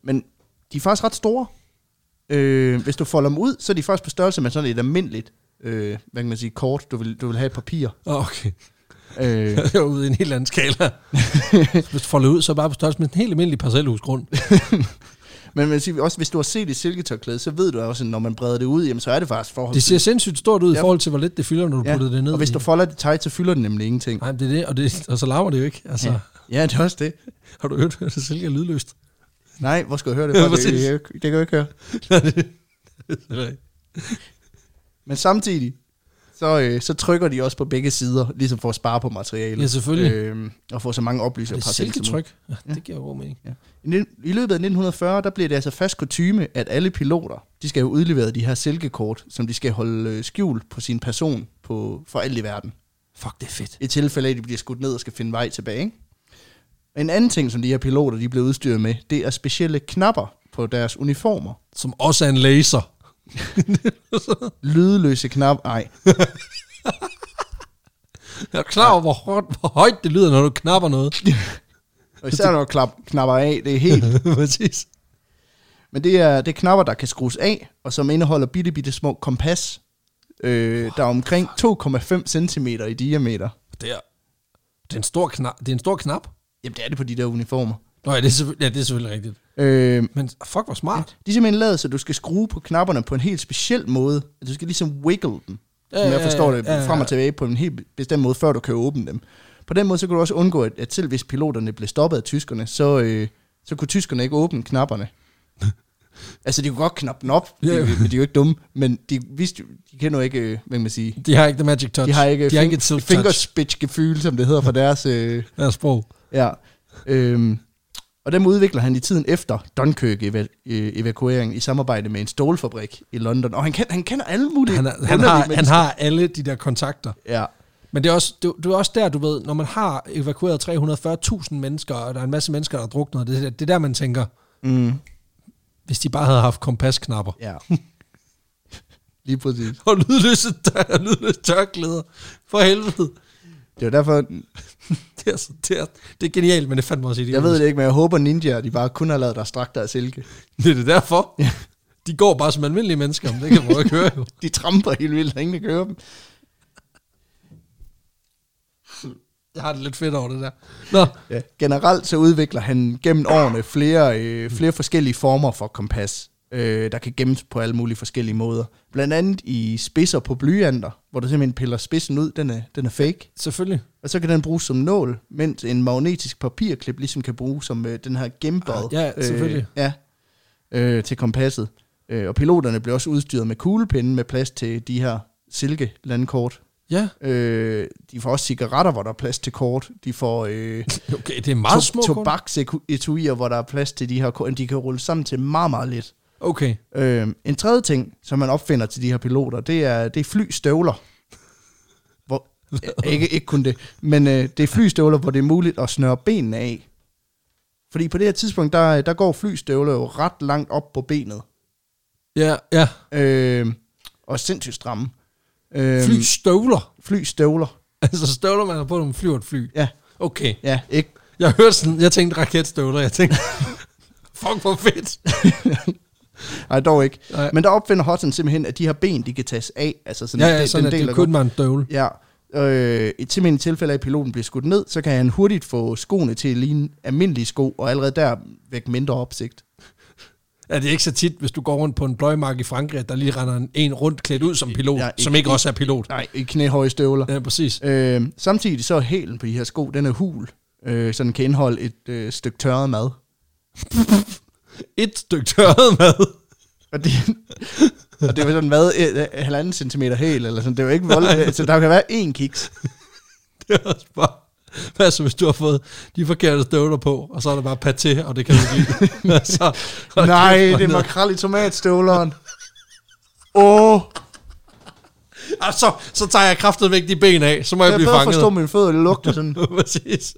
men de er faktisk ret store. Øh, hvis du folder dem ud, så er de faktisk på størrelse med sådan et almindeligt, øh, hvad kan man sige, kort, du vil, du vil have et papir. okay. [LAUGHS] Øh, Jeg er ude i en helt anden [LAUGHS] skala. hvis du folder ud, så er jeg bare på størrelse med en helt almindelig parcelhusgrund. men man siger, også, hvis du har set et silketørklæde, så ved du også, at når man breder det ud, jamen, så er det faktisk forhold Det ser sindssygt stort ud i Ja. forhold til, hvor lidt det fylder, når du ja. putter det ned. og hvis i. du folder det tight, så fylder den nemlig ingenting. Nej, men det er det, og, det, og så larmer det jo ikke. Altså, ja. Ja, det er også det. har du hørt, at det selv er lydløst? Nej, hvor skal jeg [LAUGHS] høre det Ja, fra? præcis. det, det, det kan jeg jo ikke høre. Men samtidig, så, øh, så trykker de også på begge sider, ligesom for at spare på materialet. ja, selvfølgelig. Øh, Øh, og få så mange det oplysninger er par silketryk. Ja, det giver jo god mening. I nitten- I løbet af 1940, der blev det altså fast kutyme, at alle piloter, de skal jo udlevere de her silkekort, som de skal holde øh, skjult på sin person på, for alt i verden. Fuck, det er fedt. I tilfælde af, at de bliver skudt ned og skal finde vej tilbage. Ikke? En anden ting, som de her piloter de blev udstyret med, det er specielle knapper på deres uniformer. Som også er en laser. Lydløse knapper. Nej, Jeg er du klar over, hvor, hårdt- hvor højt det lyder, når du knapper [LAUGHS] noget. [LAUGHS] og især når du klap, knapper af, det er helt Præcis. Men det er, det er knapper, der kan skrues af, og som indeholder bitte, bitte små kompas, øh, der er omkring 2,5 cm i diameter. Det er, det er, en, stor knap, det er en stor knap. Jamen, det er det på de der uniformer. Nå ja, det er, selvføl- ja, det er selvfølgelig rigtigt. Øh, Men fuck, hvor smart. de er simpelthen lavet, så du skal skrue på knapperne på en helt speciel måde. Du skal ligesom wiggle dem, Ja, som ja, jeg forstår det, ja, ja, ja. frem og tilbage på en helt bestemt måde, før du kan åbne dem. På den måde, så kan du også undgå, at, at selv hvis piloterne blev stoppet af tyskerne, så, øh, så kunne tyskerne ikke åbne [LAUGHS] knapperne. altså, de kunne godt knappe den op, Ja, ja. de, men de er jo ikke dumme, men de, vidste, jo- de kender jo ikke, øh, hvad kan man sige, De har ikke the magic touch. De har ikke, de har ikke et fing- self-touch. fingerspidsgefühl, som det hedder for deres... Øh, Deres sprog. ja. Øhm, og dem udvikler han i tiden efter Dunkirk eva- øh, evakueringen i samarbejde med en stålfabrik i London. Og han, kender, han kender alle mulige Han, er, han, underlige har, han mennesker. har alle de der kontakter. Ja, Men det er, også, det, det er også der, du ved, når man har evakueret 340.000 mennesker, og der er en masse mennesker, der er druknet, det, er der- det er der, man tænker, mm, hvis de bare havde haft kompasknapper. ja. [LAUGHS] Lige præcis. Og lydløse, tør, [LAUGHS] lydløse tørklæder. For helvede. Det var derfor, Det er, så, det, er, det er genialt, men det fandt mig også i jeg ved det ikke, men jeg håber ninja, de bare kun har lavet deres strakter af silke. Det er det derfor. Ja. De går bare som almindelige mennesker, men det kan man jo ikke høre jo. De tramper helt vildt, og ingen kan høre dem. Jeg har det lidt fedt over det der. Nå, Ja. Generelt så udvikler han gennem årene flere, øh, flere forskellige former for kompas, øh, der kan gemmes på alle mulige forskellige måder. Blandt andet i spidser på blyanter, hvor du simpelthen piller spidsen ud, den er, den er fake. selvfølgelig. Og så kan den bruges som nål, mens en magnetisk papirklip ligesom kan bruges som øh, den her gembad. Ah, Ja, selvfølgelig. Øh, ja, øh, til kompasset. Øh, og piloterne blev også udstyret med kuglepinde med plads til de her silke landkort. Ja, Øh, de får også cigaretter, hvor der er plads til kort. De får... Øh, okay, det er meget små kunder. tobaksetuier, hvor der er plads til de her kunder. De kan rulle sammen til meget, meget lidt. Okay, Øh, en tredje ting, som man opfinder til de her piloter, det er, det er flystøvler. Hvor, [LAUGHS] ja, ikke, ikke kun det, men øh, det er flystøvler, hvor det er muligt at snøre benene af. Fordi på det her tidspunkt, der, der går flystøvler jo ret langt op på benet. ja, ja. Øh, og sindssygt stramme. Øhm, Fly støvler. [LAUGHS] flystøvler. Altså støvler, man har på, når man flyver et fly. Ja, Okay. ja, ikke? Jeg hørte sådan, jeg tænkte raketstøvler, jeg tænkte, [LAUGHS] fuck hvor fedt. Nej, dog ikke. Nej. Men der opfinder Hudson simpelthen, at de her ben, de kan tages af. Altså sådan, Ja, ja, sådan at det kun var en døvle. Ja, øh, i- simpelthen i tilfælde af, at piloten bliver skudt ned, så kan han hurtigt få skoene til at ligne almindelige sko, og allerede der vække mindre opsigt. Ja, det er ikke så tit, hvis du går rundt på en pløjmark i Frankrig, at der lige render en, en rundt klædt ud som pilot, Ja, ja, ikke- som ikke også er pilot. Nej, i knæhøje støvler. Ja, præcis. Øh, samtidig så er hælen på de her sko, den er hul, øh, så den kan indeholde et øh, stykke tørret mad. Et stykke tørret mad. Og det, [LAUGHS] og det var sådan mad øh, halvanden centimeter hæl, eller sådan. Det var ikke vold, så der kan være én kiks. Det er også bare... Hvad så, hvis du har fået de forkerte støvler på, og så er der bare paté, og det kan du ikke [LAUGHS] lide. altså, [LAUGHS] hold Nej, kæft, hvor det er ned- makrel i tomatstøvleren. Åh, oh, Ah, så, så tager jeg kraftet væk de ben af, så må jeg, jeg kan blive bedre fanget. [LAUGHS] forstå, at min fødder lugter sådan. Præcis.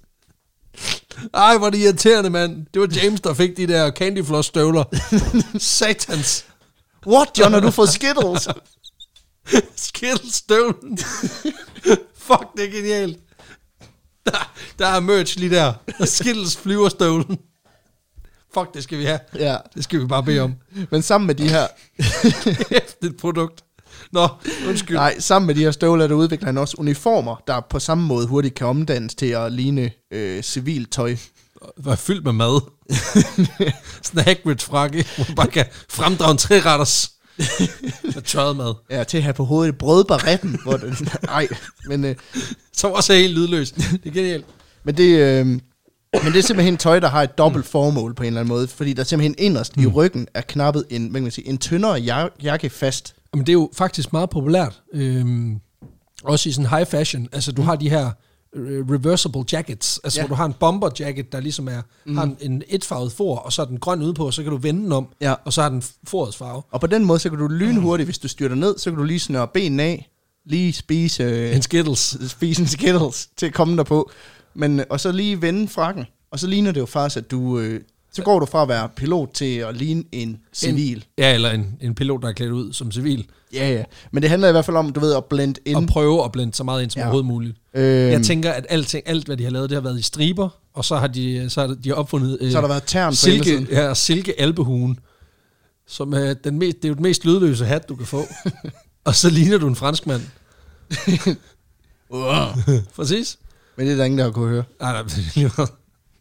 Ej, hvor er det irriterende, mand. Det var James, der fik de der candy floss [LAUGHS] støvler. Satans. What, John, har du fået [LAUGHS] skittles? [LAUGHS] Skiddelstøvlen. Fuck, det er genialt. Der, der er merch lige der. Skiddels flyverstøvlen. Fuck, det skal vi have. ja, Det skal vi bare bede om. men sammen med de her, Kæft, et produkt. Nå, undskyld. nej, sammen med de her støvler, der udvikler han også uniformer, der på samme måde hurtigt kan omdannes til at ligne øh, civilt tøj. Var fyldt med [LAUGHS] mad. Sådan en Hagrids frakke, hvor man bare kan fremdrage en træretters. Med tørret mad. Ja, til at have på hovedet brødbaretten, hvor den, nej, men, øh, Som også er helt lydløs. Det er genialt. men det, øh, men det er simpelthen tøj, der har et dobbelt formål på en eller anden måde, fordi der simpelthen inderst i ryggen er knappet en, hvad kan man sige, en tyndere jak- jakke fast. Men det er jo faktisk meget populært. Øhm, også i sådan high fashion. Altså, du har de her øh, reversible jackets. Altså, Ja. ja. hvor du har en bomber jacket, der ligesom er, mm. har en, en etfarvet for, og så er den grøn ude på, og så kan du vende den om, Ja. og så har den forets farve. Og på den måde, så kan du lynhurtigt, hvis du styrter ned, så kan du lige snøre benene af, lige spise, øh, En skittles. spise en Skittles til at komme derpå. Men, øh, og så lige vende frakken. Og så ligner det jo faktisk, at du... Øh, så går du fra at være pilot til at ligne en civil. Ja, eller en, en pilot, der er klædt ud som civil, Ja, ja. Men det handler i hvert fald om, du ved, at blende ind. og prøve at blande så meget ind som Ja. ja. overhovedet muligt. Øhm, Jeg tænker, at alting, alt, hvad de har lavet, det har været i striber, og så har de, så har de opfundet øh, så har der været tern på silke, indersiden. ja, silke albehuen, som er den mest, det er jo den mest lydløse hat, du kan [LAUGHS] få. og så ligner du en franskmand. Uh. Præcis. Men det er der ingen, der har kunne høre. Ej, nej, det ligner-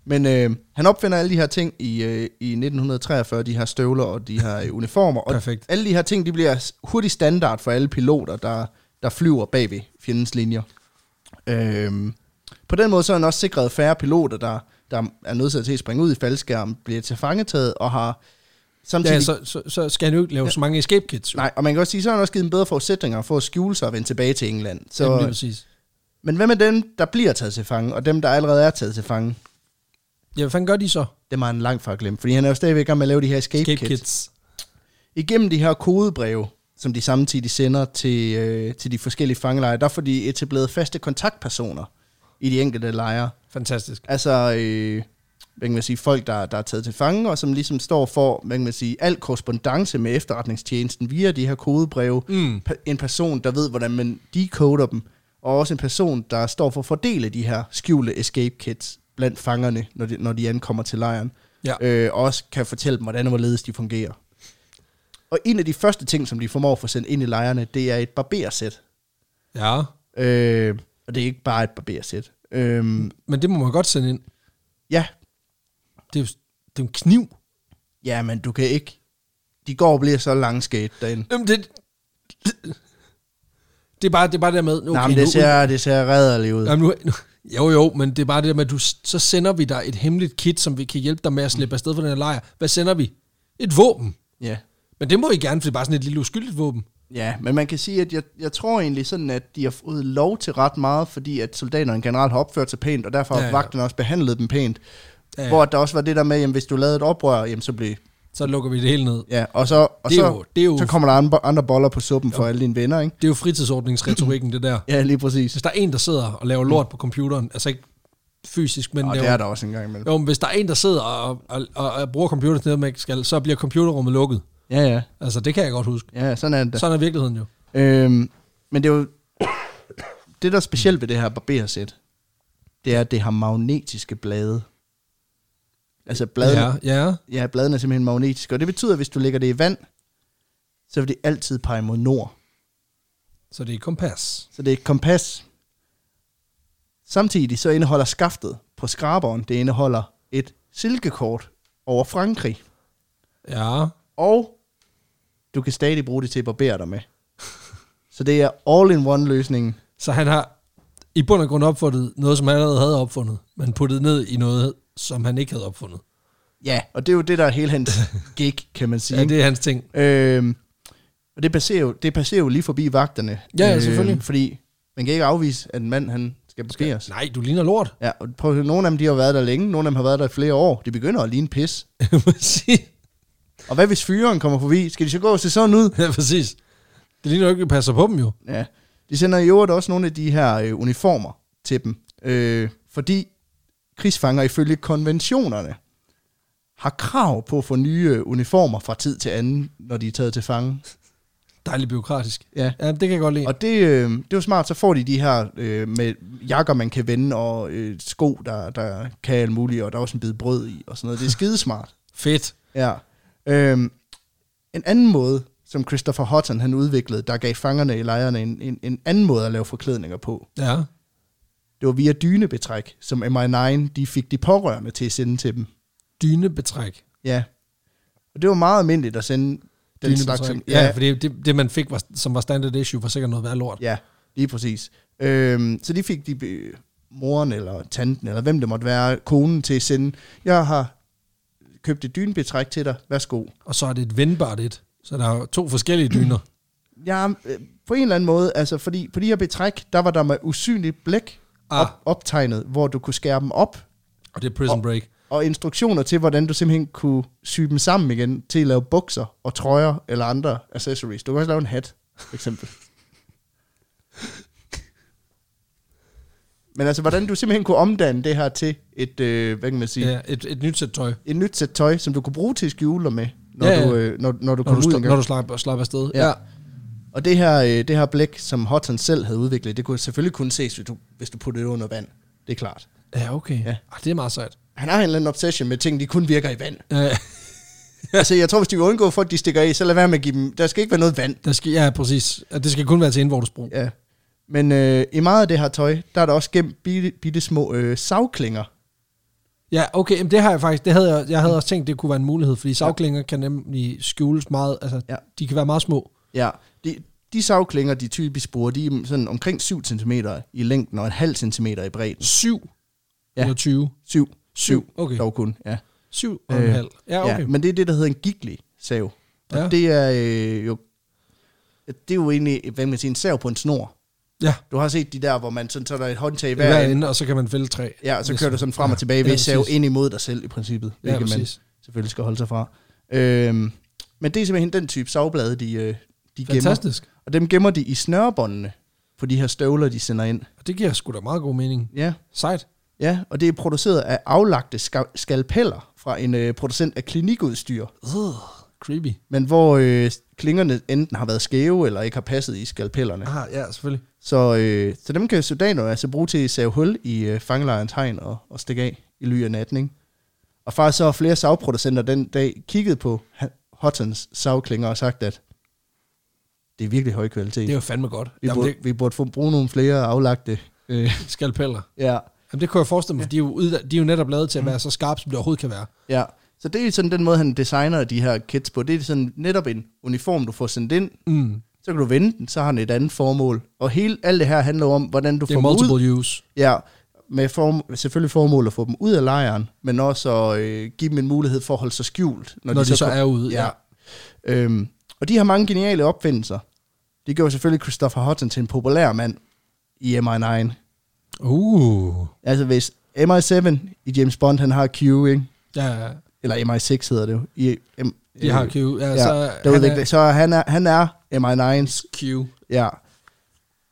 Men øh, han opfinder alle de her ting i, øh, i 1943, de her støvler og de her øh, uniformer. Og Perfekt. alle de her ting, de bliver s- hurtigt standard for alle piloter, der, der flyver bag ved fjendens linjer. Øhm, på den måde så har han også sikret færre piloter, der, der er nødsaget til at springe ud i faldskærm, bliver tilfangetaget og har samtidig... ja, så, så, så skal han jo ikke lave så mange escape kits. Jo. Nej, og man kan også sige, så har han også givet dem bedre forudsætninger for at skjule sig og vende tilbage til England. Så, Jamen, lige præcis. men hvem er dem, der bliver taget til fange, og dem, der allerede er taget til fange? Ja, hvad fanden gør de så? Dem har han langt fra glemt, fordi han er jo stadigvæk i gang med at lave de her escape, Escape kits. kits. Igennem de her kodebreve, som de samtidig sender til, øh, til de forskellige fangelejre, der får de etableret faste kontaktpersoner i de enkelte lejre. Fantastisk. Altså, øh, hvad kan man sige, folk, der, der er taget til fange, og som ligesom står for, hvad kan man sige, al korrespondence med efterretningstjenesten via de her kodebreve. Mm. Pa- En person, der ved, hvordan man decoder dem, og også en person, der står for at fordele de her skjulte escape kits blandt fangerne, når de, når de ankommer til lejren Ja. øh, og også kan fortælle dem, hvordan og hvorledes de fungerer. Og en af de første ting, som de formår at få sendt ind i lejrene, det er et barbersæt. ja. Øh, og det er ikke bare et barbersæt. Øh, Men det må man godt sende ind. ja, Det er jo det er jo en kniv. ja, men du kan ikke... De går og bliver så langskæt derinde. Jamen, det... Det er bare det, er bare det der med... Okay, Okay, Nej, men det nu- ser, det ser redderligt ud. Jamen, nu, nu, jo, jo, men det er bare det der med, at du, så sender vi dig et hemmeligt kit, som vi kan hjælpe dig med at slippe afsted fra den her lejr. Hvad sender vi? Et våben. Ja. Men det må I gerne, for det er bare sådan et lille uskyldigt våben. ja, men man kan sige, at jeg, jeg tror egentlig sådan, at de har fået lov til ret meget, fordi at soldaterne generelt har opført sig pænt, og derfor har Ja, ja, ja. vagterne også behandlet dem pænt. Ja, Ja, ja. Hvor der også var det der med, at hvis du lavede et oprør, jamen, så blev Så lukker vi det hele ned. Ja, og så, og Det er så, jo- det er jo- så kommer der andre, andre boller på suppen for alle dine venner, ikke? Det er jo fritidsordningsretorikken, det der. Ja, lige præcis. Hvis der er en, der sidder og laver lort på computeren, altså ikke fysisk, men Og det laver, er der også en gang imellem. jo, men hvis der er en, der sidder og, og, og, og bruger computeren til noget, man ikke skal, så bliver computerrummet lukket. Ja, ja. Altså, det kan jeg godt huske. Ja, sådan er det. Sådan er virkeligheden jo. Øhm, men det er jo... Det, der er specielt ved det her barbersæt, det er, at det har magnetiske blade. Altså bladene, ja. Ja, ja. ja, bladene er simpelthen magnetiske, og det betyder, at hvis du lægger det i vand, så vil det altid pege mod nord. Så det er et kompas. Så det er et kompas. Samtidig så indeholder skaftet på skraberen, det indeholder et silkekort over Frankrig. Ja. Og du kan stadig bruge det til at barbere dig med. Så det er all-in-one-løsningen. Så han har i bund og grund opfundet noget, som han allerede havde opfundet, men puttet ned i noget, som han ikke havde opfundet. Ja, og det er jo det, der er [LAUGHS] hele hans gig, kan man sige. Ja, det er hans ting. Øhm, og det passerer, jo, det passerer jo lige forbi vagterne. Øhm, Ja, ja, selvfølgelig. fordi man kan ikke afvise, at en mand han skal barberes. Nej, du ligner lort. [LAUGHS] Ja, og prøv, at høre, nogle af dem de har været der længe, nogle af dem har været der i flere år. De begynder at ligne pis. præcis. Og hvad hvis fyren kommer forbi? Skal de så gå og se sådan ud? Ja, præcis. Det ligner jo ikke, at vi passer på dem jo. Ja. De sender i øvrigt også nogle af de her øh, uniformer til dem. Øh, fordi krigsfanger ifølge konventionerne har krav på at få nye øh, uniformer fra tid til anden, når de er taget til fange. Dejligt byråkratisk. Ja. Ja, det kan jeg godt lide. Og det, øh, det er jo smart, så får de de her øh, med jakker, man kan vende, og øh, sko, der, der kan alt muligt, og der er også en bid brød i, og sådan noget. Det er skidesmart. Fedt. Ja. Øhm, en anden måde, som Christopher Houghton han udviklede, der gav fangerne i lejrene en, en, en anden måde at lave forklædninger på, Ja. det var via dynebetræk, som MI9 de fik de pårørende til at sende til dem. Dynebetræk. Ja. Og det var meget almindeligt at sende den slags. Som, ja, ja, fordi det, det, man fik, var, som var standard issue, var sikkert noget værd lort. Ja, lige præcis. Øhm, så de fik de øh, moren eller tanten, eller hvem det måtte være, konen til at sende, jeg har købt et dynebetræk til dig, værsgo. Og så er det et vendbart et. Så der er jo to forskellige [CLEARS THROAT] dyner. Ja, øh, på en eller anden måde, altså fordi på de her betræk, der var der med usynligt blæk Ah. ah. op, optegnet, hvor du kunne skære dem op, Og det er prison Og- break. og instruktioner til, hvordan du simpelthen kunne sy dem sammen igen til at lave bukser og trøjer eller andre accessories. Du kan også lave en hat, for eksempel. Men altså, hvordan du simpelthen kunne omdanne det her til et, øh, hvad kan man sige, Ja, et, et nyt sæt tøj, et nyt sæt tøj, som du kunne bruge til at skjule dig med, når, Ja, ja. Du, øh, når, når når du kom du, ud sl- engang. når du slapper, slapper afsted. Ja. Og det her, øh, det her blæk, som Houghton selv havde udviklet, det kunne selvfølgelig kun ses, hvis du, hvis du puttede det under vand. Det er klart. ja okay. Ja. Ja. Ah, det er meget sejt. Han har en eller anden obsession med ting, de kun virker i vand. Uh, [LAUGHS] Altså, jeg tror, hvis de vil undgå folk, de stikker af, så lad være med at give dem... Der skal ikke være noget vand. der skal, ja, præcis. Og det skal kun være til indvortes brug. Ja. Men øh, i meget af det her tøj, der er der også gemt bitte, bitte små øh, savklinger. Ja, okay, jamen det har jeg faktisk, det havde jeg, jeg havde også tænkt, det kunne være en mulighed, fordi savklinger kan nemlig skjules meget, altså ja. Ja. de kan være meget små. Ja. De, de savklinger, de typisk bruger, de er sådan omkring 7 cm i længden og en halv centimeter i bredden. 7 ja. Ja. eller 20? 7. Syv, okay. Dog kun, ja. 7 og en Øh, halv. Ja, okay. men det er det, der hedder en gigli sav. Og Ja. ja. det er øh, jo... Det er jo egentlig, hvad kan man sige, en sav på en snor. Ja, Du har set de der, hvor man sådan tager et håndtag i hver hver ende, ende, og så kan man fælde tre. ja, og så Hvis- kører du sådan frem og tilbage Ja, ved sav præcis. ind imod dig selv i princippet, Ja, hvilket man præcis. selvfølgelig skal holde sig fra. Øhm, men det er simpelthen den type savblade, de, øh, de gemmer. Fantastisk. Og dem gemmer de i snørebåndene på de her støvler, de sender ind. Og det giver sgu da meget god mening. Ja, Sejt. ja og det er produceret af aflagte ska- skalpeller fra en øh, producent af klinikudstyr. Uh, creepy. men hvor øh, klingerne enten har været skæve, eller ikke har passet i skalpellerne. Ah, ja, selvfølgelig. Så, øh, så dem kan soldaterne altså bruge til at save hul i øh, fangelejrens hegn og, og stikke af i ly af natten, ikke? Og faktisk så har flere savproducenter den dag kigget på Ha- Hottons savklinger og sagt, at det er virkelig høj kvalitet. Det er jo fandme godt. vi, Jamen, burde, det, vi burde få, bruge nogle flere aflagte. Øh, [LAUGHS] skalpeller. ja, Jamen, det kunne jeg forestille mig, for de er jo, udda- de er jo netop lavet Mm. til at være så skarpe, som det overhovedet kan være. ja. Så det er sådan den måde, han designer de her kits på. Det er sådan netop en uniform, du får sendt ind, Mm. så kan du vende den, så har den et andet formål. Og hele, alt det her handler om, hvordan du Det er får dem ud. multiple use. Ja, med form, selvfølgelig formål at få dem ud af lejren, men også at øh, give dem en mulighed for at holde sig skjult. Når, de, så, så kom- er ude. Ja. Ja. Øhm, og de har mange geniale opfindelser. Det gjorde selvfølgelig Christopher Hudson til en populær mand i MI9. Uh. Altså hvis MI7 i James Bond, han har Q, ikke? Ja, ja. Eller MI6 hedder det jo. I, M, De har Q. Ja, Ja, så der han udvikler, er så han er, han er MI9's Q. Ja.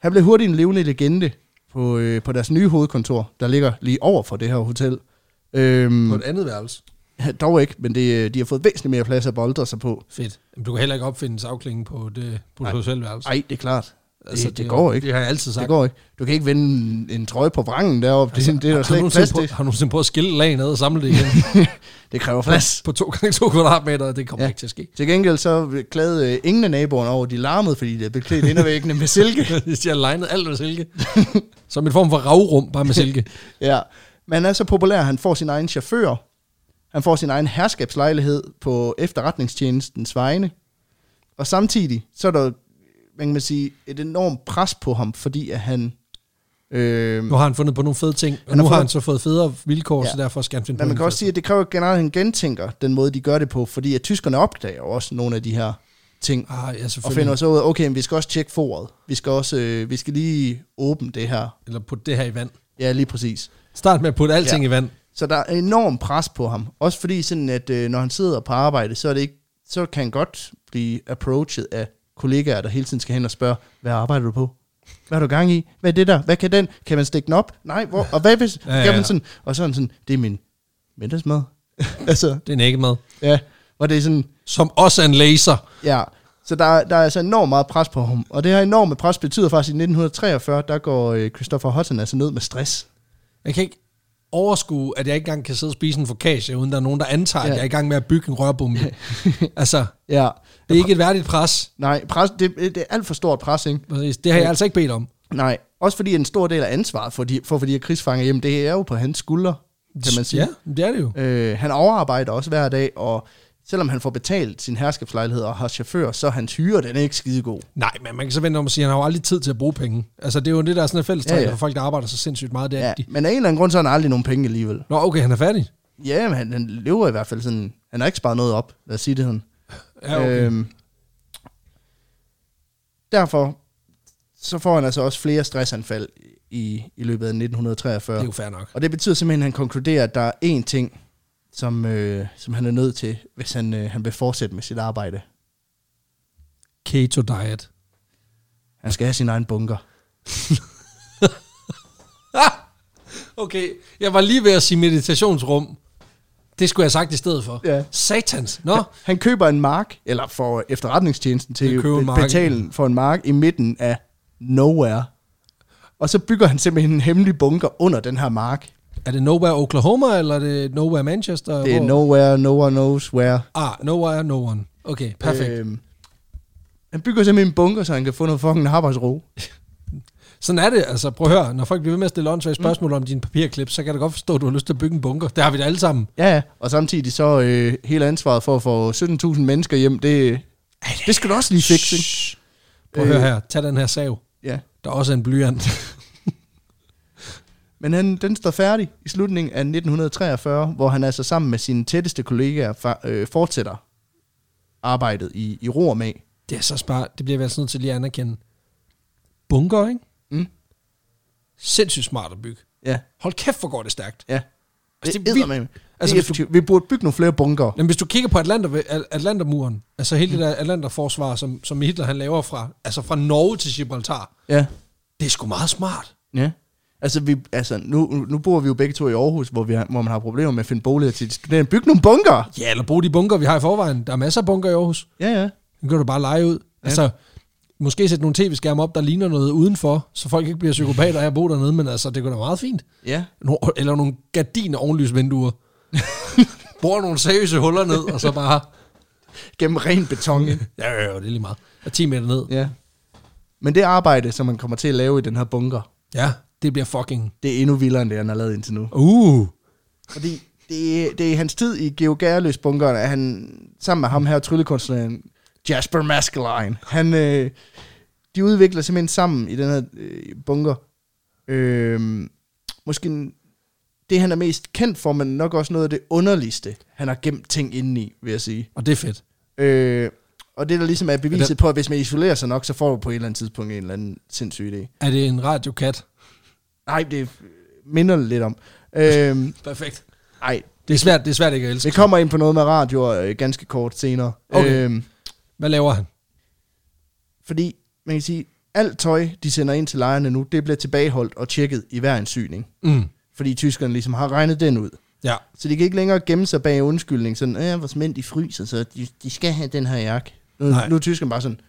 Han blev hurtigt en levende legende på, øh, på deres nye hovedkontor, der ligger lige over for det her hotel. Øhm, Mm. På et andet værelse. Dog ikke, men det, øh, de har fået væsentligt mere plads at boldre sig på. Fedt. Jamen, du kan heller ikke opfinde savklingen på det, på Nej. det hotelværelse. Nej, det er klart. Altså, det går ikke. Det har jeg altid sagt. Det går ikke. Du kan ikke vende en- en trøje på vrangen deroppe. Altså, det, det er der har, du slet ikke nogensinde plads prøvet- til. har du nogensinde prøvet at skille lagene ad og samle det [LAUGHS] igen Det kræver plads. på 2x2 kvadratmeter? Det kommer Ja. ja. ikke til at ske. Til gengæld så klagede øh, ingen af naboerne over, at de larmede, fordi de havde beklædt indervæggene [LAUGHS] med silke. Hvis jeg har legnet alt med silke. [LAUGHS] Som en form for ravrum, bare med silke. Ja. Men han er så populær, at han får sin egen chauffør. Han får sin egen herskabslejlighed på efterretningstjenestens vegne. Og samtidig, så er der, man kan sige, et enormt pres på ham, fordi at han... Øh, Nu har han fundet på nogle fede ting, og Han har nu har fået- han så fået federe vilkår, Ja. ja. så derfor skal han finde men på man kan en også fed- sige, at det kræver generelt, at han gentænker den måde, de gør det på, fordi at tyskerne opdager jo også nogle af de her ting. Ah, ja, Og finder selvfølgelig. så ud af, okay, men vi skal også tjekke foret. Vi skal også, øh, vi skal lige åbne det her. Eller putte det her i vand. Ja, lige præcis. Start med at putte alting Ja. ja. i vand. Så der er enorm pres på ham. Også fordi sådan, at øh, når han sidder på arbejde, så, er det ikke, så kan han godt blive approached af kollegaer, der hele tiden skal hen og spørge, hvad arbejder du på? Hvad har du gang i? Hvad er det der? Hvad kan den? Kan man stikke den op? Nej, hvor? Og hvad hvis? Ja, ja, Kan ja. man sådan? Og sådan sådan, det er min middagsmad. [LAUGHS] altså, Det er en æggemad. ja. Og det er sådan, Som også er en laser. ja. Så der, der er altså enormt meget pres på ham. Og det her enorme pres betyder faktisk, at i 1943, der går øh, Christopher Hutton altså ned med stress. Jeg kan ikke overskue, at jeg ikke engang kan sidde og spise en focaccia, uden der er nogen, der antager, Ja. at jeg er i gang med at bygge en rørbombe. [LAUGHS] altså, Ja. det er ikke et værdigt pres. Nej, pres, det, det er alt for stort pres, ikke? Præcis. Det har jeg altså ikke bedt om. Nej, også fordi en stor del af ansvaret for de, for, for de her krigsfanger, jamen det er jo på hans skuldre, kan man sige. Ja, det er det jo. Ja. Øh, han overarbejder også hver dag, og selvom han får betalt sin herskabslejlighed og har chauffør, så er hans hyre, den er ikke skidegod. Nej, men man kan så vente om at sige, at han har jo aldrig tid til at bruge penge. Altså, det er jo det, der er sådan et fælles Ja, ja, ja. ja. for folk, der arbejder så sindssygt meget. Det er, Ja, ja. de... men af en eller anden grund, så har han aldrig nogen penge alligevel. Nå, okay, han er færdig. Ja, men han, han lever i hvert fald sådan, han har ikke sparet noget op, lad os sige det sådan. Ja, okay. Øh, Øhm, derfor så får han altså også flere stressanfald i, i løbet af 1943. det er jo fair nok. Og det betyder simpelthen, at han konkluderer, at der er én ting, som, øh, som han er nødt til, hvis han, øh, han vil fortsætte med sit arbejde. Keto diet. Han skal have sin egen bunker. Okay, jeg var lige ved at sige meditationsrum. Det skulle jeg have sagt i stedet for. Ja. Satans. Nå, Han køber en mark, eller får efterretningstjenesten til Han køber at marken. betale for en mark i midten af nowhere. Og så bygger han simpelthen en hemmelig bunker under den her mark. er det Nowhere Oklahoma, eller er det Nowhere Manchester? Det er Hvor- nowhere, no one knows where. Ah, Nowhere No One. Okay, perfekt. Øh. Øhm, han bygger simpelthen en bunker, så han kan få noget fucking arbejdsro. Sådan er det. Altså, prøv at høre. Når folk bliver ved med at stille åndssvage spørgsmål mm. om dine papirklip, så kan jeg da godt forstå, at du har lyst til at bygge en bunker. Det har vi da alle sammen. Ja, ja. og samtidig så øh, hele ansvaret for at få 17.000 mennesker hjem, det, det skal du også lige fikse. ikke? Shh. Prøv at høre Øh. her. Tag den her sav. Ja. Der er også en blyant. [LAUGHS] Men han, den står færdig i slutningen af 1943, hvor han altså sammen med sine tætteste kollegaer fa- øh, fortsætter arbejdet i, i ro og mag. det er så smart. Det bliver vi altså nødt til lige at anerkende. Bunker, ikke? Mm. Sindssygt smart at bygge. Ja, Hold kæft, hvor går det stærkt. ja. Det, Altså, det er er vildt. eddermame. det Altså, er hvis du- effektivt. Vi burde bygge nogle flere bunker. Jamen, hvis du kigger på Atlanter, Atlantermuren, altså hele det der Atlanterforsvar, som, som Hitler han laver fra, altså fra Norge til Gibraltar, Ja. det er sgu meget smart. ja. Altså, vi, altså nu, nu bor vi jo begge to i Aarhus, hvor, vi har, hvor man har problemer med at finde boliger til de studerende. Byg nogle bunker! Ja, eller brug de bunker, vi har i forvejen. Der er masser af bunker i Aarhus. Ja, ja. Den kan du bare lege ud. Altså, måske sætte nogle tv-skærme op, der ligner noget udenfor, så folk ikke bliver psykopater af at bo dernede, men altså, det går da meget fint. Ja, No, eller nogle gardiner ovenlysvinduer. Bor nogle seriøse huller ned, og så bare, gennem ren beton. ja, ja, ja, det er lige meget. Og 10 meter ned. [LAUGHS] Ja. Men det arbejde, som man kommer til at lave i den her bunker, Ja, det bliver fucking... det er endnu vildere, end det, han har lavet indtil nu. Uh! Fordi det, det er i hans tid i Geo Gerløs bunkeren, at han sammen med ham her, tryllekunstneren Jasper Maskeline, han, øh, de udvikler simpelthen sammen i den her øh, bunker. Øh, måske en- det, han er mest kendt for, men nok også noget af det underligste, han har gemt ting inde i, vil jeg sige. Og det er fedt. Øh, og det, der ligesom er beviset Er på, at hvis man isolerer sig nok, så får du på et eller andet tidspunkt en eller anden sindssyg idé. Er det en radiokat? Nej, det minder lidt om. Øhm, Perfekt. ej, Det er svært, det er svært ikke at elske. vi kommer ind på noget med radio øh, ganske kort senere. Okay. Øhm, Hvad laver han? fordi man kan sige, alt tøj, de sender ind til lejrene nu, det bliver tilbageholdt og tjekket i hver en syning. Mm. Fordi tyskerne ligesom har regnet den ud. Ja. Så de kan ikke længere gemme sig bag undskyldning, sådan, øh, vores mænd de fryser, så de, de skal have den her jakke. Nu, Nej. nu er tyskerne bare sådan,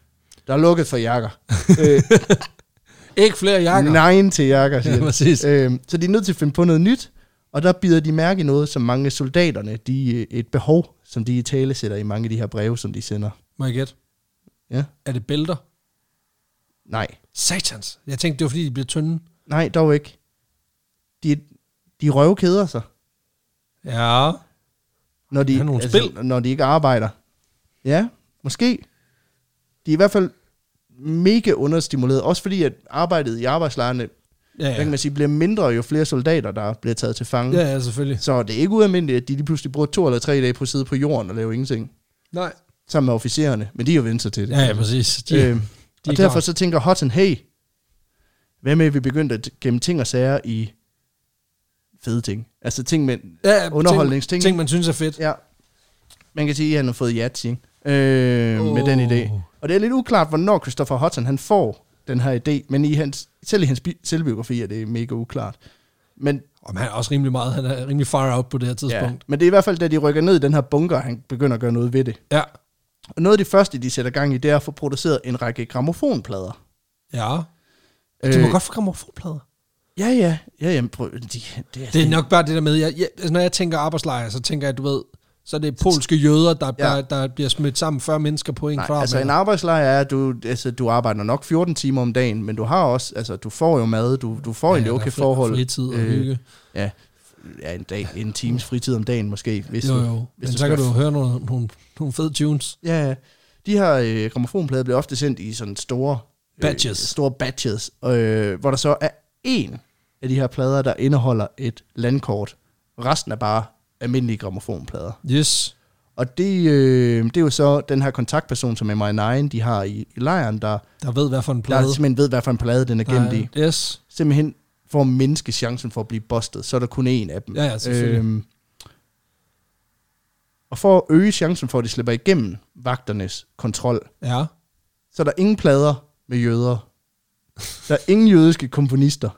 der er lukket for [LAUGHS] jakker. Ikke flere jakker. Nej til jakker, siger Ja, de. præcis. Øhm, så de er nødt til at finde på noget nyt, og der bider de mærke i noget, som mange af soldaterne, de, øh, et behov, som de i tale sætter i mange af de her breve, som de sender. Må jeg gætte? Ja. Er det bælter? Nej, Satans. Jeg tænkte, det var fordi, de blev tynde. nej dog ikke. De, de røvkeder sig, Ja. Der når de, altså, er nogle når de ikke arbejder. Ja, måske. De er i hvert fald mega understimuleret, også fordi at arbejdet i arbejdslejrene, ja. Ja, kan ja. man sige, bliver mindre, jo flere soldater, der bliver taget til fange. ja, ja selvfølgelig. Så det er ikke ualmindeligt, at de lige pludselig bruger to eller tre dage på at sidde på jorden og lave ingenting. Nej. Sammen med officererne, men de er jo vant sig til det. Ja, ja, præcis. De, øhm, de er og derfor klar. så tænker Houghton, hey, hvad med, at vi begyndte at gemme ting og sager i fede ting? Altså ting med... ja, underholdningsting. Ting, ting, man synes er fedt. Ja. Man kan sige, at han har fået jatsi, ikke? øh, oh. med den idé. Og det er lidt uklart, hvornår Christopher Houghton han får den her idé, men i hans, selv i hans bi- selvbiografi er det mega uklart. Men Og han er også rimelig meget. Han er rimelig far out på det her Ja, tidspunkt. men det er i hvert fald, da de rykker ned i den her bunker, han begynder at gøre noget ved det. Ja. Og noget af det første, de sætter gang i, det er at få produceret en række gramofonplader. Ja. Øh. ja. Du må godt få gramofonplader. Ja, ja. ja jamen, prøv, de, det, er, Det er nok bare det der med, jeg, jeg, altså, når jeg tænker arbejdslejr, så tænker jeg, du ved, så er det polske jøder, der, ja. der, der bliver smidt sammen 40 mennesker på en nej, kvadratmeter. altså en arbejdslejr er, at du, altså, du arbejder nok 14 timer om dagen, men du har også, altså du får jo mad, du, du får ja, der egentlig er okay fri- forhold. øh, Fritid og hygge. ja, ja, en dag, en times fritid om dagen måske. Hvis Jo, du- jo. Men hvis du så skal- kan du høre nogle, nogle, nogle fede tunes. Ja, ja. de her øh, gramofonplader bliver ofte sendt i sådan store Batches. Øh, store batches, øh, hvor der så er en af de her plader, der indeholder et landkort. Resten er bare almindelige gramofonplader. Yes. Og det, øh, det er jo så den her kontaktperson, som MI9, de har i, i lejren, der, Der ved, hvad for en der plade. simpelthen ved, hvad for en plade den er gemt i. er Yes. Simpelthen for at mindske chancen for at blive bustet, så er der kun én af dem. Ja, ja, selvfølgelig. Øhm, og for at øge chancen for, at de slipper igennem vagternes kontrol, Ja. så er der ingen plader med jøder. Der er ingen jødiske komponister.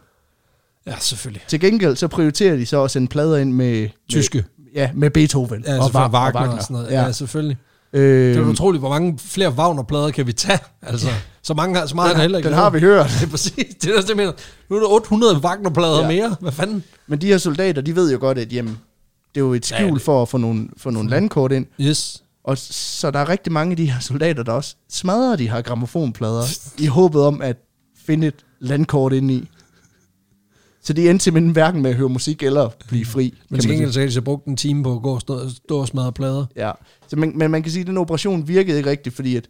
Ja, selvfølgelig. Til gengæld så prioriterer de så at sende plader ind med... Tyske. Med, ja, med Beethoven Ja, altså og, fra Wa- Wagner, og Wagner og sådan noget. Ja, ja selvfølgelig. Øh, Det er jo utroligt, hvor mange flere Wagner-plader kan vi tage. Altså, så, mange, har- så meget er der heller den, ikke. den har vi [LAUGHS] hørt. Det er præcis. Det er også det, jeg mener. Nu er der 800 Wagner-plader Ja. ja. mere. Hvad fanden? Men de her soldater, de ved jo godt, at jamen, det er jo et Ja, skjul ja, det- Mm. for at få nogle, få nogle landkort ind. Yes. Og s- så der er rigtig mange af de her soldater, der også smadrer de her gramofonplader i håbet om at finde et landkort ind i. Så de endte simpelthen hverken med at høre musik eller blive fri. kan Men man til sige. gengæld så har de så brugt en time på at gå og stå, stå og smadre plader. Ja, så man, men man kan sige, at den operation virkede ikke rigtigt, fordi at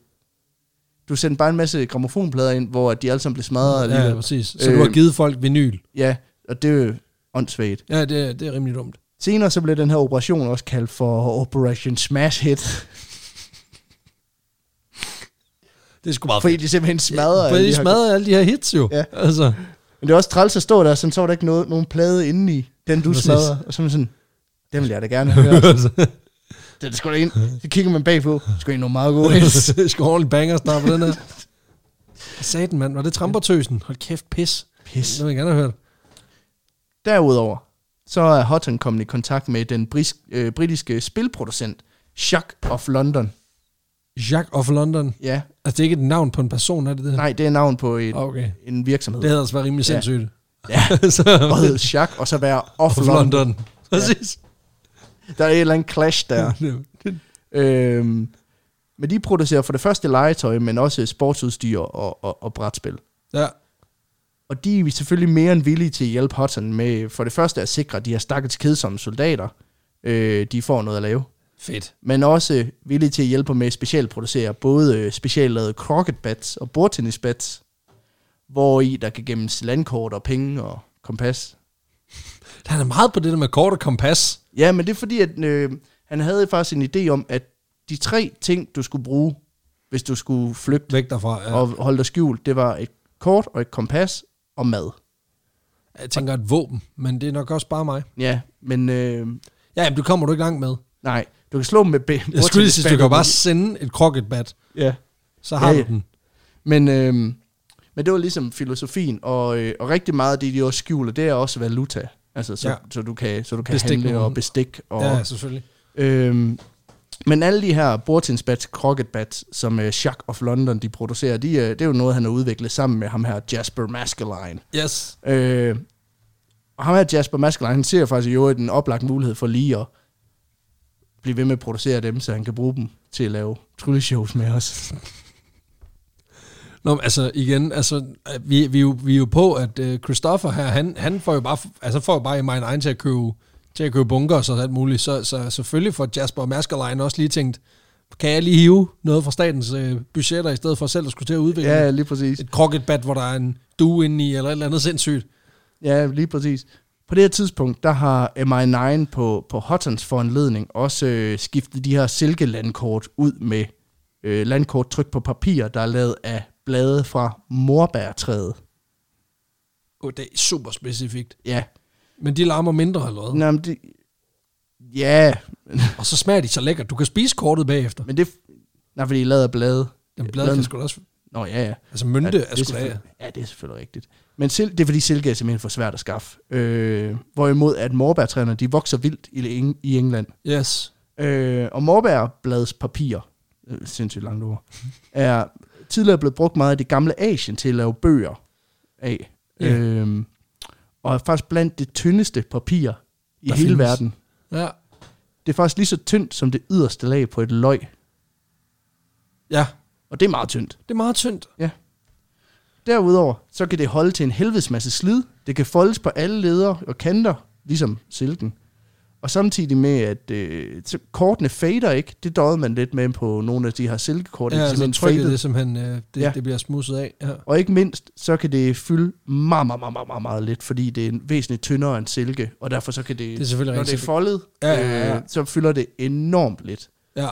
du sendte bare en masse gramofonplader ind, hvor at de alle sammen blev smadret. Ja, ja, alligevel. præcis. Så øh. du har Øh. givet folk vinyl. ja, og det er jo åndssvagt. Ja, det, er- det er rimelig dumt. Senere så blev den her operation også kaldt for Operation Smash Hit, Det er sgu meget fordi de simpelthen smadrede. Fordi alle de her- smadrer alle de her hits jo. Ja. Altså, Men det er også træls at stå der, sådan, så var der ikke noget, nogen plade inde i den, du Præcis. smadrer. Og så er man sådan, den vil jeg da [LAUGHS] gerne høre. Altså. det er sgu da ind. Så kigger man bagpå, sgu egentlig nogle meget [LAUGHS] gode hits. det er sgu ordentligt banger snart på den her. Satan, mand. Var det trampertøsen? Hold kæft, pis. Pis. Det vil jeg gerne have hørt. Derudover, så er Houghton kommet i kontakt med den bris, øh, britiske spilproducent, Jacques of London. Jacques of London. Ja, Altså, det er ikke et navn på en person, er det det? nej, det er navn på en, Okay. en Det virksomhed. havde altså været rimelig Ja. sindssygt. Ja. [LAUGHS] så, Og hedder Jacques, og så være off, of London. London. Præcis. Der er et eller andet clash der. øhm, men de producerer for det første legetøj, men også sportsudstyr og, og, og brætspil. Ja. Og de er selvfølgelig mere end villige til at hjælpe Houghton med for det første at sikre, at de her stakkels kedsomme soldater, øh, de får noget at lave. Fedt. men også villige til at hjælpe med at specialproducere både øh, speciallavede crocketbats og bordtennisbats, hvor i der kan gemmes landkort og penge og kompas. Han er meget på det der med kort og kompas. Ja, men det er fordi, at øh, han havde faktisk en idé om, at de tre ting, du skulle bruge, hvis du skulle flygte Væk derfra. Ja. ja. og holde dig skjult, det var et kort og et kompas og mad. Jeg tænker et våben, men det er nok også bare mig. Ja, men øh, Ja, jamen, du kommer du ikke langt med. nej, du kan slå dem med... be- Jeg skulle lige sige, du kan jo bare bordtennisbatten. sende et crocketbat, Ja. så har Ja, du ja. den. Men, øh, men det var ligesom filosofien, og, øh, og rigtig meget af det, de også skjuler, det er også valuta. Altså, så, Ja. ja. så, du kan, så du kan Bestik bestik handle nogen. og bestik. Og, Ja, altså. selvfølgelig. Øhm, men alle de her bordtinsbats, crocketbats, som øh, Jacques of London de producerer, de, øh, det er jo noget, han har udviklet sammen med ham her, Jasper Maskeline. Yes. Øh, og ham her, Jasper Maskeline, han ser faktisk jo en oplagt mulighed for lige at blive ved med at producere dem, så han kan bruge dem til at lave trylleshows med os. Nå, men altså igen, altså, øh, vi, vi, er jo, vi er jo på, at øh, Christoffer her, han, han får jo bare, altså får jo bare i min egen til at købe, til at købe bunker og sådan alt muligt, så, så selvfølgelig får Jasper Maskerlein også lige tænkt, kan jeg lige hive noget fra statens øh, budgetter, i stedet for selv at skulle til at udvikle Ja, lige præcis. et crocketbat, hvor der er en due inde i, eller et eller andet sindssygt. Ja, lige præcis. På det her tidspunkt, der har MI9 på, på Hottons foranledning også øh, skiftet de her silkelandkort ud med øh, landkort trykt på papir, der er lavet af blade fra morbærtræet. Oh, det er super specifikt. Ja, Men de larmer mindre eller hvad? Nå, men det, ja, Og så smager de så lækkert. Du kan spise kortet bagefter. men det... Nej, fordi I lavet af blade. Den blad kan sgu da også... Nå, ja, ja. Altså mønte er ja, sgu da... selvfølgelig- ja, det er selvfølgelig rigtigt. Men sil- det er fordi silke er simpelthen for svært at skaffe. Øh, hvorimod at morbærtræerne, de vokser vildt i, Eng- i England. Yes. Øh, og morbærbladspapir, øh, sindssygt [LAUGHS] langt ord, er tidligere blevet brugt meget i det gamle Asien til at lave bøger af. Ja. Øh, og er faktisk blandt det tyndeste papir i Der hele findes. verden. Ja. Det er faktisk lige så tyndt som det yderste lag på et løg. Ja. Og det er meget tyndt. Det er meget tyndt. Derudover, så kan det holde til en helvedes masse slid. Det kan foldes på alle ledere og kanter, ligesom silken. Og samtidig med, at øh, så kortene fader ikke, det døjede man lidt med på nogle af de her silkekort. Ja, de altså simpelthen trykket faded. det simpelthen, øh, det, ja. Ja. det bliver smusset af. Ja. Og ikke mindst, så kan det fylde meget, meget, meget, meget, meget, meget lidt, fordi det er en væsentligt tyndere end silke, og derfor så kan det, Det er selvfølgelig når det er rigtigt. foldet, Ja, ja, ja. Øh, så fylder det enormt lidt. Ja,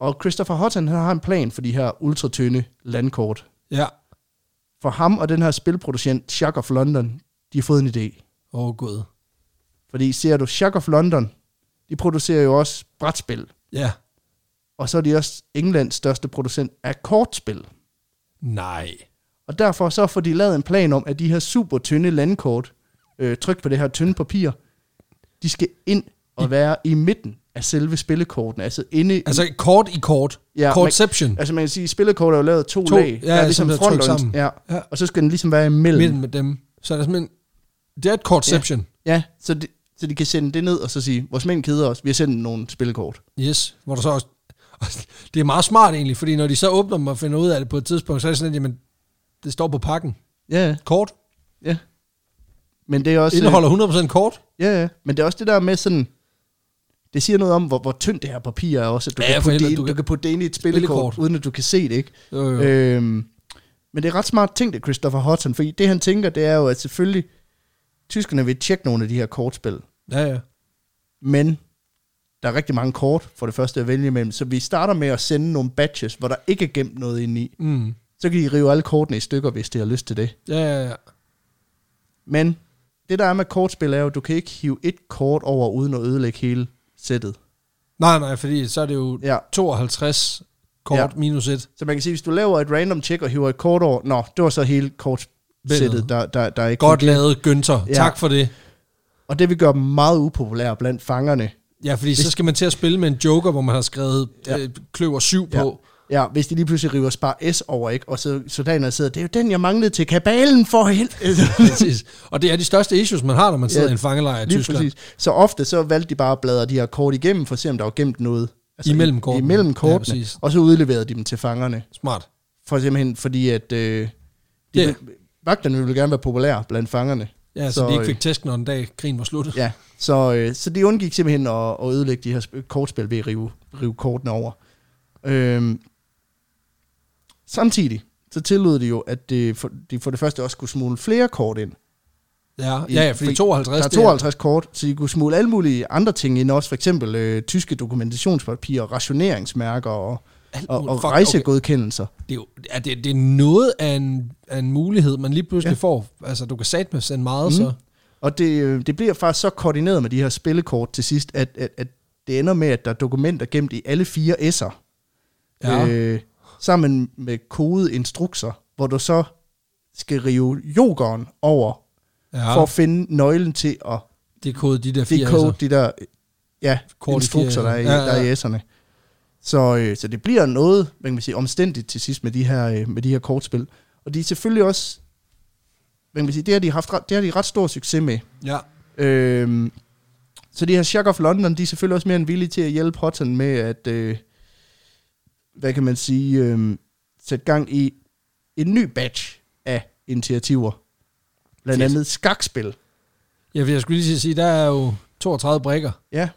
Og Christopher Houghton, han har en plan for de her ultratynde landkort. ja. For ham og den her spilproducent, Shock of London, de har fået en idé. Åh, oh, gud. Fordi ser du, Shock of London, de producerer jo også brætspil, Ja. og så er de også Englands største producent af kortspil. Nej. Og derfor så får de lavet en plan om, at de her super tynde landkort, øh, tryk på det her tynde papir, de skal ind og være i midten af selve spillekortene. Altså inde i, Altså kort i kort. Ja, Ja, Kortception. altså man kan sige, spillekort er jo lavet af to, To, to lag. ja, der er som ligesom bliver trykt front og, sammen. ja, Ja. og så skal den ligesom være imellem. Mellem med dem. Så er der simpelthen... Det er et kortception. Ja, så de, så de kan sende det ned og så sige, vores mænd keder os, vi har sendt nogle spillekort. Yes. Hvor der så også... [LAUGHS] Det er meget smart egentlig, fordi når de så åbner dem og finder ud af det på et tidspunkt, så er det sådan, at jamen, det står på pakken. Ja, Kort. ja. Men det er også... Indeholder 100% kort. Ja, ja. Men det er også det der med sådan... Det siger noget om, hvor, hvor tyndt det her papir er også, at du, Ja, ja, for kan, putte helvede, det, du du, du kan- kan putte det ind i et spillekort, Spillekort. spillekort. uden at du kan se det, ikke? Jo, jo. Øhm, men det er ret smart ting, det Christopher Hudson, fordi det han tænker, det er jo, at selvfølgelig, tyskerne vil tjekke nogle af de her kortspil, Ja, ja. men der er rigtig mange kort for det første at vælge imellem, så vi starter med at sende nogle batches, hvor der ikke er gemt noget inde i. Mm. Så kan de rive alle kortene i stykker, hvis de har lyst til det. Ja, ja, ja. Men det der er med kortspil er jo, at du kan ikke hive et kort over uden at ødelægge hele sættet. Nej, nej, fordi så er det jo ja. Ja. 52 kort ja. Ja. minus 1. Så man kan sige, hvis du laver et random check og hiver et kort over, nå, det var så hele kortsættet, Billedet. der, der, der ikke Godt fungerer. lavet, Günther. Ja. Ja. Tak for det. Og det vil gøre dem meget upopulære blandt fangerne. Ja, fordi Hvis... så skal man til at spille med en joker, hvor man har skrevet ja. Ja. øh, kløver 7 ja. Ja. på. [LAUGHS] Ja, hvis de lige pludselig river spar S over, ikke? Og så soldaterne sidder, det er jo den, jeg manglede til kabalen for helvede. Præcis. Og det er de største issues, man har, når man sidder ja. Ja. i en fangelejr i lige Tyskland. præcis. Så ofte så valgte de bare at bladre de her kort igennem, for at se, om der var gemt noget. Imellem i- kortene. Imellem Ja, kortene. Ja, præcis. og så udleverede de dem til fangerne. Smart. For simpelthen, fordi at... Øh, de Ja. yeah. vil, vagterne ville gerne være populære blandt fangerne. Ja, så, så Så, de ikke øh, fik tæsk, når en dag krigen var slut. Ja. Ja, så, øh, så de undgik simpelthen at, at ødelægge de her sp- kortspil ved at rive, rive kortene over. Øhm, samtidig så tillod de jo, at det for, de for det første også kunne smule flere kort ind. Ja, ja, ja, fordi Fordi 52... Der er det er- 52 kort, så de kunne smule alle mulige andre ting ind også. For eksempel øh, tyske dokumentationspapirer, rationeringsmærker og, Alt og, muligt. og Fuck, rejsegodkendelser. Okay. Det, er jo, ja, det, det er noget af en, af en mulighed, man lige pludselig ja. Ja. får. Altså, du kan satme sende meget, mm. Mhm. så... Og det, øh, det bliver faktisk så koordineret med de her spillekort til sidst, at, at, at det ender med, at der er dokumenter gemt i alle fire S'er. Ja. Øh, sammen med kodeinstrukser, hvor du så skal rive jokeren over ja. for at finde nøglen til at det er kode de der fire decode S'er. de der ja, Kort i instrukser, der er, i, ja, ja. Der er i S'erne. Så, øh, så det bliver noget, hvad kan man sige, omstændigt til sidst med de her, øh, med de her kortspil. Og de er selvfølgelig også, hvad kan man sige, det har de haft ret, det har de ret stor succes med. Ja. Øhm, så de her Shock of London, de er selvfølgelig også mere end villige til at hjælpe Houghton med at, øh, hvad kan man sige, øh, sætte gang i en ny batch af initiativer. Blandt Fedt. andet skakspil. ja, for jeg skulle lige til at sige, der er jo 32 brikker, Ja,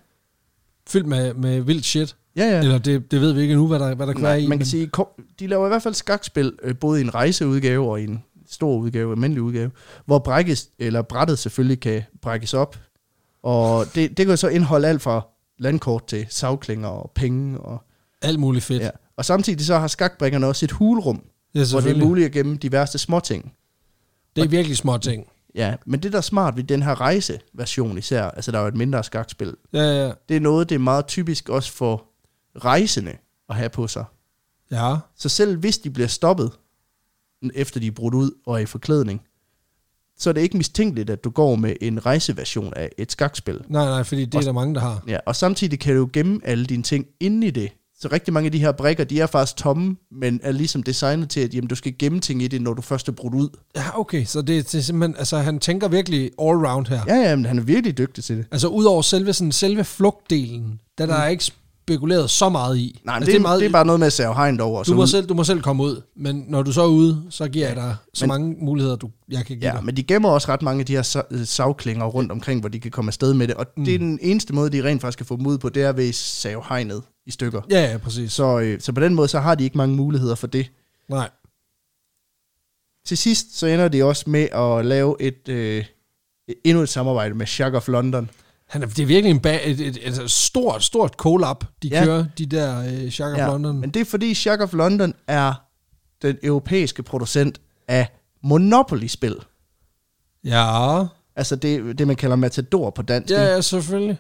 fyldt med, med vildt shit. ja, ja. Ja. Eller det, det ved vi ikke nu, hvad der, hvad der kan være i. Nej, man men- kan sige, ko- de laver i hvert fald skakspil, øh, både i en rejseudgave og i en stor udgave, almindelig udgave, hvor brækkes, eller brættet selvfølgelig kan brækkes op. Og det, det kan jo så indeholde alt fra landkort til savklinger og penge. Og, alt muligt fedt. ja. Ja, og samtidig så har skakbrikkerne også et hulrum, ja hvor det er selvfølgelig. muligt at gemme diverse småting. det er virkelig små ting. Ja, men det der er smart ved den her rejseversion især, altså der er jo et mindre skakspil, Ja, ja. det er noget, det er meget typisk også for rejsende at have på sig. ja. Så selv hvis de bliver stoppet, efter de er brudt ud og er i forklædning, så er det ikke mistænkeligt, at du går med en rejseversion af et skakspil. Nej, nej, fordi det er Også- der mange, der har. Ja, og samtidig kan du gemme alle dine ting inde i det. Så rigtig mange af de her brikker, de er faktisk tomme, men er ligesom designet til, at jamen, du skal gemme ting i det, når du først er brudt ud. Ja, okay, så det, det er simpelthen, altså han tænker virkelig all round her. Ja. Ja, ja, men han er virkelig dygtig til det. Altså udover selve, sådan, selve flugtdelen, der der er ikke spekuleret så meget i. Nej, men altså, det, det, er, meget, det er bare noget med at save hegn over. og så du, må ud. selv, du må selv komme ud, men når du så er ude, så giver jeg dig så Men- mange muligheder, du, jeg kan give Ja, dig. men de gemmer også ret mange af de her sa- øh, savklinger rundt omkring, hvor de kan komme afsted med det. Og mm. det er den eneste måde, de rent faktisk kan få dem ud på, det er ved at save hegnet i stykker. Ja, ja, præcis. Så, øh, så på den måde, så har de ikke mange muligheder for det. Nej. Til sidst, så ender de også med at lave et øh, endnu et samarbejde med Shark of London. Han er, det er virkelig en ba- et, et, et, et stort, stort collab, de Ja. ja. kører, de der øh, Shark of ja, London. Men det er fordi Shark of London er den europæiske producent af Monopoly-spil. Ja. Altså det, det man kalder Matador på dansk. ja, ikke? ja, selvfølgelig.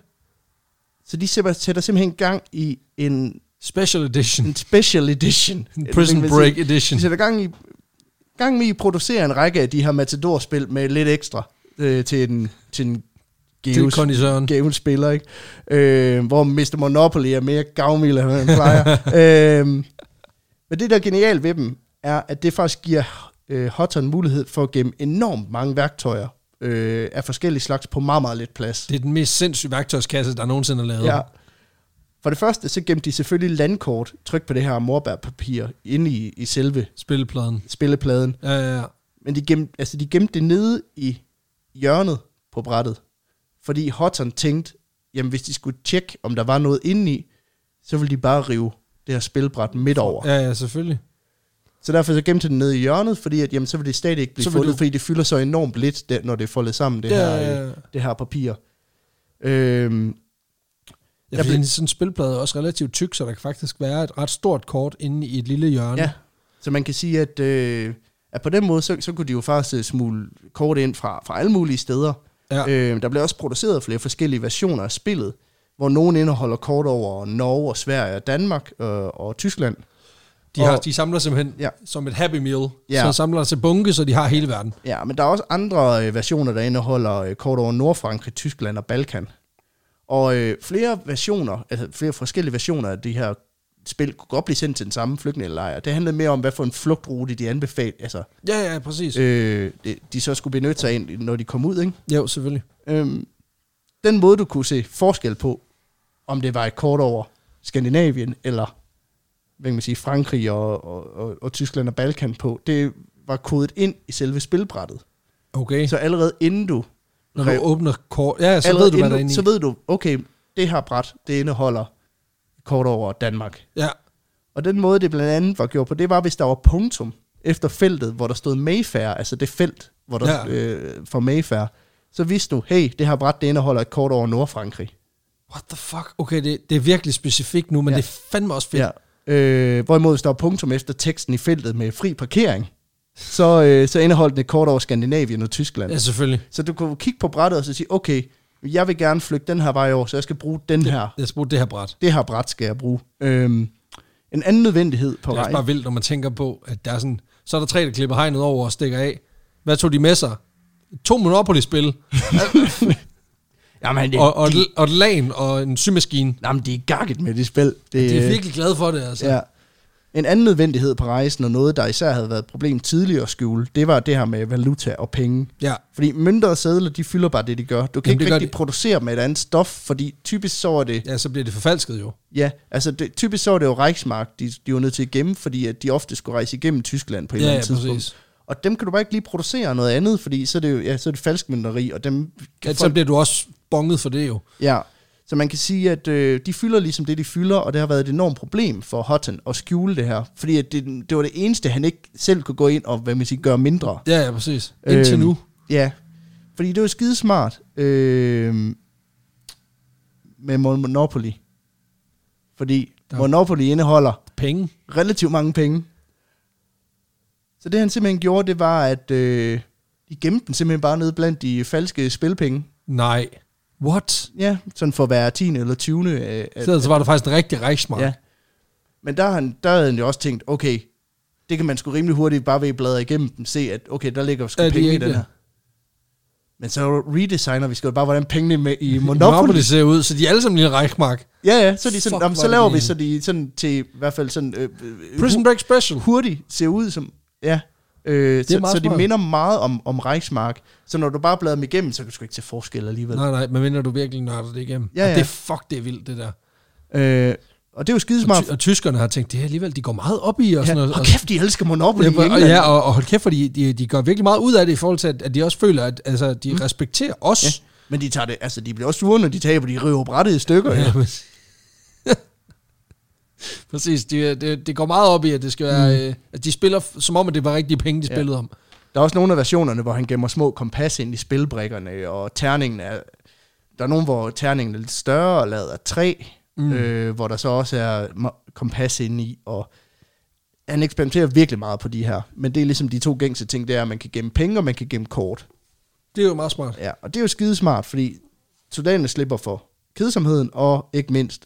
Så de simp- sætter simpelthen gang i en, Special edition. en special edition. [LAUGHS] En Prison Hvad kan man Break sige? edition. De sætter gang i, gang med at producere en række af de her Matador-spil med lidt ekstra øh, til en, til en Til Geos kondisøren. gavel spiller, ikke? Øh, hvor Mr. Monopoly er mere gavmild, end han [LAUGHS] plejer. øh, men det, der er genialt ved dem, er, at det faktisk giver øh, Hotton mulighed for at gemme enormt mange værktøjer øh, af forskellige slags på meget, meget lidt plads. Det er den mest sindssyge værktøjskasse, der nogensinde er lavet. Ja. For det første, så gemte de selvfølgelig landkort, tryk på det her morbærpapir, inde i, i selve Spillepladen. spillepladen. Ja, ja, ja. Men de gemte, altså de gemte det nede i hjørnet på brættet. Fordi Hotton tænkte, jamen hvis de skulle tjekke, om der var noget indeni, så ville de bare rive det her spilbræt midt over. Ja. Ja, ja, selvfølgelig. Så derfor så gemte de det nede i hjørnet, fordi at, jamen, så ville det stadig ikke blive Så så vil fundet, du- fordi det fylder så enormt lidt, der, når det er foldet sammen, det, Ja, ja, her, øh, ja, ja, ja. det her papir. Øhm, Ja, Jeg fordi blev- en sådan en spilplade er også relativt tyk, så der kan faktisk være et ret stort kort inde i et lille hjørne. ja. Så man kan sige, at, øh, at på den måde, så, så kunne de jo faktisk øh, smule kort ind fra, fra alle mulige steder. ja. Øh, der blev også produceret flere forskellige versioner af spillet, hvor nogen indeholder kort over Norge og Sverige og Danmark øh, og Tyskland. De, har, og- de samler simpelthen Ja. ja. som et Happy Meal. Ja. Ja. Så samler sig bunke, så de har hele verden. Ja, men der er også andre øh, versioner, der indeholder øh, kort over Nordfrankrig, Tyskland og Balkan. Og øh, flere versioner, altså flere forskellige versioner af de her spil, kunne godt blive sendt til den samme flygtningelejr. Det handlede mere om, hvad for en flugtrute de anbefalede, altså Ja, ja, præcis. Øh. øh, de, de så skulle benytte sig af, når de kom ud, ikke? Jo, selvfølgelig. øhm, den måde, du kunne se forskel på, om det var et kort over Skandinavien, eller hvad kan man sige, Frankrig og, og, og, og Tyskland og Balkan på, det var kodet ind i selve spilbrættet. Okay. Så, Så allerede inden du, Når du Rev- åbner kort... Ja, så allerede ved du, hvad der er inden, inde i. så ved du, okay, det her bræt, det indeholder kort over Danmark. Ja. Og den måde, det blandt andet var gjort på, det var, hvis der var punktum efter feltet, hvor der stod Mayfair, altså det felt, hvor der ja. Ja. øh, for Mayfair, så vidste du, hey, det her bræt, det indeholder et kort over Nordfrankrig. What the fuck? Okay, det, det er virkelig specifikt nu, men Ja. ja. det er fandme også fedt. Ja. Øh, hvorimod hvis der var punktum efter teksten i feltet med fri parkering, så, øh, så indeholdt den et kort over Skandinavien og Tyskland. Ja, selvfølgelig. Så du kunne kigge på brættet og så sige, okay, jeg vil gerne flygte den her vej over, så jeg skal bruge den her. Lad os bruge det her bræt. Det her bræt skal jeg bruge. Øhm, en anden nødvendighed på Det er også vejen. bare vildt, når man tænker på, at der er sådan... Så er der tre, der klipper hegnet over og stikker af. Hvad tog de med sig? to Monopoly-spil, Jamen, og, og, et- og et lagen, og en symaskine. jamen, de er gakket med de spil. Det, øh, De er virkelig glade for det, altså. Ja. En anden nødvendighed på rejsen, og noget, der især havde været et problem tidligere at skjule, det var det her med valuta og penge. ja. Fordi mønter og sædler, de fylder bare det, de gør. Du Jamen, kan Jamen, det ikke gør rigtig de. producere dem med et andet stof, fordi typisk så er det... Ja, så bliver det forfalsket jo. Ja, altså det, typisk så er det jo Reichsmark, de, de var nødt til at gemme, fordi at de ofte skulle rejse igennem Tyskland på et Ja, eller ja, andet tidspunkt. præcis. Og dem kan du bare ikke lige producere noget andet, fordi så er det jo ja, så er det falsk mønteri, og dem kan Ja, så bliver du også bonget for det jo. Ja, så man kan sige, at øh, de fylder ligesom det, de fylder, og det har været et enormt problem for Hutton at skjule det her. Fordi at det, det var det eneste, han ikke selv kunne gå ind og hvad man siger, gøre mindre. Ja, ja, præcis. Indtil Øhm, nu. Ja, fordi det var skidesmart øh, med Mon- Monopoly. Fordi Der- Monopoly indeholder Penge. relativt mange penge. Så det han simpelthen gjorde, det var, at øh, de gemte den simpelthen bare nede blandt de falske spilpenge. Nej. What? Ja, sådan for hver 10. eller 20. af, I af, stedet så var det faktisk en rigtig Reichsmark. Øh, Ja. Men der, har han, der havde han jo også tænkt, okay, det kan man sgu rimelig hurtigt bare ved at bladre igennem dem, se at, okay, der ligger sgu Ja, ja, det er penge i ikke den det. her. Men så redesigner vi sgu da bare, hvordan pengene med [LAUGHS] i Monopoly. Monopoly ser ud, så de er alle sammen lige en Reichmark. Ja, ja, så, er de Fuck, sådan, jamen, hvor så er det laver vi genialt. så de sådan til, i hvert fald sådan, øh, øh, Prison Break Special. hu- hurtigt ser ud som, ja. Øh, så, meget så de smart. minder meget om, om Reichsmark. Så når du bare bladrer dem igennem, så kan du sgu ikke se forskel alligevel. Nej, nej, men vinder du virkelig nørder det igennem. Ja, Og ja. det, fuck, det er vildt, det der. Øh, og det er jo Og, skidesmart. ty- og tyskerne har tænkt, det her alligevel, de går meget op i, og sådan Ja, noget. og Og- kæft, de elsker Monopoly i Ja, og, England. ja, og, og hold kæft, fordi de, de gør virkelig meget ud af det i forhold til, at, at de også føler, at altså, de mm. respekterer os. Ja. Men de, tager det, altså, de bliver også sure, når de taber, de river brættet i stykker. Ja. men- [LAUGHS] Præcis, det de, de går meget op i, at det skal være, mm. øh, at de spiller, f- som om at det var rigtige penge, de Ja. spillede om. Der er også nogle af versionerne, hvor han gemmer små kompas ind i spilbrikkerne, og terningen er... Der er nogle, hvor terningen er lidt større og lavet af træ, mm. øh, hvor der så også er ma- kompas inde i, og han eksperimenterer virkelig meget på de her. Men det er ligesom de to gængse ting, det er, at man kan gemme penge, og man kan gemme kort. Det er jo meget smart. Ja, og det er jo skidesmart, fordi soldaterne slipper for kedsomheden, og ikke mindst,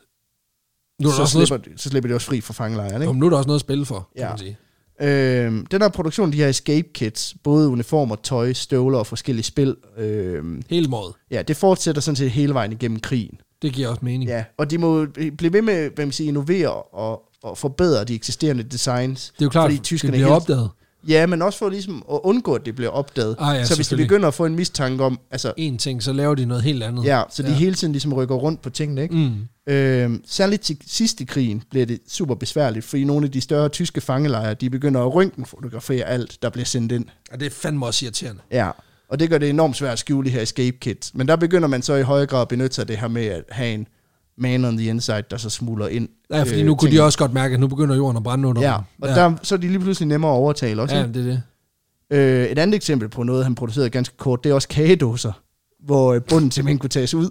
Nu er der, så også noget, slipper, så slipper de også fri fra fangelejren. at Ikke? sp- nu er der også noget at spille for, ja. kan Ja. man sige. Øhm, den her produktion, de her escape kits, både uniformer, tøj, støvler og forskellige spil, øhm, Hele måden. ja, det fortsætter sådan set hele vejen igennem krigen. Det giver også mening. Ja, og de må bl- blive ved med, hvad man siger, innovere og, og forbedre de eksisterende designs. Det er jo klart, fordi fordi det tyskerne bliver hele- opdaget. Ja, men også for ligesom at undgå, at det bliver opdaget. Ah, ja, så hvis de selvfølgelig. begynder at få en mistanke om, altså, En ting, så laver de noget helt andet. ja, så de Ja. ja. hele tiden ligesom rykker rundt på tingene, ikke? Mm. Øhm, særligt til sidst i krigen bliver det super besværligt, fordi nogle af de større tyske fangelejre, de begynder at røntgenfotografere alt, der bliver sendt ind. Og det er fandme også irriterende. Ja, og det gør det enormt svært at skjule de her escape kits. Men der begynder man så i højere grad at benytte sig af det her med at have en man on the inside, der så smuler ind. øh, Ja, fordi nu kunne de også godt mærke, at nu begynder jorden at brænde under Ja, dem. og der, så er de lige pludselig nemmere at overtale også. ja, Ja. det er det. Øh, et andet eksempel på noget, han producerede ganske kort, det er også kagedåser, hvor øh, bunden simpelthen kunne tages ud.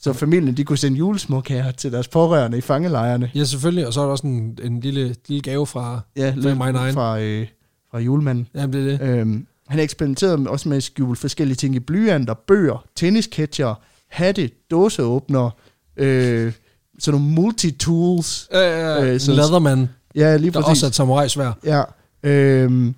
Så familien de kunne sende julesmåkager til deres pårørende i fangelejrene. Ja, selvfølgelig. Og så er der også en, en lille, lille gave fra... Ja, Det er mig, nej. fra, øh, fra julemanden. Jamen, det er det. Øhm, han eksperimenterede med- også med at skjule forskellige ting i blyanter, bøger, tennisketcher, hatte, dåseåbner, øh, sådan nogle multitools. Ja, ja, ja. Øh, En så- Leatherman, Ja, lige der præcis. også er et samurajsvær. ja, øhm,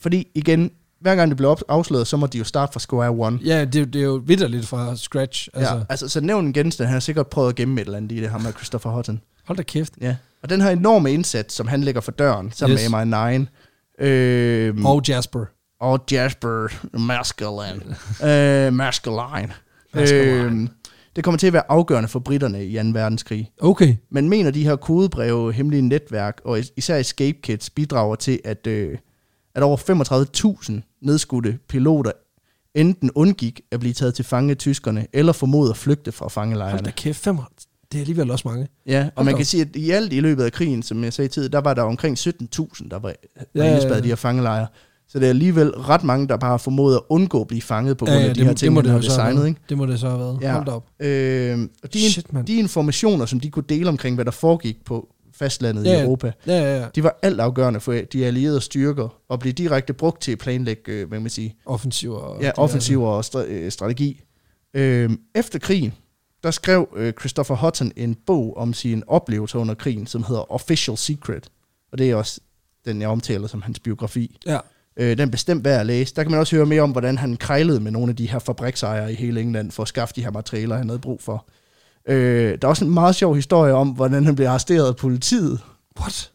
fordi igen, hver gang det blev op- afsløret, så må de jo starte fra square one. Ja, det, det er jo vidderligt fra scratch. Altså. Altså, Ja, ja. altså, så nævn en genstand, han har sikkert prøvet at gemme et eller andet i det, ham med Christopher Hutton. Hold da kæft. Ja. Og den her enorme indsats, som han lægger for døren, sammen Yes. yes. med MI9, øhm, Og Jasper. og Jasper Maskelin. [LAUGHS] øh, Maskelin. Maskelin. Øh, det kommer til at være afgørende for britterne i 2. verdenskrig. Okay. Man mener, de her kodebreve, hemmelige netværk og is- især escape kits bidrager til, at, øh, at over 35.000 nedskudte piloter enten undgik at blive taget til fange af tyskerne, eller formodede at flygte fra Hold da fangelejrene. kæft. Fem, det er alligevel også mange. Ja, og Hold da man op. kan sige, at i alt i løbet af krigen, som jeg sagde tid, der var der omkring 17.000, der var Ja, ja, ja, ja. indespærret i de her fangelejre. Så det er alligevel ret mange, der bare har formået at undgå at blive fanget på grund af de her ting, man har så have designet. været. Ikke? Det må det så have været. Ja. Ja. Hold da op. Øh, og de, Shit, mand. de informationer, som de kunne dele omkring, hvad der foregik på fastlandet Ja, ja, ja. i Europa, Ja, ja, ja. de var alt afgørende for de allierede styrker, og blev direkte brugt til at planlægge, øh, hvad man siger, Offensiv og... ja, offensiver og stra- øh, strategi. Øh, efter krigen, der skrev øh, Christopher Hutton en bog om sine oplevelser under krigen, som hedder Official Secret, og det er også den, jeg omtaler som hans biografi. Ja. Øh, den er bestemt værd at læse. Der kan man også høre mere om, hvordan han krejlede med nogle af de her fabriksejere i hele England for at skaffe de her materialer, han havde brug for. Øh, der er også en meget sjov historie om, hvordan han blev arresteret af politiet. What?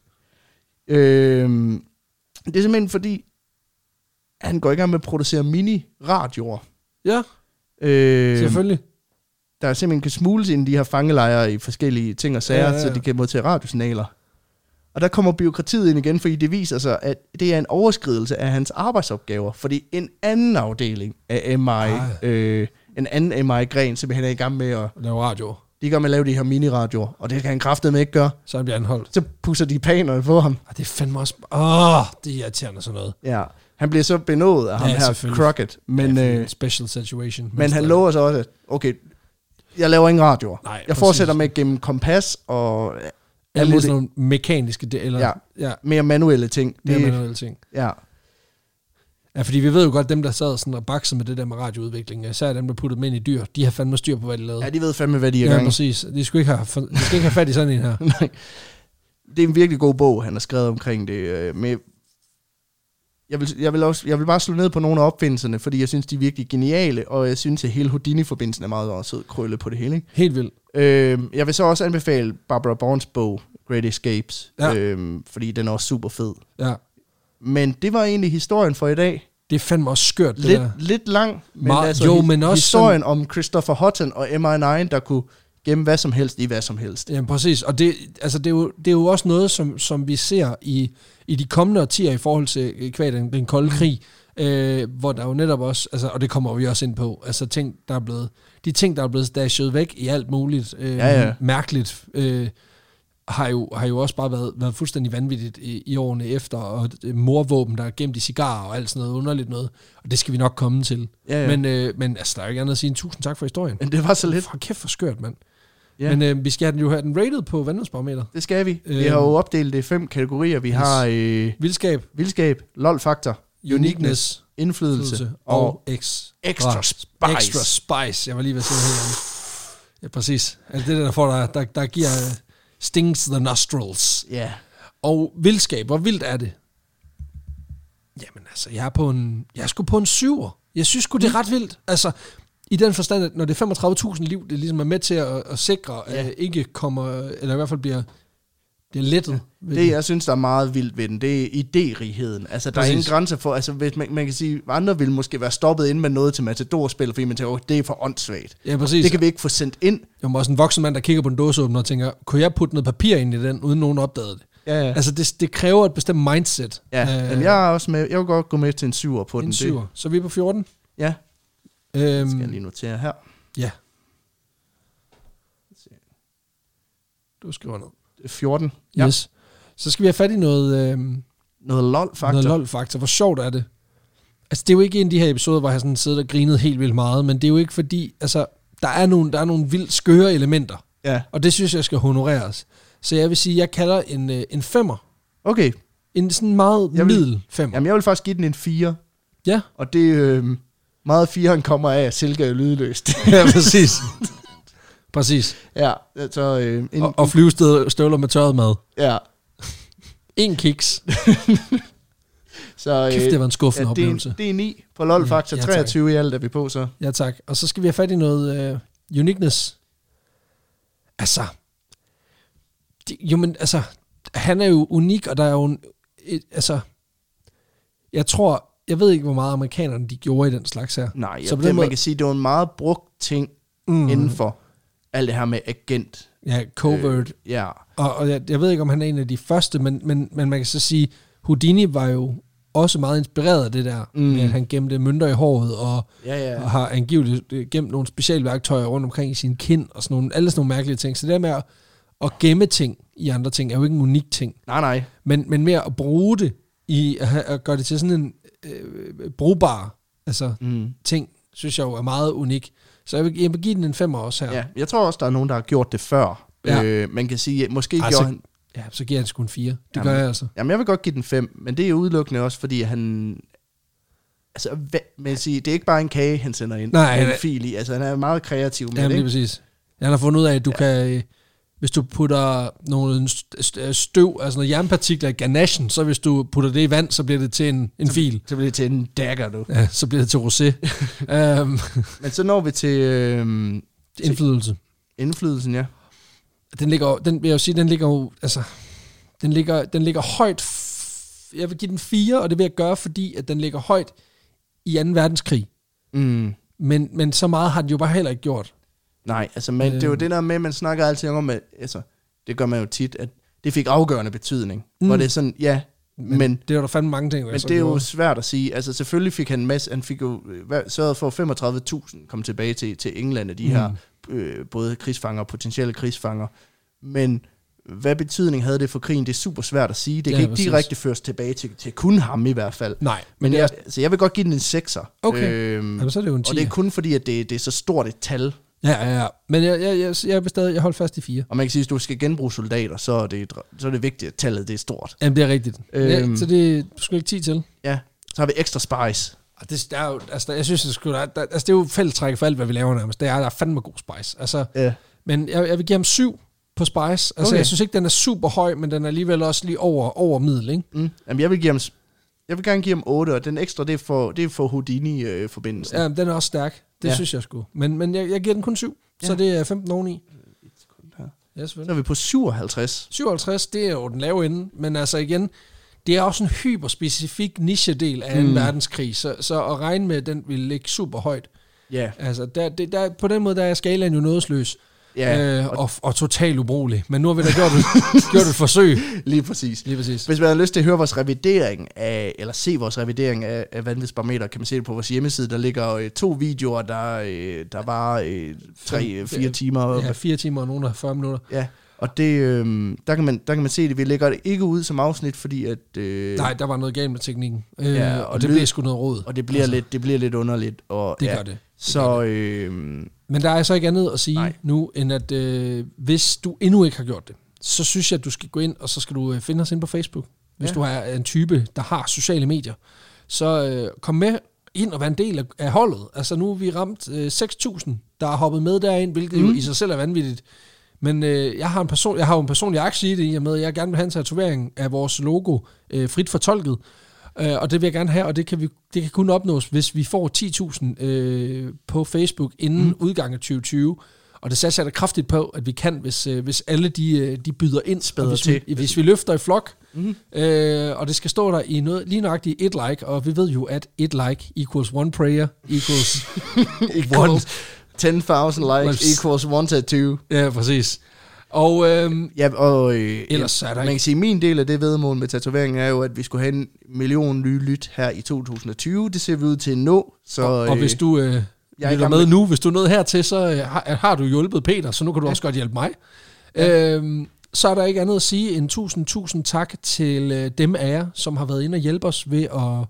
Øh, det er simpelthen fordi, han går i gang med at producere mini-radioer. Ja, Øh, selvfølgelig. der er simpelthen kan smules ind i de her fangelejre i forskellige ting og sager, Ja, ja, ja, ja, ja. så de kan modtage radiosignaler. Og der kommer byråkratiet ind igen, fordi det viser sig, at det er en overskridelse af hans arbejdsopgaver, fordi en anden afdeling af MI, Ej. øh, en anden MI-gren, simpelthen er i gang med at, Lave radio. de gør med at lave de her miniradioer, og det kan han kraftedeme ikke gøre. Så han bliver anholdt. Så pusser de panerne på ham. Ah, det er fandme også... Åh, det er irriterende sådan noget. Ja. Han bliver så benådet af ham Ja, ja, her, selvfølgelig. Crockett, men, øh, det er ja, en special situation. men han stadig. lover så også, at okay, jeg laver ingen radioer. Nej, jeg fortsætter med at gemme kompas og Alle muligt. sådan nogle mekaniske... de- Eller, Ja. ja mere manuelle ting. det, Det, er manuelle ting. ja. Ja, fordi vi ved jo godt, dem der sad sådan og baksede med det der med radioudvikling, især dem, der puttede dem ind i dyr, de har fandme styr på, hvad de lavede. ja, de ved fandme, hvad de er i ja, gang. i. præcis. De skulle ikke have, de skulle ikke have fat i sådan en her. [LAUGHS] Nej. Det er en virkelig god bog, han har skrevet omkring det. øh, Med jeg vil, jeg, vil også, jeg vil bare slå ned på nogle af opfindelserne, fordi jeg synes, de er virkelig geniale, og jeg synes, at hele Houdini-forbindelsen er meget også sød krølle på det hele. Ikke? Helt vildt. Øhm, jeg vil så også anbefale Barbara Borns bog, Great Escapes, Ja. ja. øhm, fordi den er også super fed. Ja. Men det var egentlig historien for i dag. Det er fandme også skørt, det der. Lidt, lidt lang, men, Ma- altså, jo, hi- men også historien om Christopher Hutton og MI9, der kunne gemme hvad som helst i hvad som helst. Jamen præcis, og det, altså, det, er, jo, det er jo også noget, som, som vi ser i, i de kommende årtier i forhold til øh, kvad den, den Mm. kolde krig, øh, hvor der jo netop også, altså, og det kommer vi også ind på, altså ting, der er blevet, de ting, der er blevet stashet væk i alt muligt øh, Ja, ja. mærkeligt, øh, har, jo, har jo også bare været, været fuldstændig vanvittigt i, i årene efter, og øh, morvåben, der er gemt i cigarer og alt sådan noget underligt noget, og det skal vi nok komme til. Ja, ja. Men, øh, men altså, der er jo ikke andet at sige end tusind tak for historien. Men det var så lidt. Lidt. For kæft for skørt, mand. Ja. Men øh, vi skal have den jo have den rated på vandringsbarometer. Det skal vi. Vi Øhm. har jo opdelt det i fem kategorier. Vi har øh, Vildskab, vildskab, lol-faktor, uniqueness, uniqueness, indflydelse ydelse og, og ex- extra spice. Extra spice. Jeg var lige ved at sige det her. Ja, præcis. Altså det er det, der får dig, der, der giver øh, stings the nostrils. Ja, Og vildskab, hvor vildt er det? Jamen altså, jeg er på en, jeg er sgu på en syver. Jeg synes sgu, det Mm. er ret vildt. Altså, i den forstand, at når det er 35.000 liv, det ligesom er med til at, at sikre, at Ja. ja. ikke kommer, eller i hvert fald bliver, bliver lettet. Ja. det jeg synes, der er meget vildt ved den, det er idérigheden. Altså, der Præcis. er ingen grænser for, altså, hvis man, man kan sige, andre ville måske være stoppet ind med noget til matadorspil, fordi man tænker, åh, det er for åndssvagt. Ja, præcis. Det kan vi ikke få sendt ind. Jeg var også en voksen mand, der kigger på en dåseåbner og tænker, kunne jeg putte noget papir ind i den, uden nogen opdagede det? Ja, ja. Altså, det, det kræver et bestemt mindset. ja. Men jeg er også med. Jeg vil godt gå med til en syver på den. Øh, en Det- syver. Så er vi på 14. Ja, Øhm, skal jeg lige notere her. Ja. Du skriver ned. 14. Ja. Ja. Yes. Så skal vi have fat i noget, øhm, Noget lol-faktor. noget lol-faktor. Hvor sjovt er det? Altså, det er jo ikke en af de her episoder, hvor jeg har sådan siddet og grinet helt vildt meget, men det er jo ikke fordi, altså, der er nogle, der er nogle vildt skøre elementer, Ja, og det synes jeg skal honoreres. Så jeg vil sige, jeg kalder en, øh, en femmer, okay. en sådan meget Jeg vil- middel femmer. Jamen, jeg vil faktisk give den en 4. [LAUGHS] Ja. Og det øh, meget firen kommer af, at Silke er lydløst. ja, præcis. præcis. [LAUGHS] ja, så øh, en, Og, og flyvestøvler med tørret mad. ja, En kiks. så øh, Kæft, det var en skuffende ja, ja, det, er en, oplevelse. Mm, det er 9 på LOL Factor Ja, ja, tak. 23 i alt er vi på, så. Ja, tak. Og så skal vi have fat i noget øh, uniqueness. Altså, det, jo, men altså, han er jo unik, og der er jo en, et, altså, jeg tror, jeg ved ikke, hvor meget amerikanerne de gjorde i den slags her. Nej, ja, Så så på det, den måde- man kan sige, det var en meget brugt ting mm. inden for alt det her med agent. Ja, covert. Øh. Ja, Og, og jeg, jeg ved ikke, om han er en af de første, men, men, men man kan så sige, Houdini var jo også meget inspireret af det der, mm. Mm. med, at han gemte mønter i håret, og ja, ja. og har angiveligt øh, gemt nogle specialværktøjer rundt omkring i sin kind og sådan nogle, alle sådan nogle mærkelige ting. Så det der med at, at gemme ting i andre ting er jo ikke en unik ting, Nej, nej. men, men mere at bruge det i at, have- at gøre det til sådan en øh, brugbar altså, Mm. ting, synes jeg jo er meget unik. Så jeg vil, jeg vil give den en femmer også her. Ja. Jeg tror også, der er nogen, der har gjort det før. Ja. Ja. Øh, man kan sige, måske Ej, altså, så- gjorde han... ja så giver jeg den sgu en fire. Det Jamen. gør jeg altså. Jamen, jeg vil godt give den 5, men det er udelukkende også, fordi han... Altså, hvad, man siger, det er ikke bare en kage, han sender ind Nej, med nej. en fil i. Altså, han er meget kreativ med Jamen det, lige ikke? præcis. Han har fundet ud af, at du ja. kan... øh, hvis du putter nogle st- st- støv, altså noget jernpartikler i ganachen, så hvis du putter det i vand, så bliver det til en, en fil. Så bliver det til en dagger nu. Ja, så bliver det til [LAUGHS] rosé. øhm, [LAUGHS] Men så når vi til øh, indflydelse. indflydelsen, ja. Den ligger, jo- den vil jeg jo sige, den ligger jo, altså, den ligger, den ligger højt, f- jeg vil give den fire, og det vil jeg gøre, fordi at den ligger højt i 2. verdenskrig. Mm. Men, men så meget har den jo bare heller ikke gjort. Nej, altså men det er jo Øh. det der med, man snakker altid om, at altså, det gør man jo tit, at det fik afgørende betydning. Mm. Hvor Mm. det er sådan, ja, men, men, Det er der fandme mange ting, men så det er jo gjorde. svært at sige. Altså selvfølgelig fik han en masse, han fik jo øh, hvad- sørget for at 35.000 kom tilbage til, til England af de mm. her øh, både krigsfanger og potentielle krigsfanger. Men hvad betydning havde det for krigen? Det er super svært at sige. Det Ja, kan ikke præcis. direkte føres tilbage til, til kun ham i hvert fald. Nej, Men men jeg, jeg, altså, jeg vil godt give den en 6'er. Okay. Øhm, jamen, så er det jo en 10. og det er kun fordi, at det, det er så stort et tal. Ja, ja, ja. Men jeg, jeg, jeg, jeg, vil stadig, jeg holder fast i fire. Og man kan sige, at hvis du skal genbruge soldater, så er det, så er det vigtigt, at tallet det er stort. Jamen, det er rigtigt. Øhm. Øhm. Ja, så det du skulle ikke 10 til. Ja. Så har vi ekstra spice. Og det, der er jo, altså, jeg synes, det, skulle, der, der, altså, det er jo fællestrækket for alt, hvad vi laver nærmest. Det er, der er fandme god spice. Altså, Ja. men jeg, jeg vil give ham syv på spice. Altså, Okay. okay. jeg synes ikke, den er super høj, men den er alligevel også lige over, over middel, ikke? Mm. Jamen, jeg vil give ham, s- jeg vil gerne give ham 8, og den ekstra, det er for, det er for Houdini-forbindelsen. Ja, den er også stærk. Det Ja. ja. synes jeg sgu. Men, men jeg, jeg giver den kun syv, ja. så Ja. det er 15 oveni. Ja, selvfølgelig. Så er vi på 57. 57, det er jo den lave ende, men altså igen, det er også en hyperspecifik nichedel af 2. Mm. Mm. verdenskrig, så, så at regne med, at den vil ligge super højt. Ja. Altså, der, det, der, på den måde, der er skalaen jo nådesløs, Ja, øh, og, og totalt ubrugelig. Men nu har vi da gjort et, gjort et forsøg. lige præcis. Lige præcis. Hvis man har lyst til at høre vores revidering af, eller se vores revidering af, af Vanvidsbarometer, kan man se det på vores hjemmeside. Der ligger øh, to videoer, der, øh, der var øh, tre, øh, fire Ja. timer. Ja, fire timer og nogen har 40 minutter. Ja, og det, øh, der, kan man, der kan man se det. Vi lægger det ikke ud som afsnit, fordi at... Øh, Nej, der var noget galt med teknikken, øh, Ja, ja, og og, og det lyd- blev sgu noget råd. Og det bliver, altså, lidt, det bliver lidt underligt. Og, Det ja, gør det. Så øh, Men der er så ikke andet at sige Nej. Nej. nu, end at øh, hvis du endnu ikke har gjort det, så synes jeg, at du skal gå ind, og så skal du øh, finde os ind på Facebook. Hvis Ja. ja. du er en type, der har sociale medier, så øh, kom med ind og vær en del af, af holdet. Altså nu er vi ramt øh, 6.000, der er hoppet med derind, hvilket mm. jo i sig selv er vanvittigt. Men øh, jeg, har en person, jeg har jo en personlig aktie i det, i og med, at jeg gerne vil have en tatovering af vores logo øh, frit fortolket. Øh, og det vil jeg gerne have, og det kan, vi, det kan kun opnås, hvis vi får 10.000 øh, på Facebook inden mm. udgangen af 2020. Og det satser jeg da kraftigt på, at vi kan, hvis, øh, hvis alle de, øh, de byder ind. Spæder Og hvis vi, til. Hvis vi løfter i flok, Mhm. mm. øh, og det skal stå der i noget lige nøjagtigt et like, og vi ved jo, at et like equals one prayer equals [LAUGHS] one. equals 10.000 likes Likes. equals 1 tattoo. Ja, præcis. Og øhm, Ja, og øh, ellers er der man kan ikke... sige, at min del af det vedmål med tatoveringen er jo, at vi skulle have en million nye lyt her i 2020. Det ser vi ud til nå. Så, Og, og øh, hvis du øh, jeg er i lytter gang med med- nu, hvis du er nået hertil, så øh, har, har du hjulpet Peter, så nu kan du også godt hjælpe mig. Ja. Øhm, så er der ikke andet at sige end tusind, tusind tak til øh, dem af jer, som har været inde og hjælpe os ved at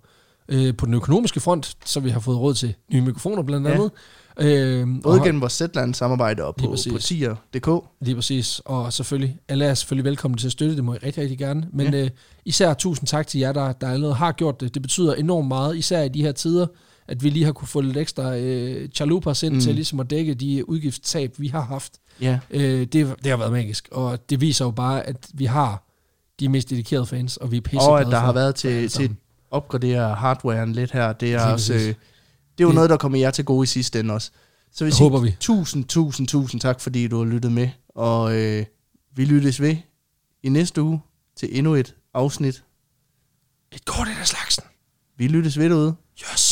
øh, på den økonomiske front, så vi har fået råd til nye mikrofoner blandt Ja. andet. Ja. Øhm, både og- gennem vores Zetland-samarbejde og Lige på, præcis. på tier.dk. Lige præcis, og selvfølgelig, alle er selvfølgelig velkommen til at støtte, det må I rigtig, rigtig gerne. Men ja. øh, især tusind tak til jer, der, der allerede har gjort det. Det betyder enormt meget, især i de her tider, at vi lige har kunne få lidt ekstra øh, chalupas ind Mm. mm. til ligesom at dække de udgiftstab, vi har haft. Ja. Øh, det, det har været magisk, og det viser jo bare, at vi har de mest dedikerede fans, og vi er pisse Og at glade der for har det. været alle til, til at sammen. opgradere hardwaren lidt her. Det er, Lige også, øh, præcis. det er jo Det- noget, der kommer jer til gode i sidste ende også. Så Det hvis I håber vi. Tusind, tusind, tusind tak, fordi du har lyttet med. Og øh, vi lyttes ved i næste uge til endnu et afsnit. Et godt et af slagsen. Vi lyttes ved derude. Yes!